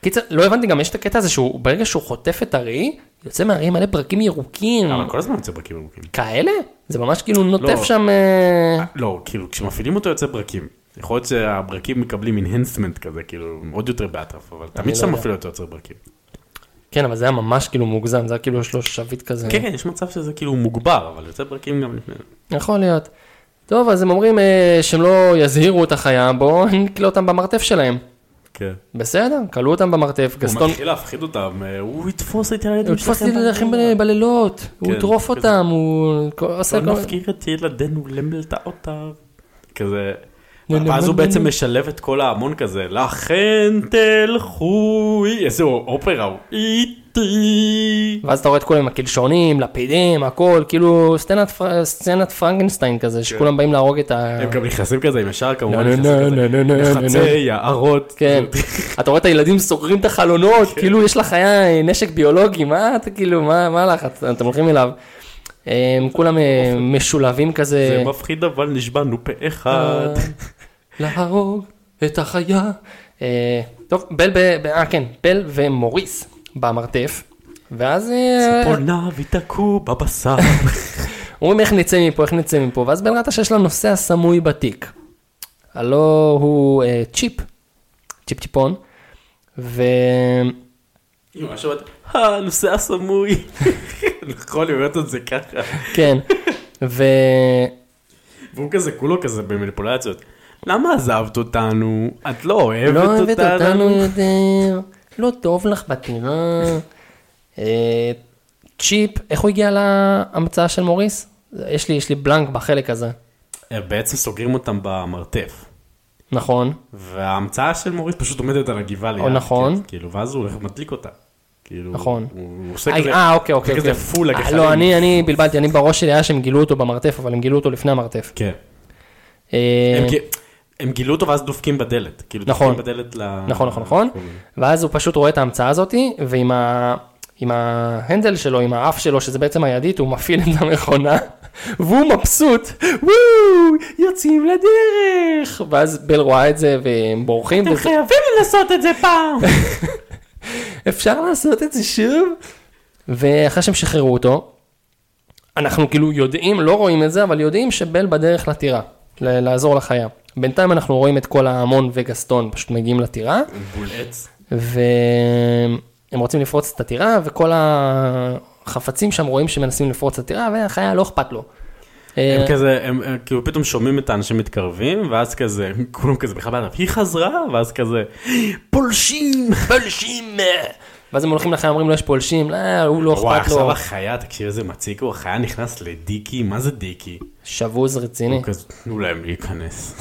A: קיצר, לא הבנתי גם, יש את הקטע הזה שהוא, ברגע שהוא חוטף את הראי, יוצא מהראי מלא ברקים ירוקים.
B: אבל כל הזמן יוצא ברקים ארוכים.
A: כאלה? זה ממש כאילו נוטף
B: לא.
A: שם... אה,
B: לא, כאילו כשמפעילים אותו יוצא ברקים. יכול להיות שהברקים מקבלים אינהנסמנט כזה, כאילו עוד יותר באטרף, אבל תמיד כשאתה
A: לא יודע.
B: מפעיל אותו יוצא ברקים.
A: כן, אבל זה היה ממש כאילו מוגזם, זה היה כאילו יש לו שביט כזה.
B: כן, כן, יש מצב שזה כאילו מוגבר, אבל יוצא ברקים גם לפני.
A: יכול להיות. טוב, אז הם אומרים אה, שהם לא יזהירו את החיה, בואו נקלע אותם במרתף שלהם.
B: כן.
A: בסדר, כלאו אותם במרתף,
B: הוא
A: גסטון,
B: מתחיל להפחיד אותם, אה, הוא יתפוס את
A: הוא
B: הילדים
A: יתפוס את
B: שלכם
A: הדרכים
B: בלילה.
A: בלילות, הוא
B: כן,
A: יטרוף
B: כזה.
A: אותם, הוא כל- עושה
B: לא
A: כל...
B: נפקיר את ילדינו למלטע אותם. כזה.
A: נו, נו,
B: ואז הוא
A: נו,
B: בעצם
A: נו.
B: משלב את כל ההמון כזה, לכן תלכו, איזה אופרה הוא, איתי.
A: ואז אתה רואה את כולם עם הקלשונים, לפידים, הכל, כאילו סצנת פר- סצנת פרנקנשטיין כזה, שכולם באים להרוג את ה...
B: כן. הם גם נכנסים כזה עם השאר
A: נו,
B: כמובן,
A: נו,
B: נכנסים
A: נו,
B: כזה,
A: נו, נו, נו, נו, נו.
B: לחצי יערות. [laughs]
A: כן, אתה רואה את הילדים סוגרים את החלונות,
B: כן.
A: כאילו יש לך היה נשק ביולוגי, מה אתה כאילו, מה מה לך, את- אתם הולכים אליו. הם כולם אה, משולבים
B: זה
A: כזה,
B: מפחיד אבל נשבענו פה אחד.
A: אה, להרוג את החיה. אה, טוב, בל, ב- ב- אה כן, בל ומוריס במרתף, ואז אה,
B: ציפונה ותקעו
A: [laughs]
B: בבשר.
A: אומרים איך נצא מפה, איך נצא מפה, ואז בל ראתה שיש לה נוסע סמוי בתיק. הלא הוא אה, צ'יפ, צ'יפ צ'יפון, וכן,
B: אמא שומעת, "אה, הנושא הסמוי. [laughs] נכון, היא אומרת את זה ככה.
A: כן, וכן,
B: והוא כזה כולו כזה במניפולציות. למה עזבת אותנו? את לא אוהבת
A: לא
B: אותנו.
A: אוהבת אותנו יותר, לא טוב לך בטירה. אה, צ'יפ, איך הוא הגיע להמצאה של מוריס? יש לי, יש לי בלנק בחלק הזה,
B: אה, בעצם סוגרים אותם במרתף.
A: נכון.
B: וההמצאה של מוריס פשוט עומדת על הגבעה ליד.
A: או נכון.
B: כן, כאילו, ואז הוא הולך ומדליק אותה. כאילו,
A: נכון.
B: הוא הוא עושה
A: אה,
B: כזה...
A: אה, אוקיי, אוקיי.
B: עושה כזה
A: אוקיי.
B: פול
A: אה,
B: הגחלים.
A: לא, אני אני בלבלתי, אני בראש שלי היה שהם גילו אותו במרתף, אבל הם גילו אותו לפני המרתף.
B: כן.
A: אה,
B: הם גיל- הם גילו אותו ואז דופקים בדלת. כאילו,
A: נכון.
B: דופקים בדלת ל... כאילו,
A: נכון, נכון, נכון. ואז הוא פשוט רואה את ההמצאה הזאתי, ועם ה... עם ההנדל שלו, עם האף שלו, שזה בעצם הידית, הוא מפעיל את המכונה, והוא מבסוט, וואו, יוצאים לדרך. ואז בל רואה את זה, והם בורחים, וזה-
B: חייבים לנסות את זה פעם.
A: [laughs] אפשר לעשות את זה שוב? ואחרי שהם שחררו אותו, אנחנו כאילו יודעים, לא רואים את זה, אבל יודעים שבל בדרך לטירה. ל- לעזור לחיה. בינתיים אנחנו רואים את כל ההמון וגסטון פשוט מגיעים לטירה,
B: בול עץ.
A: והם רוצים לפרוץ את הטירה, וכל החפצים שם רואים שמנסים לפרוץ את הטירה, והחיה לא אכפת לו. אה,
B: הם כזה, הם הם כאילו פתאום שומעים את האנשים מתקרבים, ואז כזה, כולם כזה בכלל בענף, היא חזרה, ואז כזה, פולשים, פולשים.
A: ואז הם הולכים לחיה, אומרים לו, יש פולשים, לא, הוא לא
B: וואי,
A: אכפת
B: עכשיו
A: לו,
B: החיה, תקשיב איזה מציק הוא, החיה נכנס לדיקי, מה זה דיקי?
A: שבוז רציני.
B: הוא כזה, תנו להם להיכנס.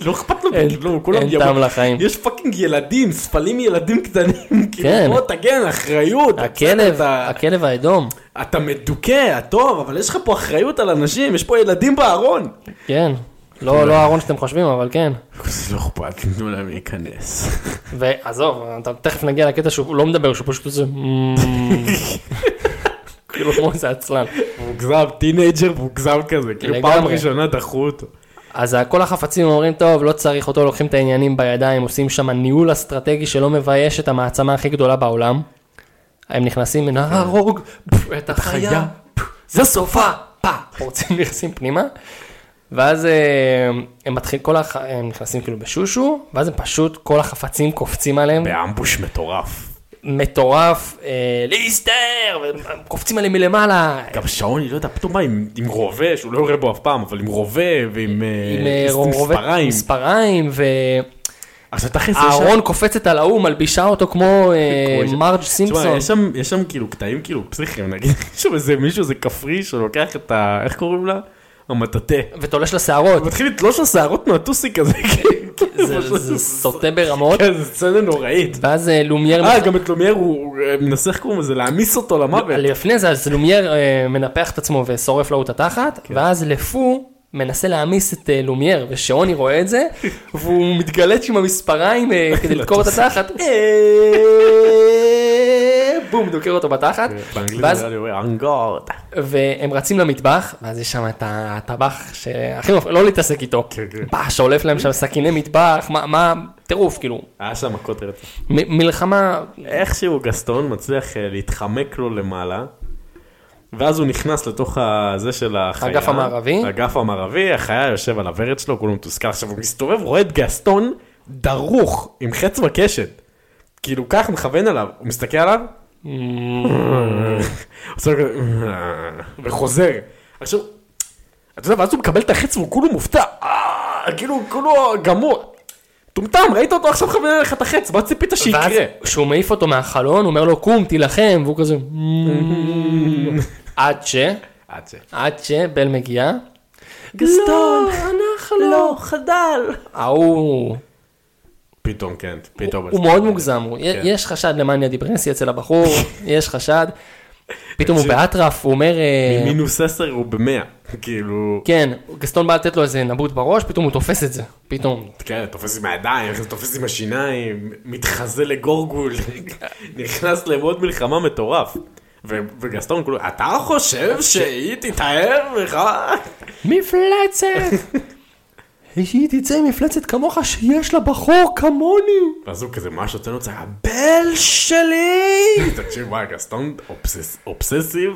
B: לא אכפת לו,
A: אין-
B: כאילו, כולם
A: אין
B: יבואו.
A: טעם לחיים.
B: יש פאקינג ילדים, ספלים ילדים
A: [laughs]
B: קטנים,
A: כן.
B: כאילו, בוא תגן, אחריות.
A: הכלב,
B: אתה-
A: הכלב האדום,
B: אתה מדוכא, טוב, אבל יש לך פה אחריות על אנשים, יש פה ילדים בארון.
A: כן. לא, לא הארון שאתם חושבים, אבל כן.
B: זה לא אכפת, תנו להם להיכנס.
A: ועזוב, אתה תכף נגיע לקטע שהוא לא מדבר, שהוא פשוט עושה... "מ-מ-מ".
B: [laughs]
A: כאילו כמו איזה עצלן.
B: מוגזם, טינג'ר מוגזם כזה, כאילו
A: לגמרי.
B: פעם ראשונה דחו אותו.
A: אז כל החפצים אומרים, טוב, לא צריך אותו, לוקחים את העניינים בידיים, עושים שם ניהול אסטרטגי שלא מבייש את המעצמה הכי גדולה בעולם. הם נכנסים, נהרוג את החיה, פו, זה סופה, פה, פורצים נכנסים פנימה. ואז אה, הם מתחילים, כל הח... הם נכנסים כאילו בשושו, ואז הם פשוט, כל החפצים קופצים עליהם,
B: באמבוש מטורף.
A: מטורף, אה, להסתער, והם קופצים עליהם מלמעלה,
B: גם שעון, אני לא יודע, פתאום מה עם עם רובה, שהוא לא יורה בו אף פעם, אבל עם רובה ועם אה,
A: עם אה,
B: עם
A: רובה-
B: ספריים.
A: מספריים,
B: עכשיו תכלס, יש שם-
A: והארון קופצת על ההוא, מלבישה אותו כמו אה,
B: כמו-
A: מרג'
B: תשמע,
A: סימפסון.
B: יש שם- יש שם כאילו קטעים כאילו פסיכיים, נגיד, [laughs] יש שם איזה מישהו, איזה כפרי שלוקח את ה... איך קוראים לה? המטאטה.
A: ותולש
B: [laughs]
A: לשערות,
B: הוא מתחיל לתלוש לשערות מהטוסי כזה, כאילו,
A: כן, זה-
B: פשוט-
A: זה סוטה ברמות,
B: כן, זה סצנה נוראית.
A: ואז אה, לומייר,
B: אה, גם את לומייר הוא הוא, אה, מנסה איך קוראים לזה, להעמיס אותו למוות. [laughs]
A: לפני זה אז לומייר אה, מנפח את עצמו ושורף לו את התחת,
B: כן.
A: ואז לפו מנסה להעמיס את אה, לומייר, ושעוני רואה את
B: [laughs]
A: זה, והוא מתגלץ עם המספריים אה, כדי לדקור
B: לא
A: את התחת, אה, בום, דוקר אותו בתחת,
B: כן, באנגלית
A: ואז
B: נראה לי הוא אנגורד.
A: והם רצים למטבח, ואז יש שם את הטבח שהכי מפ... לא להתעסק איתו.
B: כן, כן.
A: בא, שולף להם שם סכיני מטבח, מה, מה, טירוף, כאילו,
B: היה שם מכות רצח.
A: מ- מלחמה,
B: איכשהו גסטון מצליח אה, להתחמק לו למעלה, ואז הוא נכנס לתוך הזה של החיה.
A: האגף המערבי.
B: האגף המערבי, החיה יושב על הוורד שלו, כולו מתוסכל. עכשיו הוא מסתובב, רואה את גסטון דרוך, עם חץ וקשת. כאילו כך מכוון עליו, הוא מסתכל
A: [laughs]
B: עליו, עושה לו כזה, וחוזר. עכשיו, אתה יודע, ואז הוא מקבל את החץ והוא כולו מופתע, אה, כאילו, הוא כולו גמור. מטומטם, ראית אותו עכשיו מכוון עליך את החץ, מה ציפית
A: ואז
B: שיקרה?
A: כשהוא מעיף אותו מהחלון, הוא אומר לו, קום, תילחם, והוא כזה, עד ש,
B: עד ש...
A: עד שבל מגיע,
B: גסטון, אנחנו לא, חדל.
A: ההוא,
B: פתאום כן, פתאום.
A: הוא מאוד מוגזם, הוא-
B: כן.
A: יש חשד למאניה דיפרסיה אצל הבחור, יש חשד,
B: [laughs]
A: פתאום הוא באטרף, הוא אומר, אה,
B: מינוס 10 הוא במאה, כאילו,
A: כן, גסטון בא לתת לו איזה נבוט בראש, פתאום הוא תופס את זה, פתאום.
B: כן, תופס עם הידיים, אחרי זה תופס עם השיניים, מתחזה
A: [laughs]
B: לגורגול, נכנס לעוד מלחמה מטורף. ו- וגסטון כולו, אתה חושב שהיא תתאר לך?
A: מפלצת! [laughs] היא תצא מפלצת כמוך שיש לה בחור כמוני!
B: ואז הוא כזה ממש יוצא לו צעק, הבן שלי! תקשיב, וואי, גסטון אובסס- אובססיב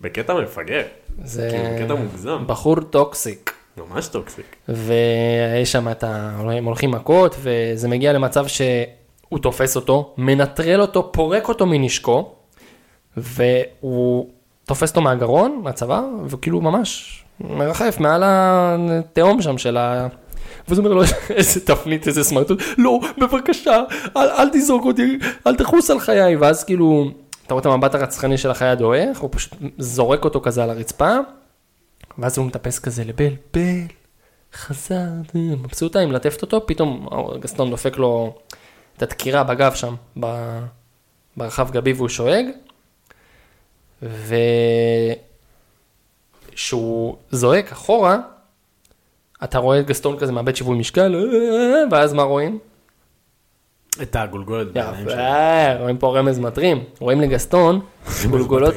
B: בקטע מפגר,
A: זה
B: כאילו, בקטע מוגזם,
A: בחור טוקסיק.
B: ממש טוקסיק.
A: ויש שם את ה... הם הולכים מכות, וזה מגיע למצב שהוא תופס אותו, מנטרל אותו, פורק אותו מנשקו, והוא תופס אותו מהגרון, מהצוואר, וכאילו ממש מרחף מעל התהום שם של ה... ואז הוא אומר לו, [laughs] איזה תפנית, איזה סמרטוט, לא, בבקשה, אל, אל תזרוק אותי, אל תחוס על חיי, ואז כאילו, אתה רואה את המבט הרצחני של החיה דועך, הוא פשוט זורק אותו כזה על הרצפה, ואז הוא מטפס כזה לבל, בל, חזר, מבסוטה, היא מלטפת אותו, פתאום גסטון דופק לו את הדקירה בגב שם, ב- ברחב גבי והוא שואג, וכשהוא זועק אחורה, אתה רואה את גסטון כזה מאבד שיווי משקל, "אה", ואז מה רואים?
B: את הגולגולת בעיניים שלו.
A: יפה, רואים פה רמז מטרים, רואים לגסטון, גולגולות,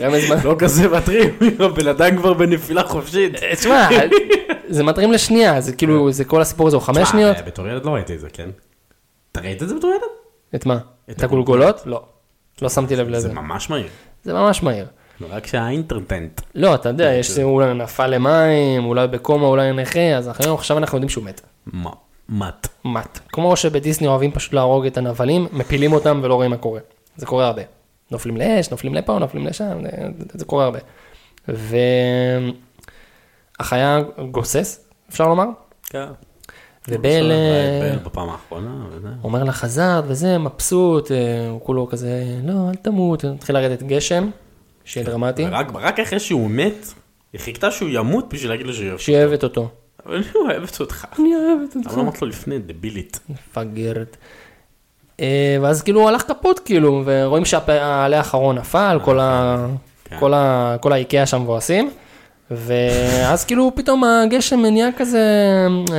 A: רמז מטרים.
B: [laughs] לא כזה מטרים, [laughs] הבן אדם כבר בנפילה חופשית.
A: אה,
B: [laughs]
A: תשמע, זה מטרים לשנייה, זה כאילו, זה כל הסיפור הזה הוא חמש שניות.
B: בתור ילד לא ראיתי את זה, כן? אתה ראית את זה בתור ילד?
A: את מה? את הגולגולות? לא. לא שמתי לב
B: זה
A: לזה.
B: ממש מהיר.
A: זה ממש מהיר.
B: רק שהאינטרטנט.
A: לא, אתה יודע, יש אולי נפל למים, אולי בקומה, אולי נכה, אז אחרי עכשיו אנחנו יודעים שהוא מת.
B: מה? מת.
A: מת. כמו שבדיסני אוהבים פשוט להרוג את הנבלים, מפילים אותם ולא רואים מה קורה. זה קורה הרבה. נופלים לאש, נופלים לפה, נופלים לשם, זה, זה קורה הרבה. והחיה גוסס, אפשר לומר,
B: כן.
A: ובל אה,
B: בל בפעם האחרונה, לא וזה.
A: אומר לה חזרת וזה, מבסוט, אה, הוא כולו כזה, לא, אל תמות, מתחיל לרדת גשם, שיהיה דרמטי,
B: רק, רק אחרי שהוא מת, היא חיכתה שהוא ימות בשביל להגיד לו שהיא אוהבת.
A: שהיא אוהבת אותו.
B: אבל היא אוהבת אותך.
A: אני אוהבת
B: אבל לא אמרת לו לפני, דבילית.
A: מפגרת. אה, ואז כאילו הוא הלך קפוט כאילו, ורואים שהעלה האחרון נפל, כל, ה...
B: כן.
A: כל, ה... כל האיקאה שם מבואסים, ואז כאילו פתאום הגשם נהיה כזה, אה,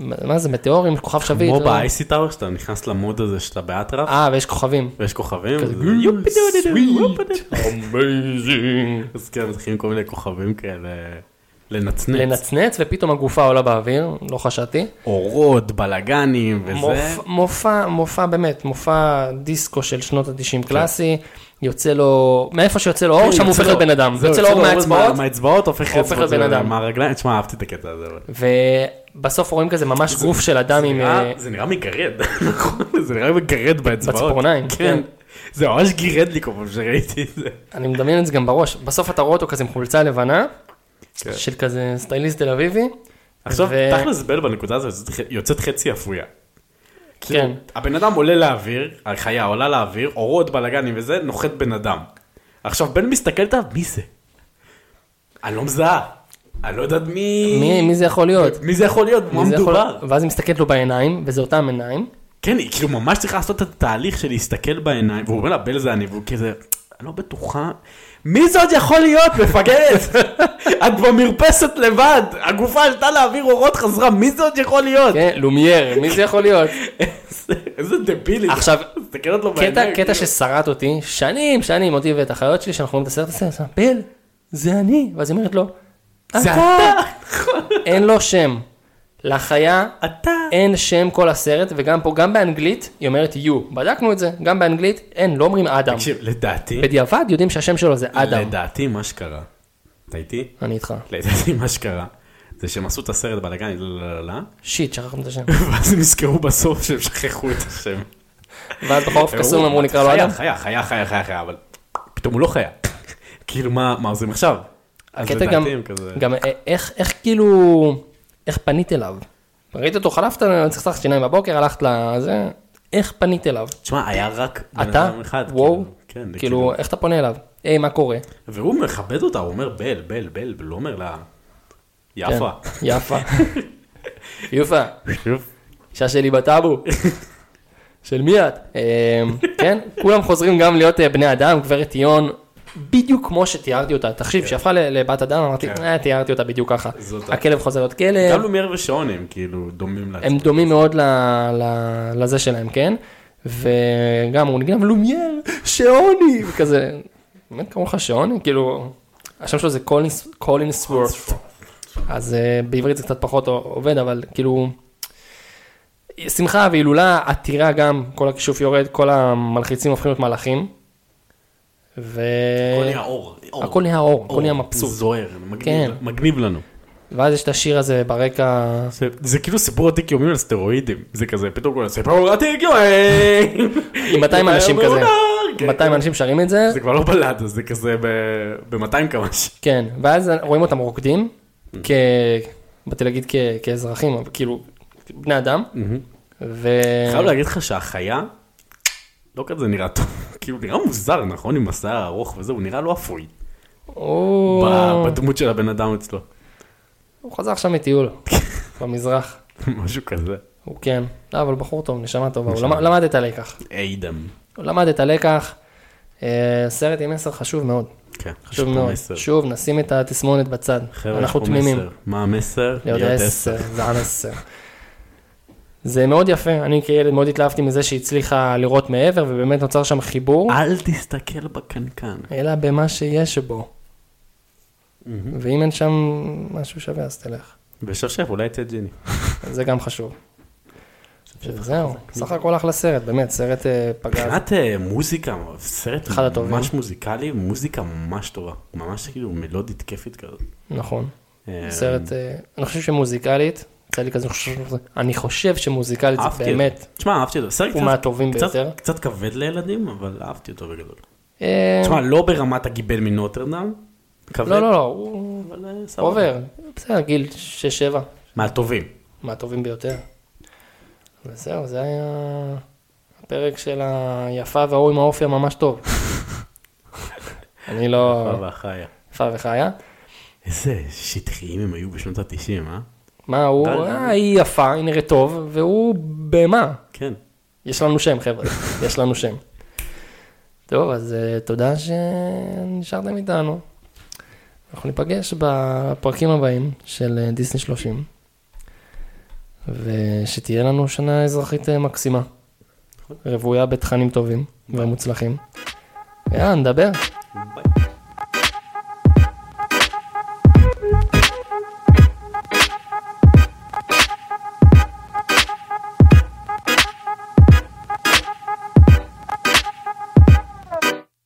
A: מה מה זה, מטאורים, כוכב שביט.
B: כמו
A: לא?
B: באייסי טאוור, שאתה נכנס למוד הזה שאתה באטרף,
A: אה, ויש כוכבים.
B: ויש כוכבים.
A: כזה,
B: וזה
A: "Mm,
B: יופי דו דו דו,
A: sweet."
B: יופי דו. אז כן, מתחילים כל מיני כוכבים כאלה. לנצנץ.
A: לנצנץ, ופתאום הגופה עולה באוויר, לא חשדתי.
B: אורות, בלאגנים וזה.
A: מופע, מופע, מופע באמת, מופע דיסקו של שנות ה-90 קלאסי, יוצא לו, מאיפה שיוצא
B: כן,
A: לו אור, שם הוא הופך
B: לא-
A: להיות בן אדם,
B: זהו,
A: יוצא לו אור מהאצבעות,
B: מהאצבעות הופך
A: הופך
B: לאצבעות
A: לבן אדם.
B: מהרגליים. תשמע, אהבתי את הקטע הזה. אבל.
A: ובסוף רואים כזה ממש גוף של אדם עם...
B: נראה-
A: אה,
B: זה נראה מגרד, [laughs] נכון? זה נראה מגרד באצבעות.
A: בציפורניים,
B: כן.
A: כן.
B: זה ממש גירד לי כל פעם שראיתי את זה.
A: אני מדמיין את זה גם בראש, בסוף אתה רואה אותו כזה עם חולצה לבנה,
B: כן.
A: של כזה סטייליסט תל אביבי,
B: עכשיו,
A: ו-
B: תכלס בל בנקודה הזאת יוצאת ח- יוצאת חצי אפויה.
A: כן,
B: הבן אדם עולה לאוויר, החיה עולה לאוויר, אורות, בלאגנים וזה, נוחת בן אדם. עכשיו, בן מסתכל עליו, מי זה? אני לא מזהה. אני לא יודעת מי...
A: מי מי זה יכול להיות?
B: מי זה יכול להיות? מה
A: מי זה יכול-
B: מדובר?
A: ואז היא מסתכלת לו בעיניים, וזה אותם עיניים,
B: כן, היא כאילו ממש צריכה לעשות את התהליך של להסתכל בעיניים, והוא אומר לה, בל זה אני, והוא כזה, אני לא בטוחה. מי זה עוד יכול להיות, מפגרת? את במרפסת לבד, הגופה עלתה לאוויר אורות חזרה, מי זה עוד יכול להיות?
A: כן, לומייר, מי זה יכול להיות?
B: איזה- [laughs] איזה דבילי.
A: עכשיו,
B: מסתכלת לו
A: קטע,
B: בעיניים.
A: קטע
B: כאילו.
A: ששרט אותי, שנים, שנים, אותי ואת החיות שלי, שאנחנו רואים את הסרט הזה, אז אמרתי, בל, זה אני. ואז היא אומרת לו,
B: זה
A: אתה. אין לו שם. לחיה
B: אתה.
A: אין שם כל הסרט, וגם פה, גם באנגלית, היא אומרת you. בדקנו את זה, גם באנגלית, אין, לא אומרים אדם.
B: תקשיב, לדעתי,
A: בדיעבד יודעים שהשם שלו זה אדם.
B: לדעתי מה שקרה, אתה איתי?
A: אני איתך.
B: לדעתי מה שקרה, זה שהם עשו את הסרט בלאגן, לא, לא, לא, לא,
A: שיט, שכחנו את השם.
B: ואז הם נזכרו בסוף שהם שכחו את השם.
A: ואז בחורף קסום אמרו נקרא לו
B: חיה,
A: אדם.
B: חיה, חיה, חיה, חיה, חיה, אבל פתאום הוא לא חיה. כאילו, מה מה עושים עכשיו? אז
A: הקטע גם,
B: לדעתי הם כזה...
A: גם א- איך, איך כאילו, איך פנית אליו? ראית אותו, חלפת, צחצחת שיניים בבוקר, הלכת לזה, איך פנית אליו?
B: תשמע, היה רק בן
A: אתה?
B: אדם אחד.
A: וואו?
B: כאילו, כן, זה כאילו...
A: כאילו, איך אתה פונה אליו? היי, מה קורה?
B: והוא מכבד אותה, הוא אומר בל, בל, בל, ולא אומר לה... יפה.
A: כן, יפה. [laughs] יופה,
B: שוב.
A: אישה שלי בטאבו. של מי את? אמ, כן, כולם חוזרים גם להיות אה, בני אדם, גברת יון, בדיוק כמו שתיארתי אותה. תחשיב, כשהפכה ל- לבת אדם, אמרתי,
B: כן.
A: "אה, תיארתי אותה בדיוק ככה.
B: זאת ה-
A: הכלב חוזר להיות
B: גם
A: כלב,
B: לומייר ושעון הם כאילו דומים לעצמם.
A: הם דומים מאוד ל- ל- לזה שלהם, כן? וגם הוא נגנב לומייר, שעוני, וכזה, באמת קראו לך שעוני? כאילו, השם שלו זה קולינס- קולינסוורף. אז אה, בעברית זה קצת פחות עובד, אבל כאילו, שמחה והילולה, עתירה גם, כל הכישוף יורד, כל המלחיצים הופכים להיות מלאכים.
B: הכל
A: והכל
B: נהיה אור. אור.
A: נהיה אור, הכל
B: אור.
A: נהיה מבסוט.
B: זוהר, מגניב-
A: כן.
B: מגניב לנו.
A: ואז יש את השיר הזה ברקע,
B: זה- זה כאילו סיפור עתיק יומי על סטרואידים. זה כזה, פתאום כולם סיפור עתיק יומי.
A: עם 200 אנשים כזה,
B: כן,
A: 200 אנשים שרים את זה,
B: זה כבר לא בלד, זה כזה ב-200 קמ"ש.
A: כן, ואז רואים אותם רוקדים,
B: Mm-hmm.
A: כ... באתי להגיד כ... כאזרחים, אבל כאילו, בני אדם, ו...
B: Mm-hmm. חייב להגיד לך שהחיה, לא כזה נראה טוב. [laughs] כאילו, נראה מוזר, נכון? עם השיער הארוך וזה, הוא נראה לא אפוי.
A: הוא...
B: ב- בדמות של הבן אדם אצלו. [laughs]
A: הוא חזר עכשיו מטיול, במזרח,
B: משהו כזה.
A: הוא כן, לא, אבל בחור טוב, נשמה טובה, הוא למד- למד את הלקח,
B: איידם.
A: הוא למד את הלקח, אה, סרט עם מסר חשוב מאוד,
B: כן,
A: חשוב מאוד, שוב, נשים את התסמונת בצד,
B: חבר'ה, יש
A: אנחנו
B: פה
A: תמימים.
B: מסר. מה המסר?
A: להיות עשר, [laughs] זה המסר. זה מאוד יפה, אני כילד מאוד התלהבתי מזה שהיא הצליחה לראות מעבר, ובאמת נוצר שם חיבור.
B: אל תסתכל בקנקן.
A: אלא במה שיש בו. ואם אין שם משהו שווה אז תלך.
B: ושפשף, אולי תהיה ג'יני.
A: אז זה גם חשוב. שזהו, סך הכל אחלה סרט, באמת, סרט אה, פגז.
B: מבחינת אה, מוזיקה, סרט
A: אחד הטובים.
B: ממש מוזיקלי, מוזיקה ממש טובה. ממש כאילו מלודית כיפית כזאת.
A: נכון.
B: אה,
A: סרט, אה, אני חושב שמוזיקלית, יצא לי כזה, אני חושב- אני חושב שמוזיקלית
B: אהבתי
A: זה
B: אותו.
A: באמת,
B: תשמע, אהבתי אותו. סרט
A: הוא
B: קצת-
A: מהטובים
B: קצת-
A: ביותר.
B: קצת כבד לילדים, אבל אהבתי אותו בגדול.
A: אה,
B: תשמע, לא ברמת הגיבל מנוטרדם. כבד.
A: לא, לא, לא, הוא
B: אבל אה, סבבה.
A: עובר, אה. בסדר, גיל 6-7,
B: מהטובים.
A: מהטובים ביותר. וזהו, זה היה הפרק של היפה וההוא עם האופי הממש טוב. אני לא...
B: אבא חיה.
A: יפה וחיה.
B: איזה שטחיים הם היו בשנות ה-90, אה?
A: מה, הוא...
B: די, די.
A: אה, היא יפה, היא נראית טוב, והוא בהמה.
B: כן.
A: יש לנו שם, חבר'ה, יש לנו שם. טוב, אז אה, תודה שנשארתם איתנו. אנחנו ניפגש בפרקים הבאים של אה, דיסני 30, ושתהיה לנו שנה אזרחית אה, מקסימה, רוויה בתכנים טובים ומוצלחים. יאללה, נדבר.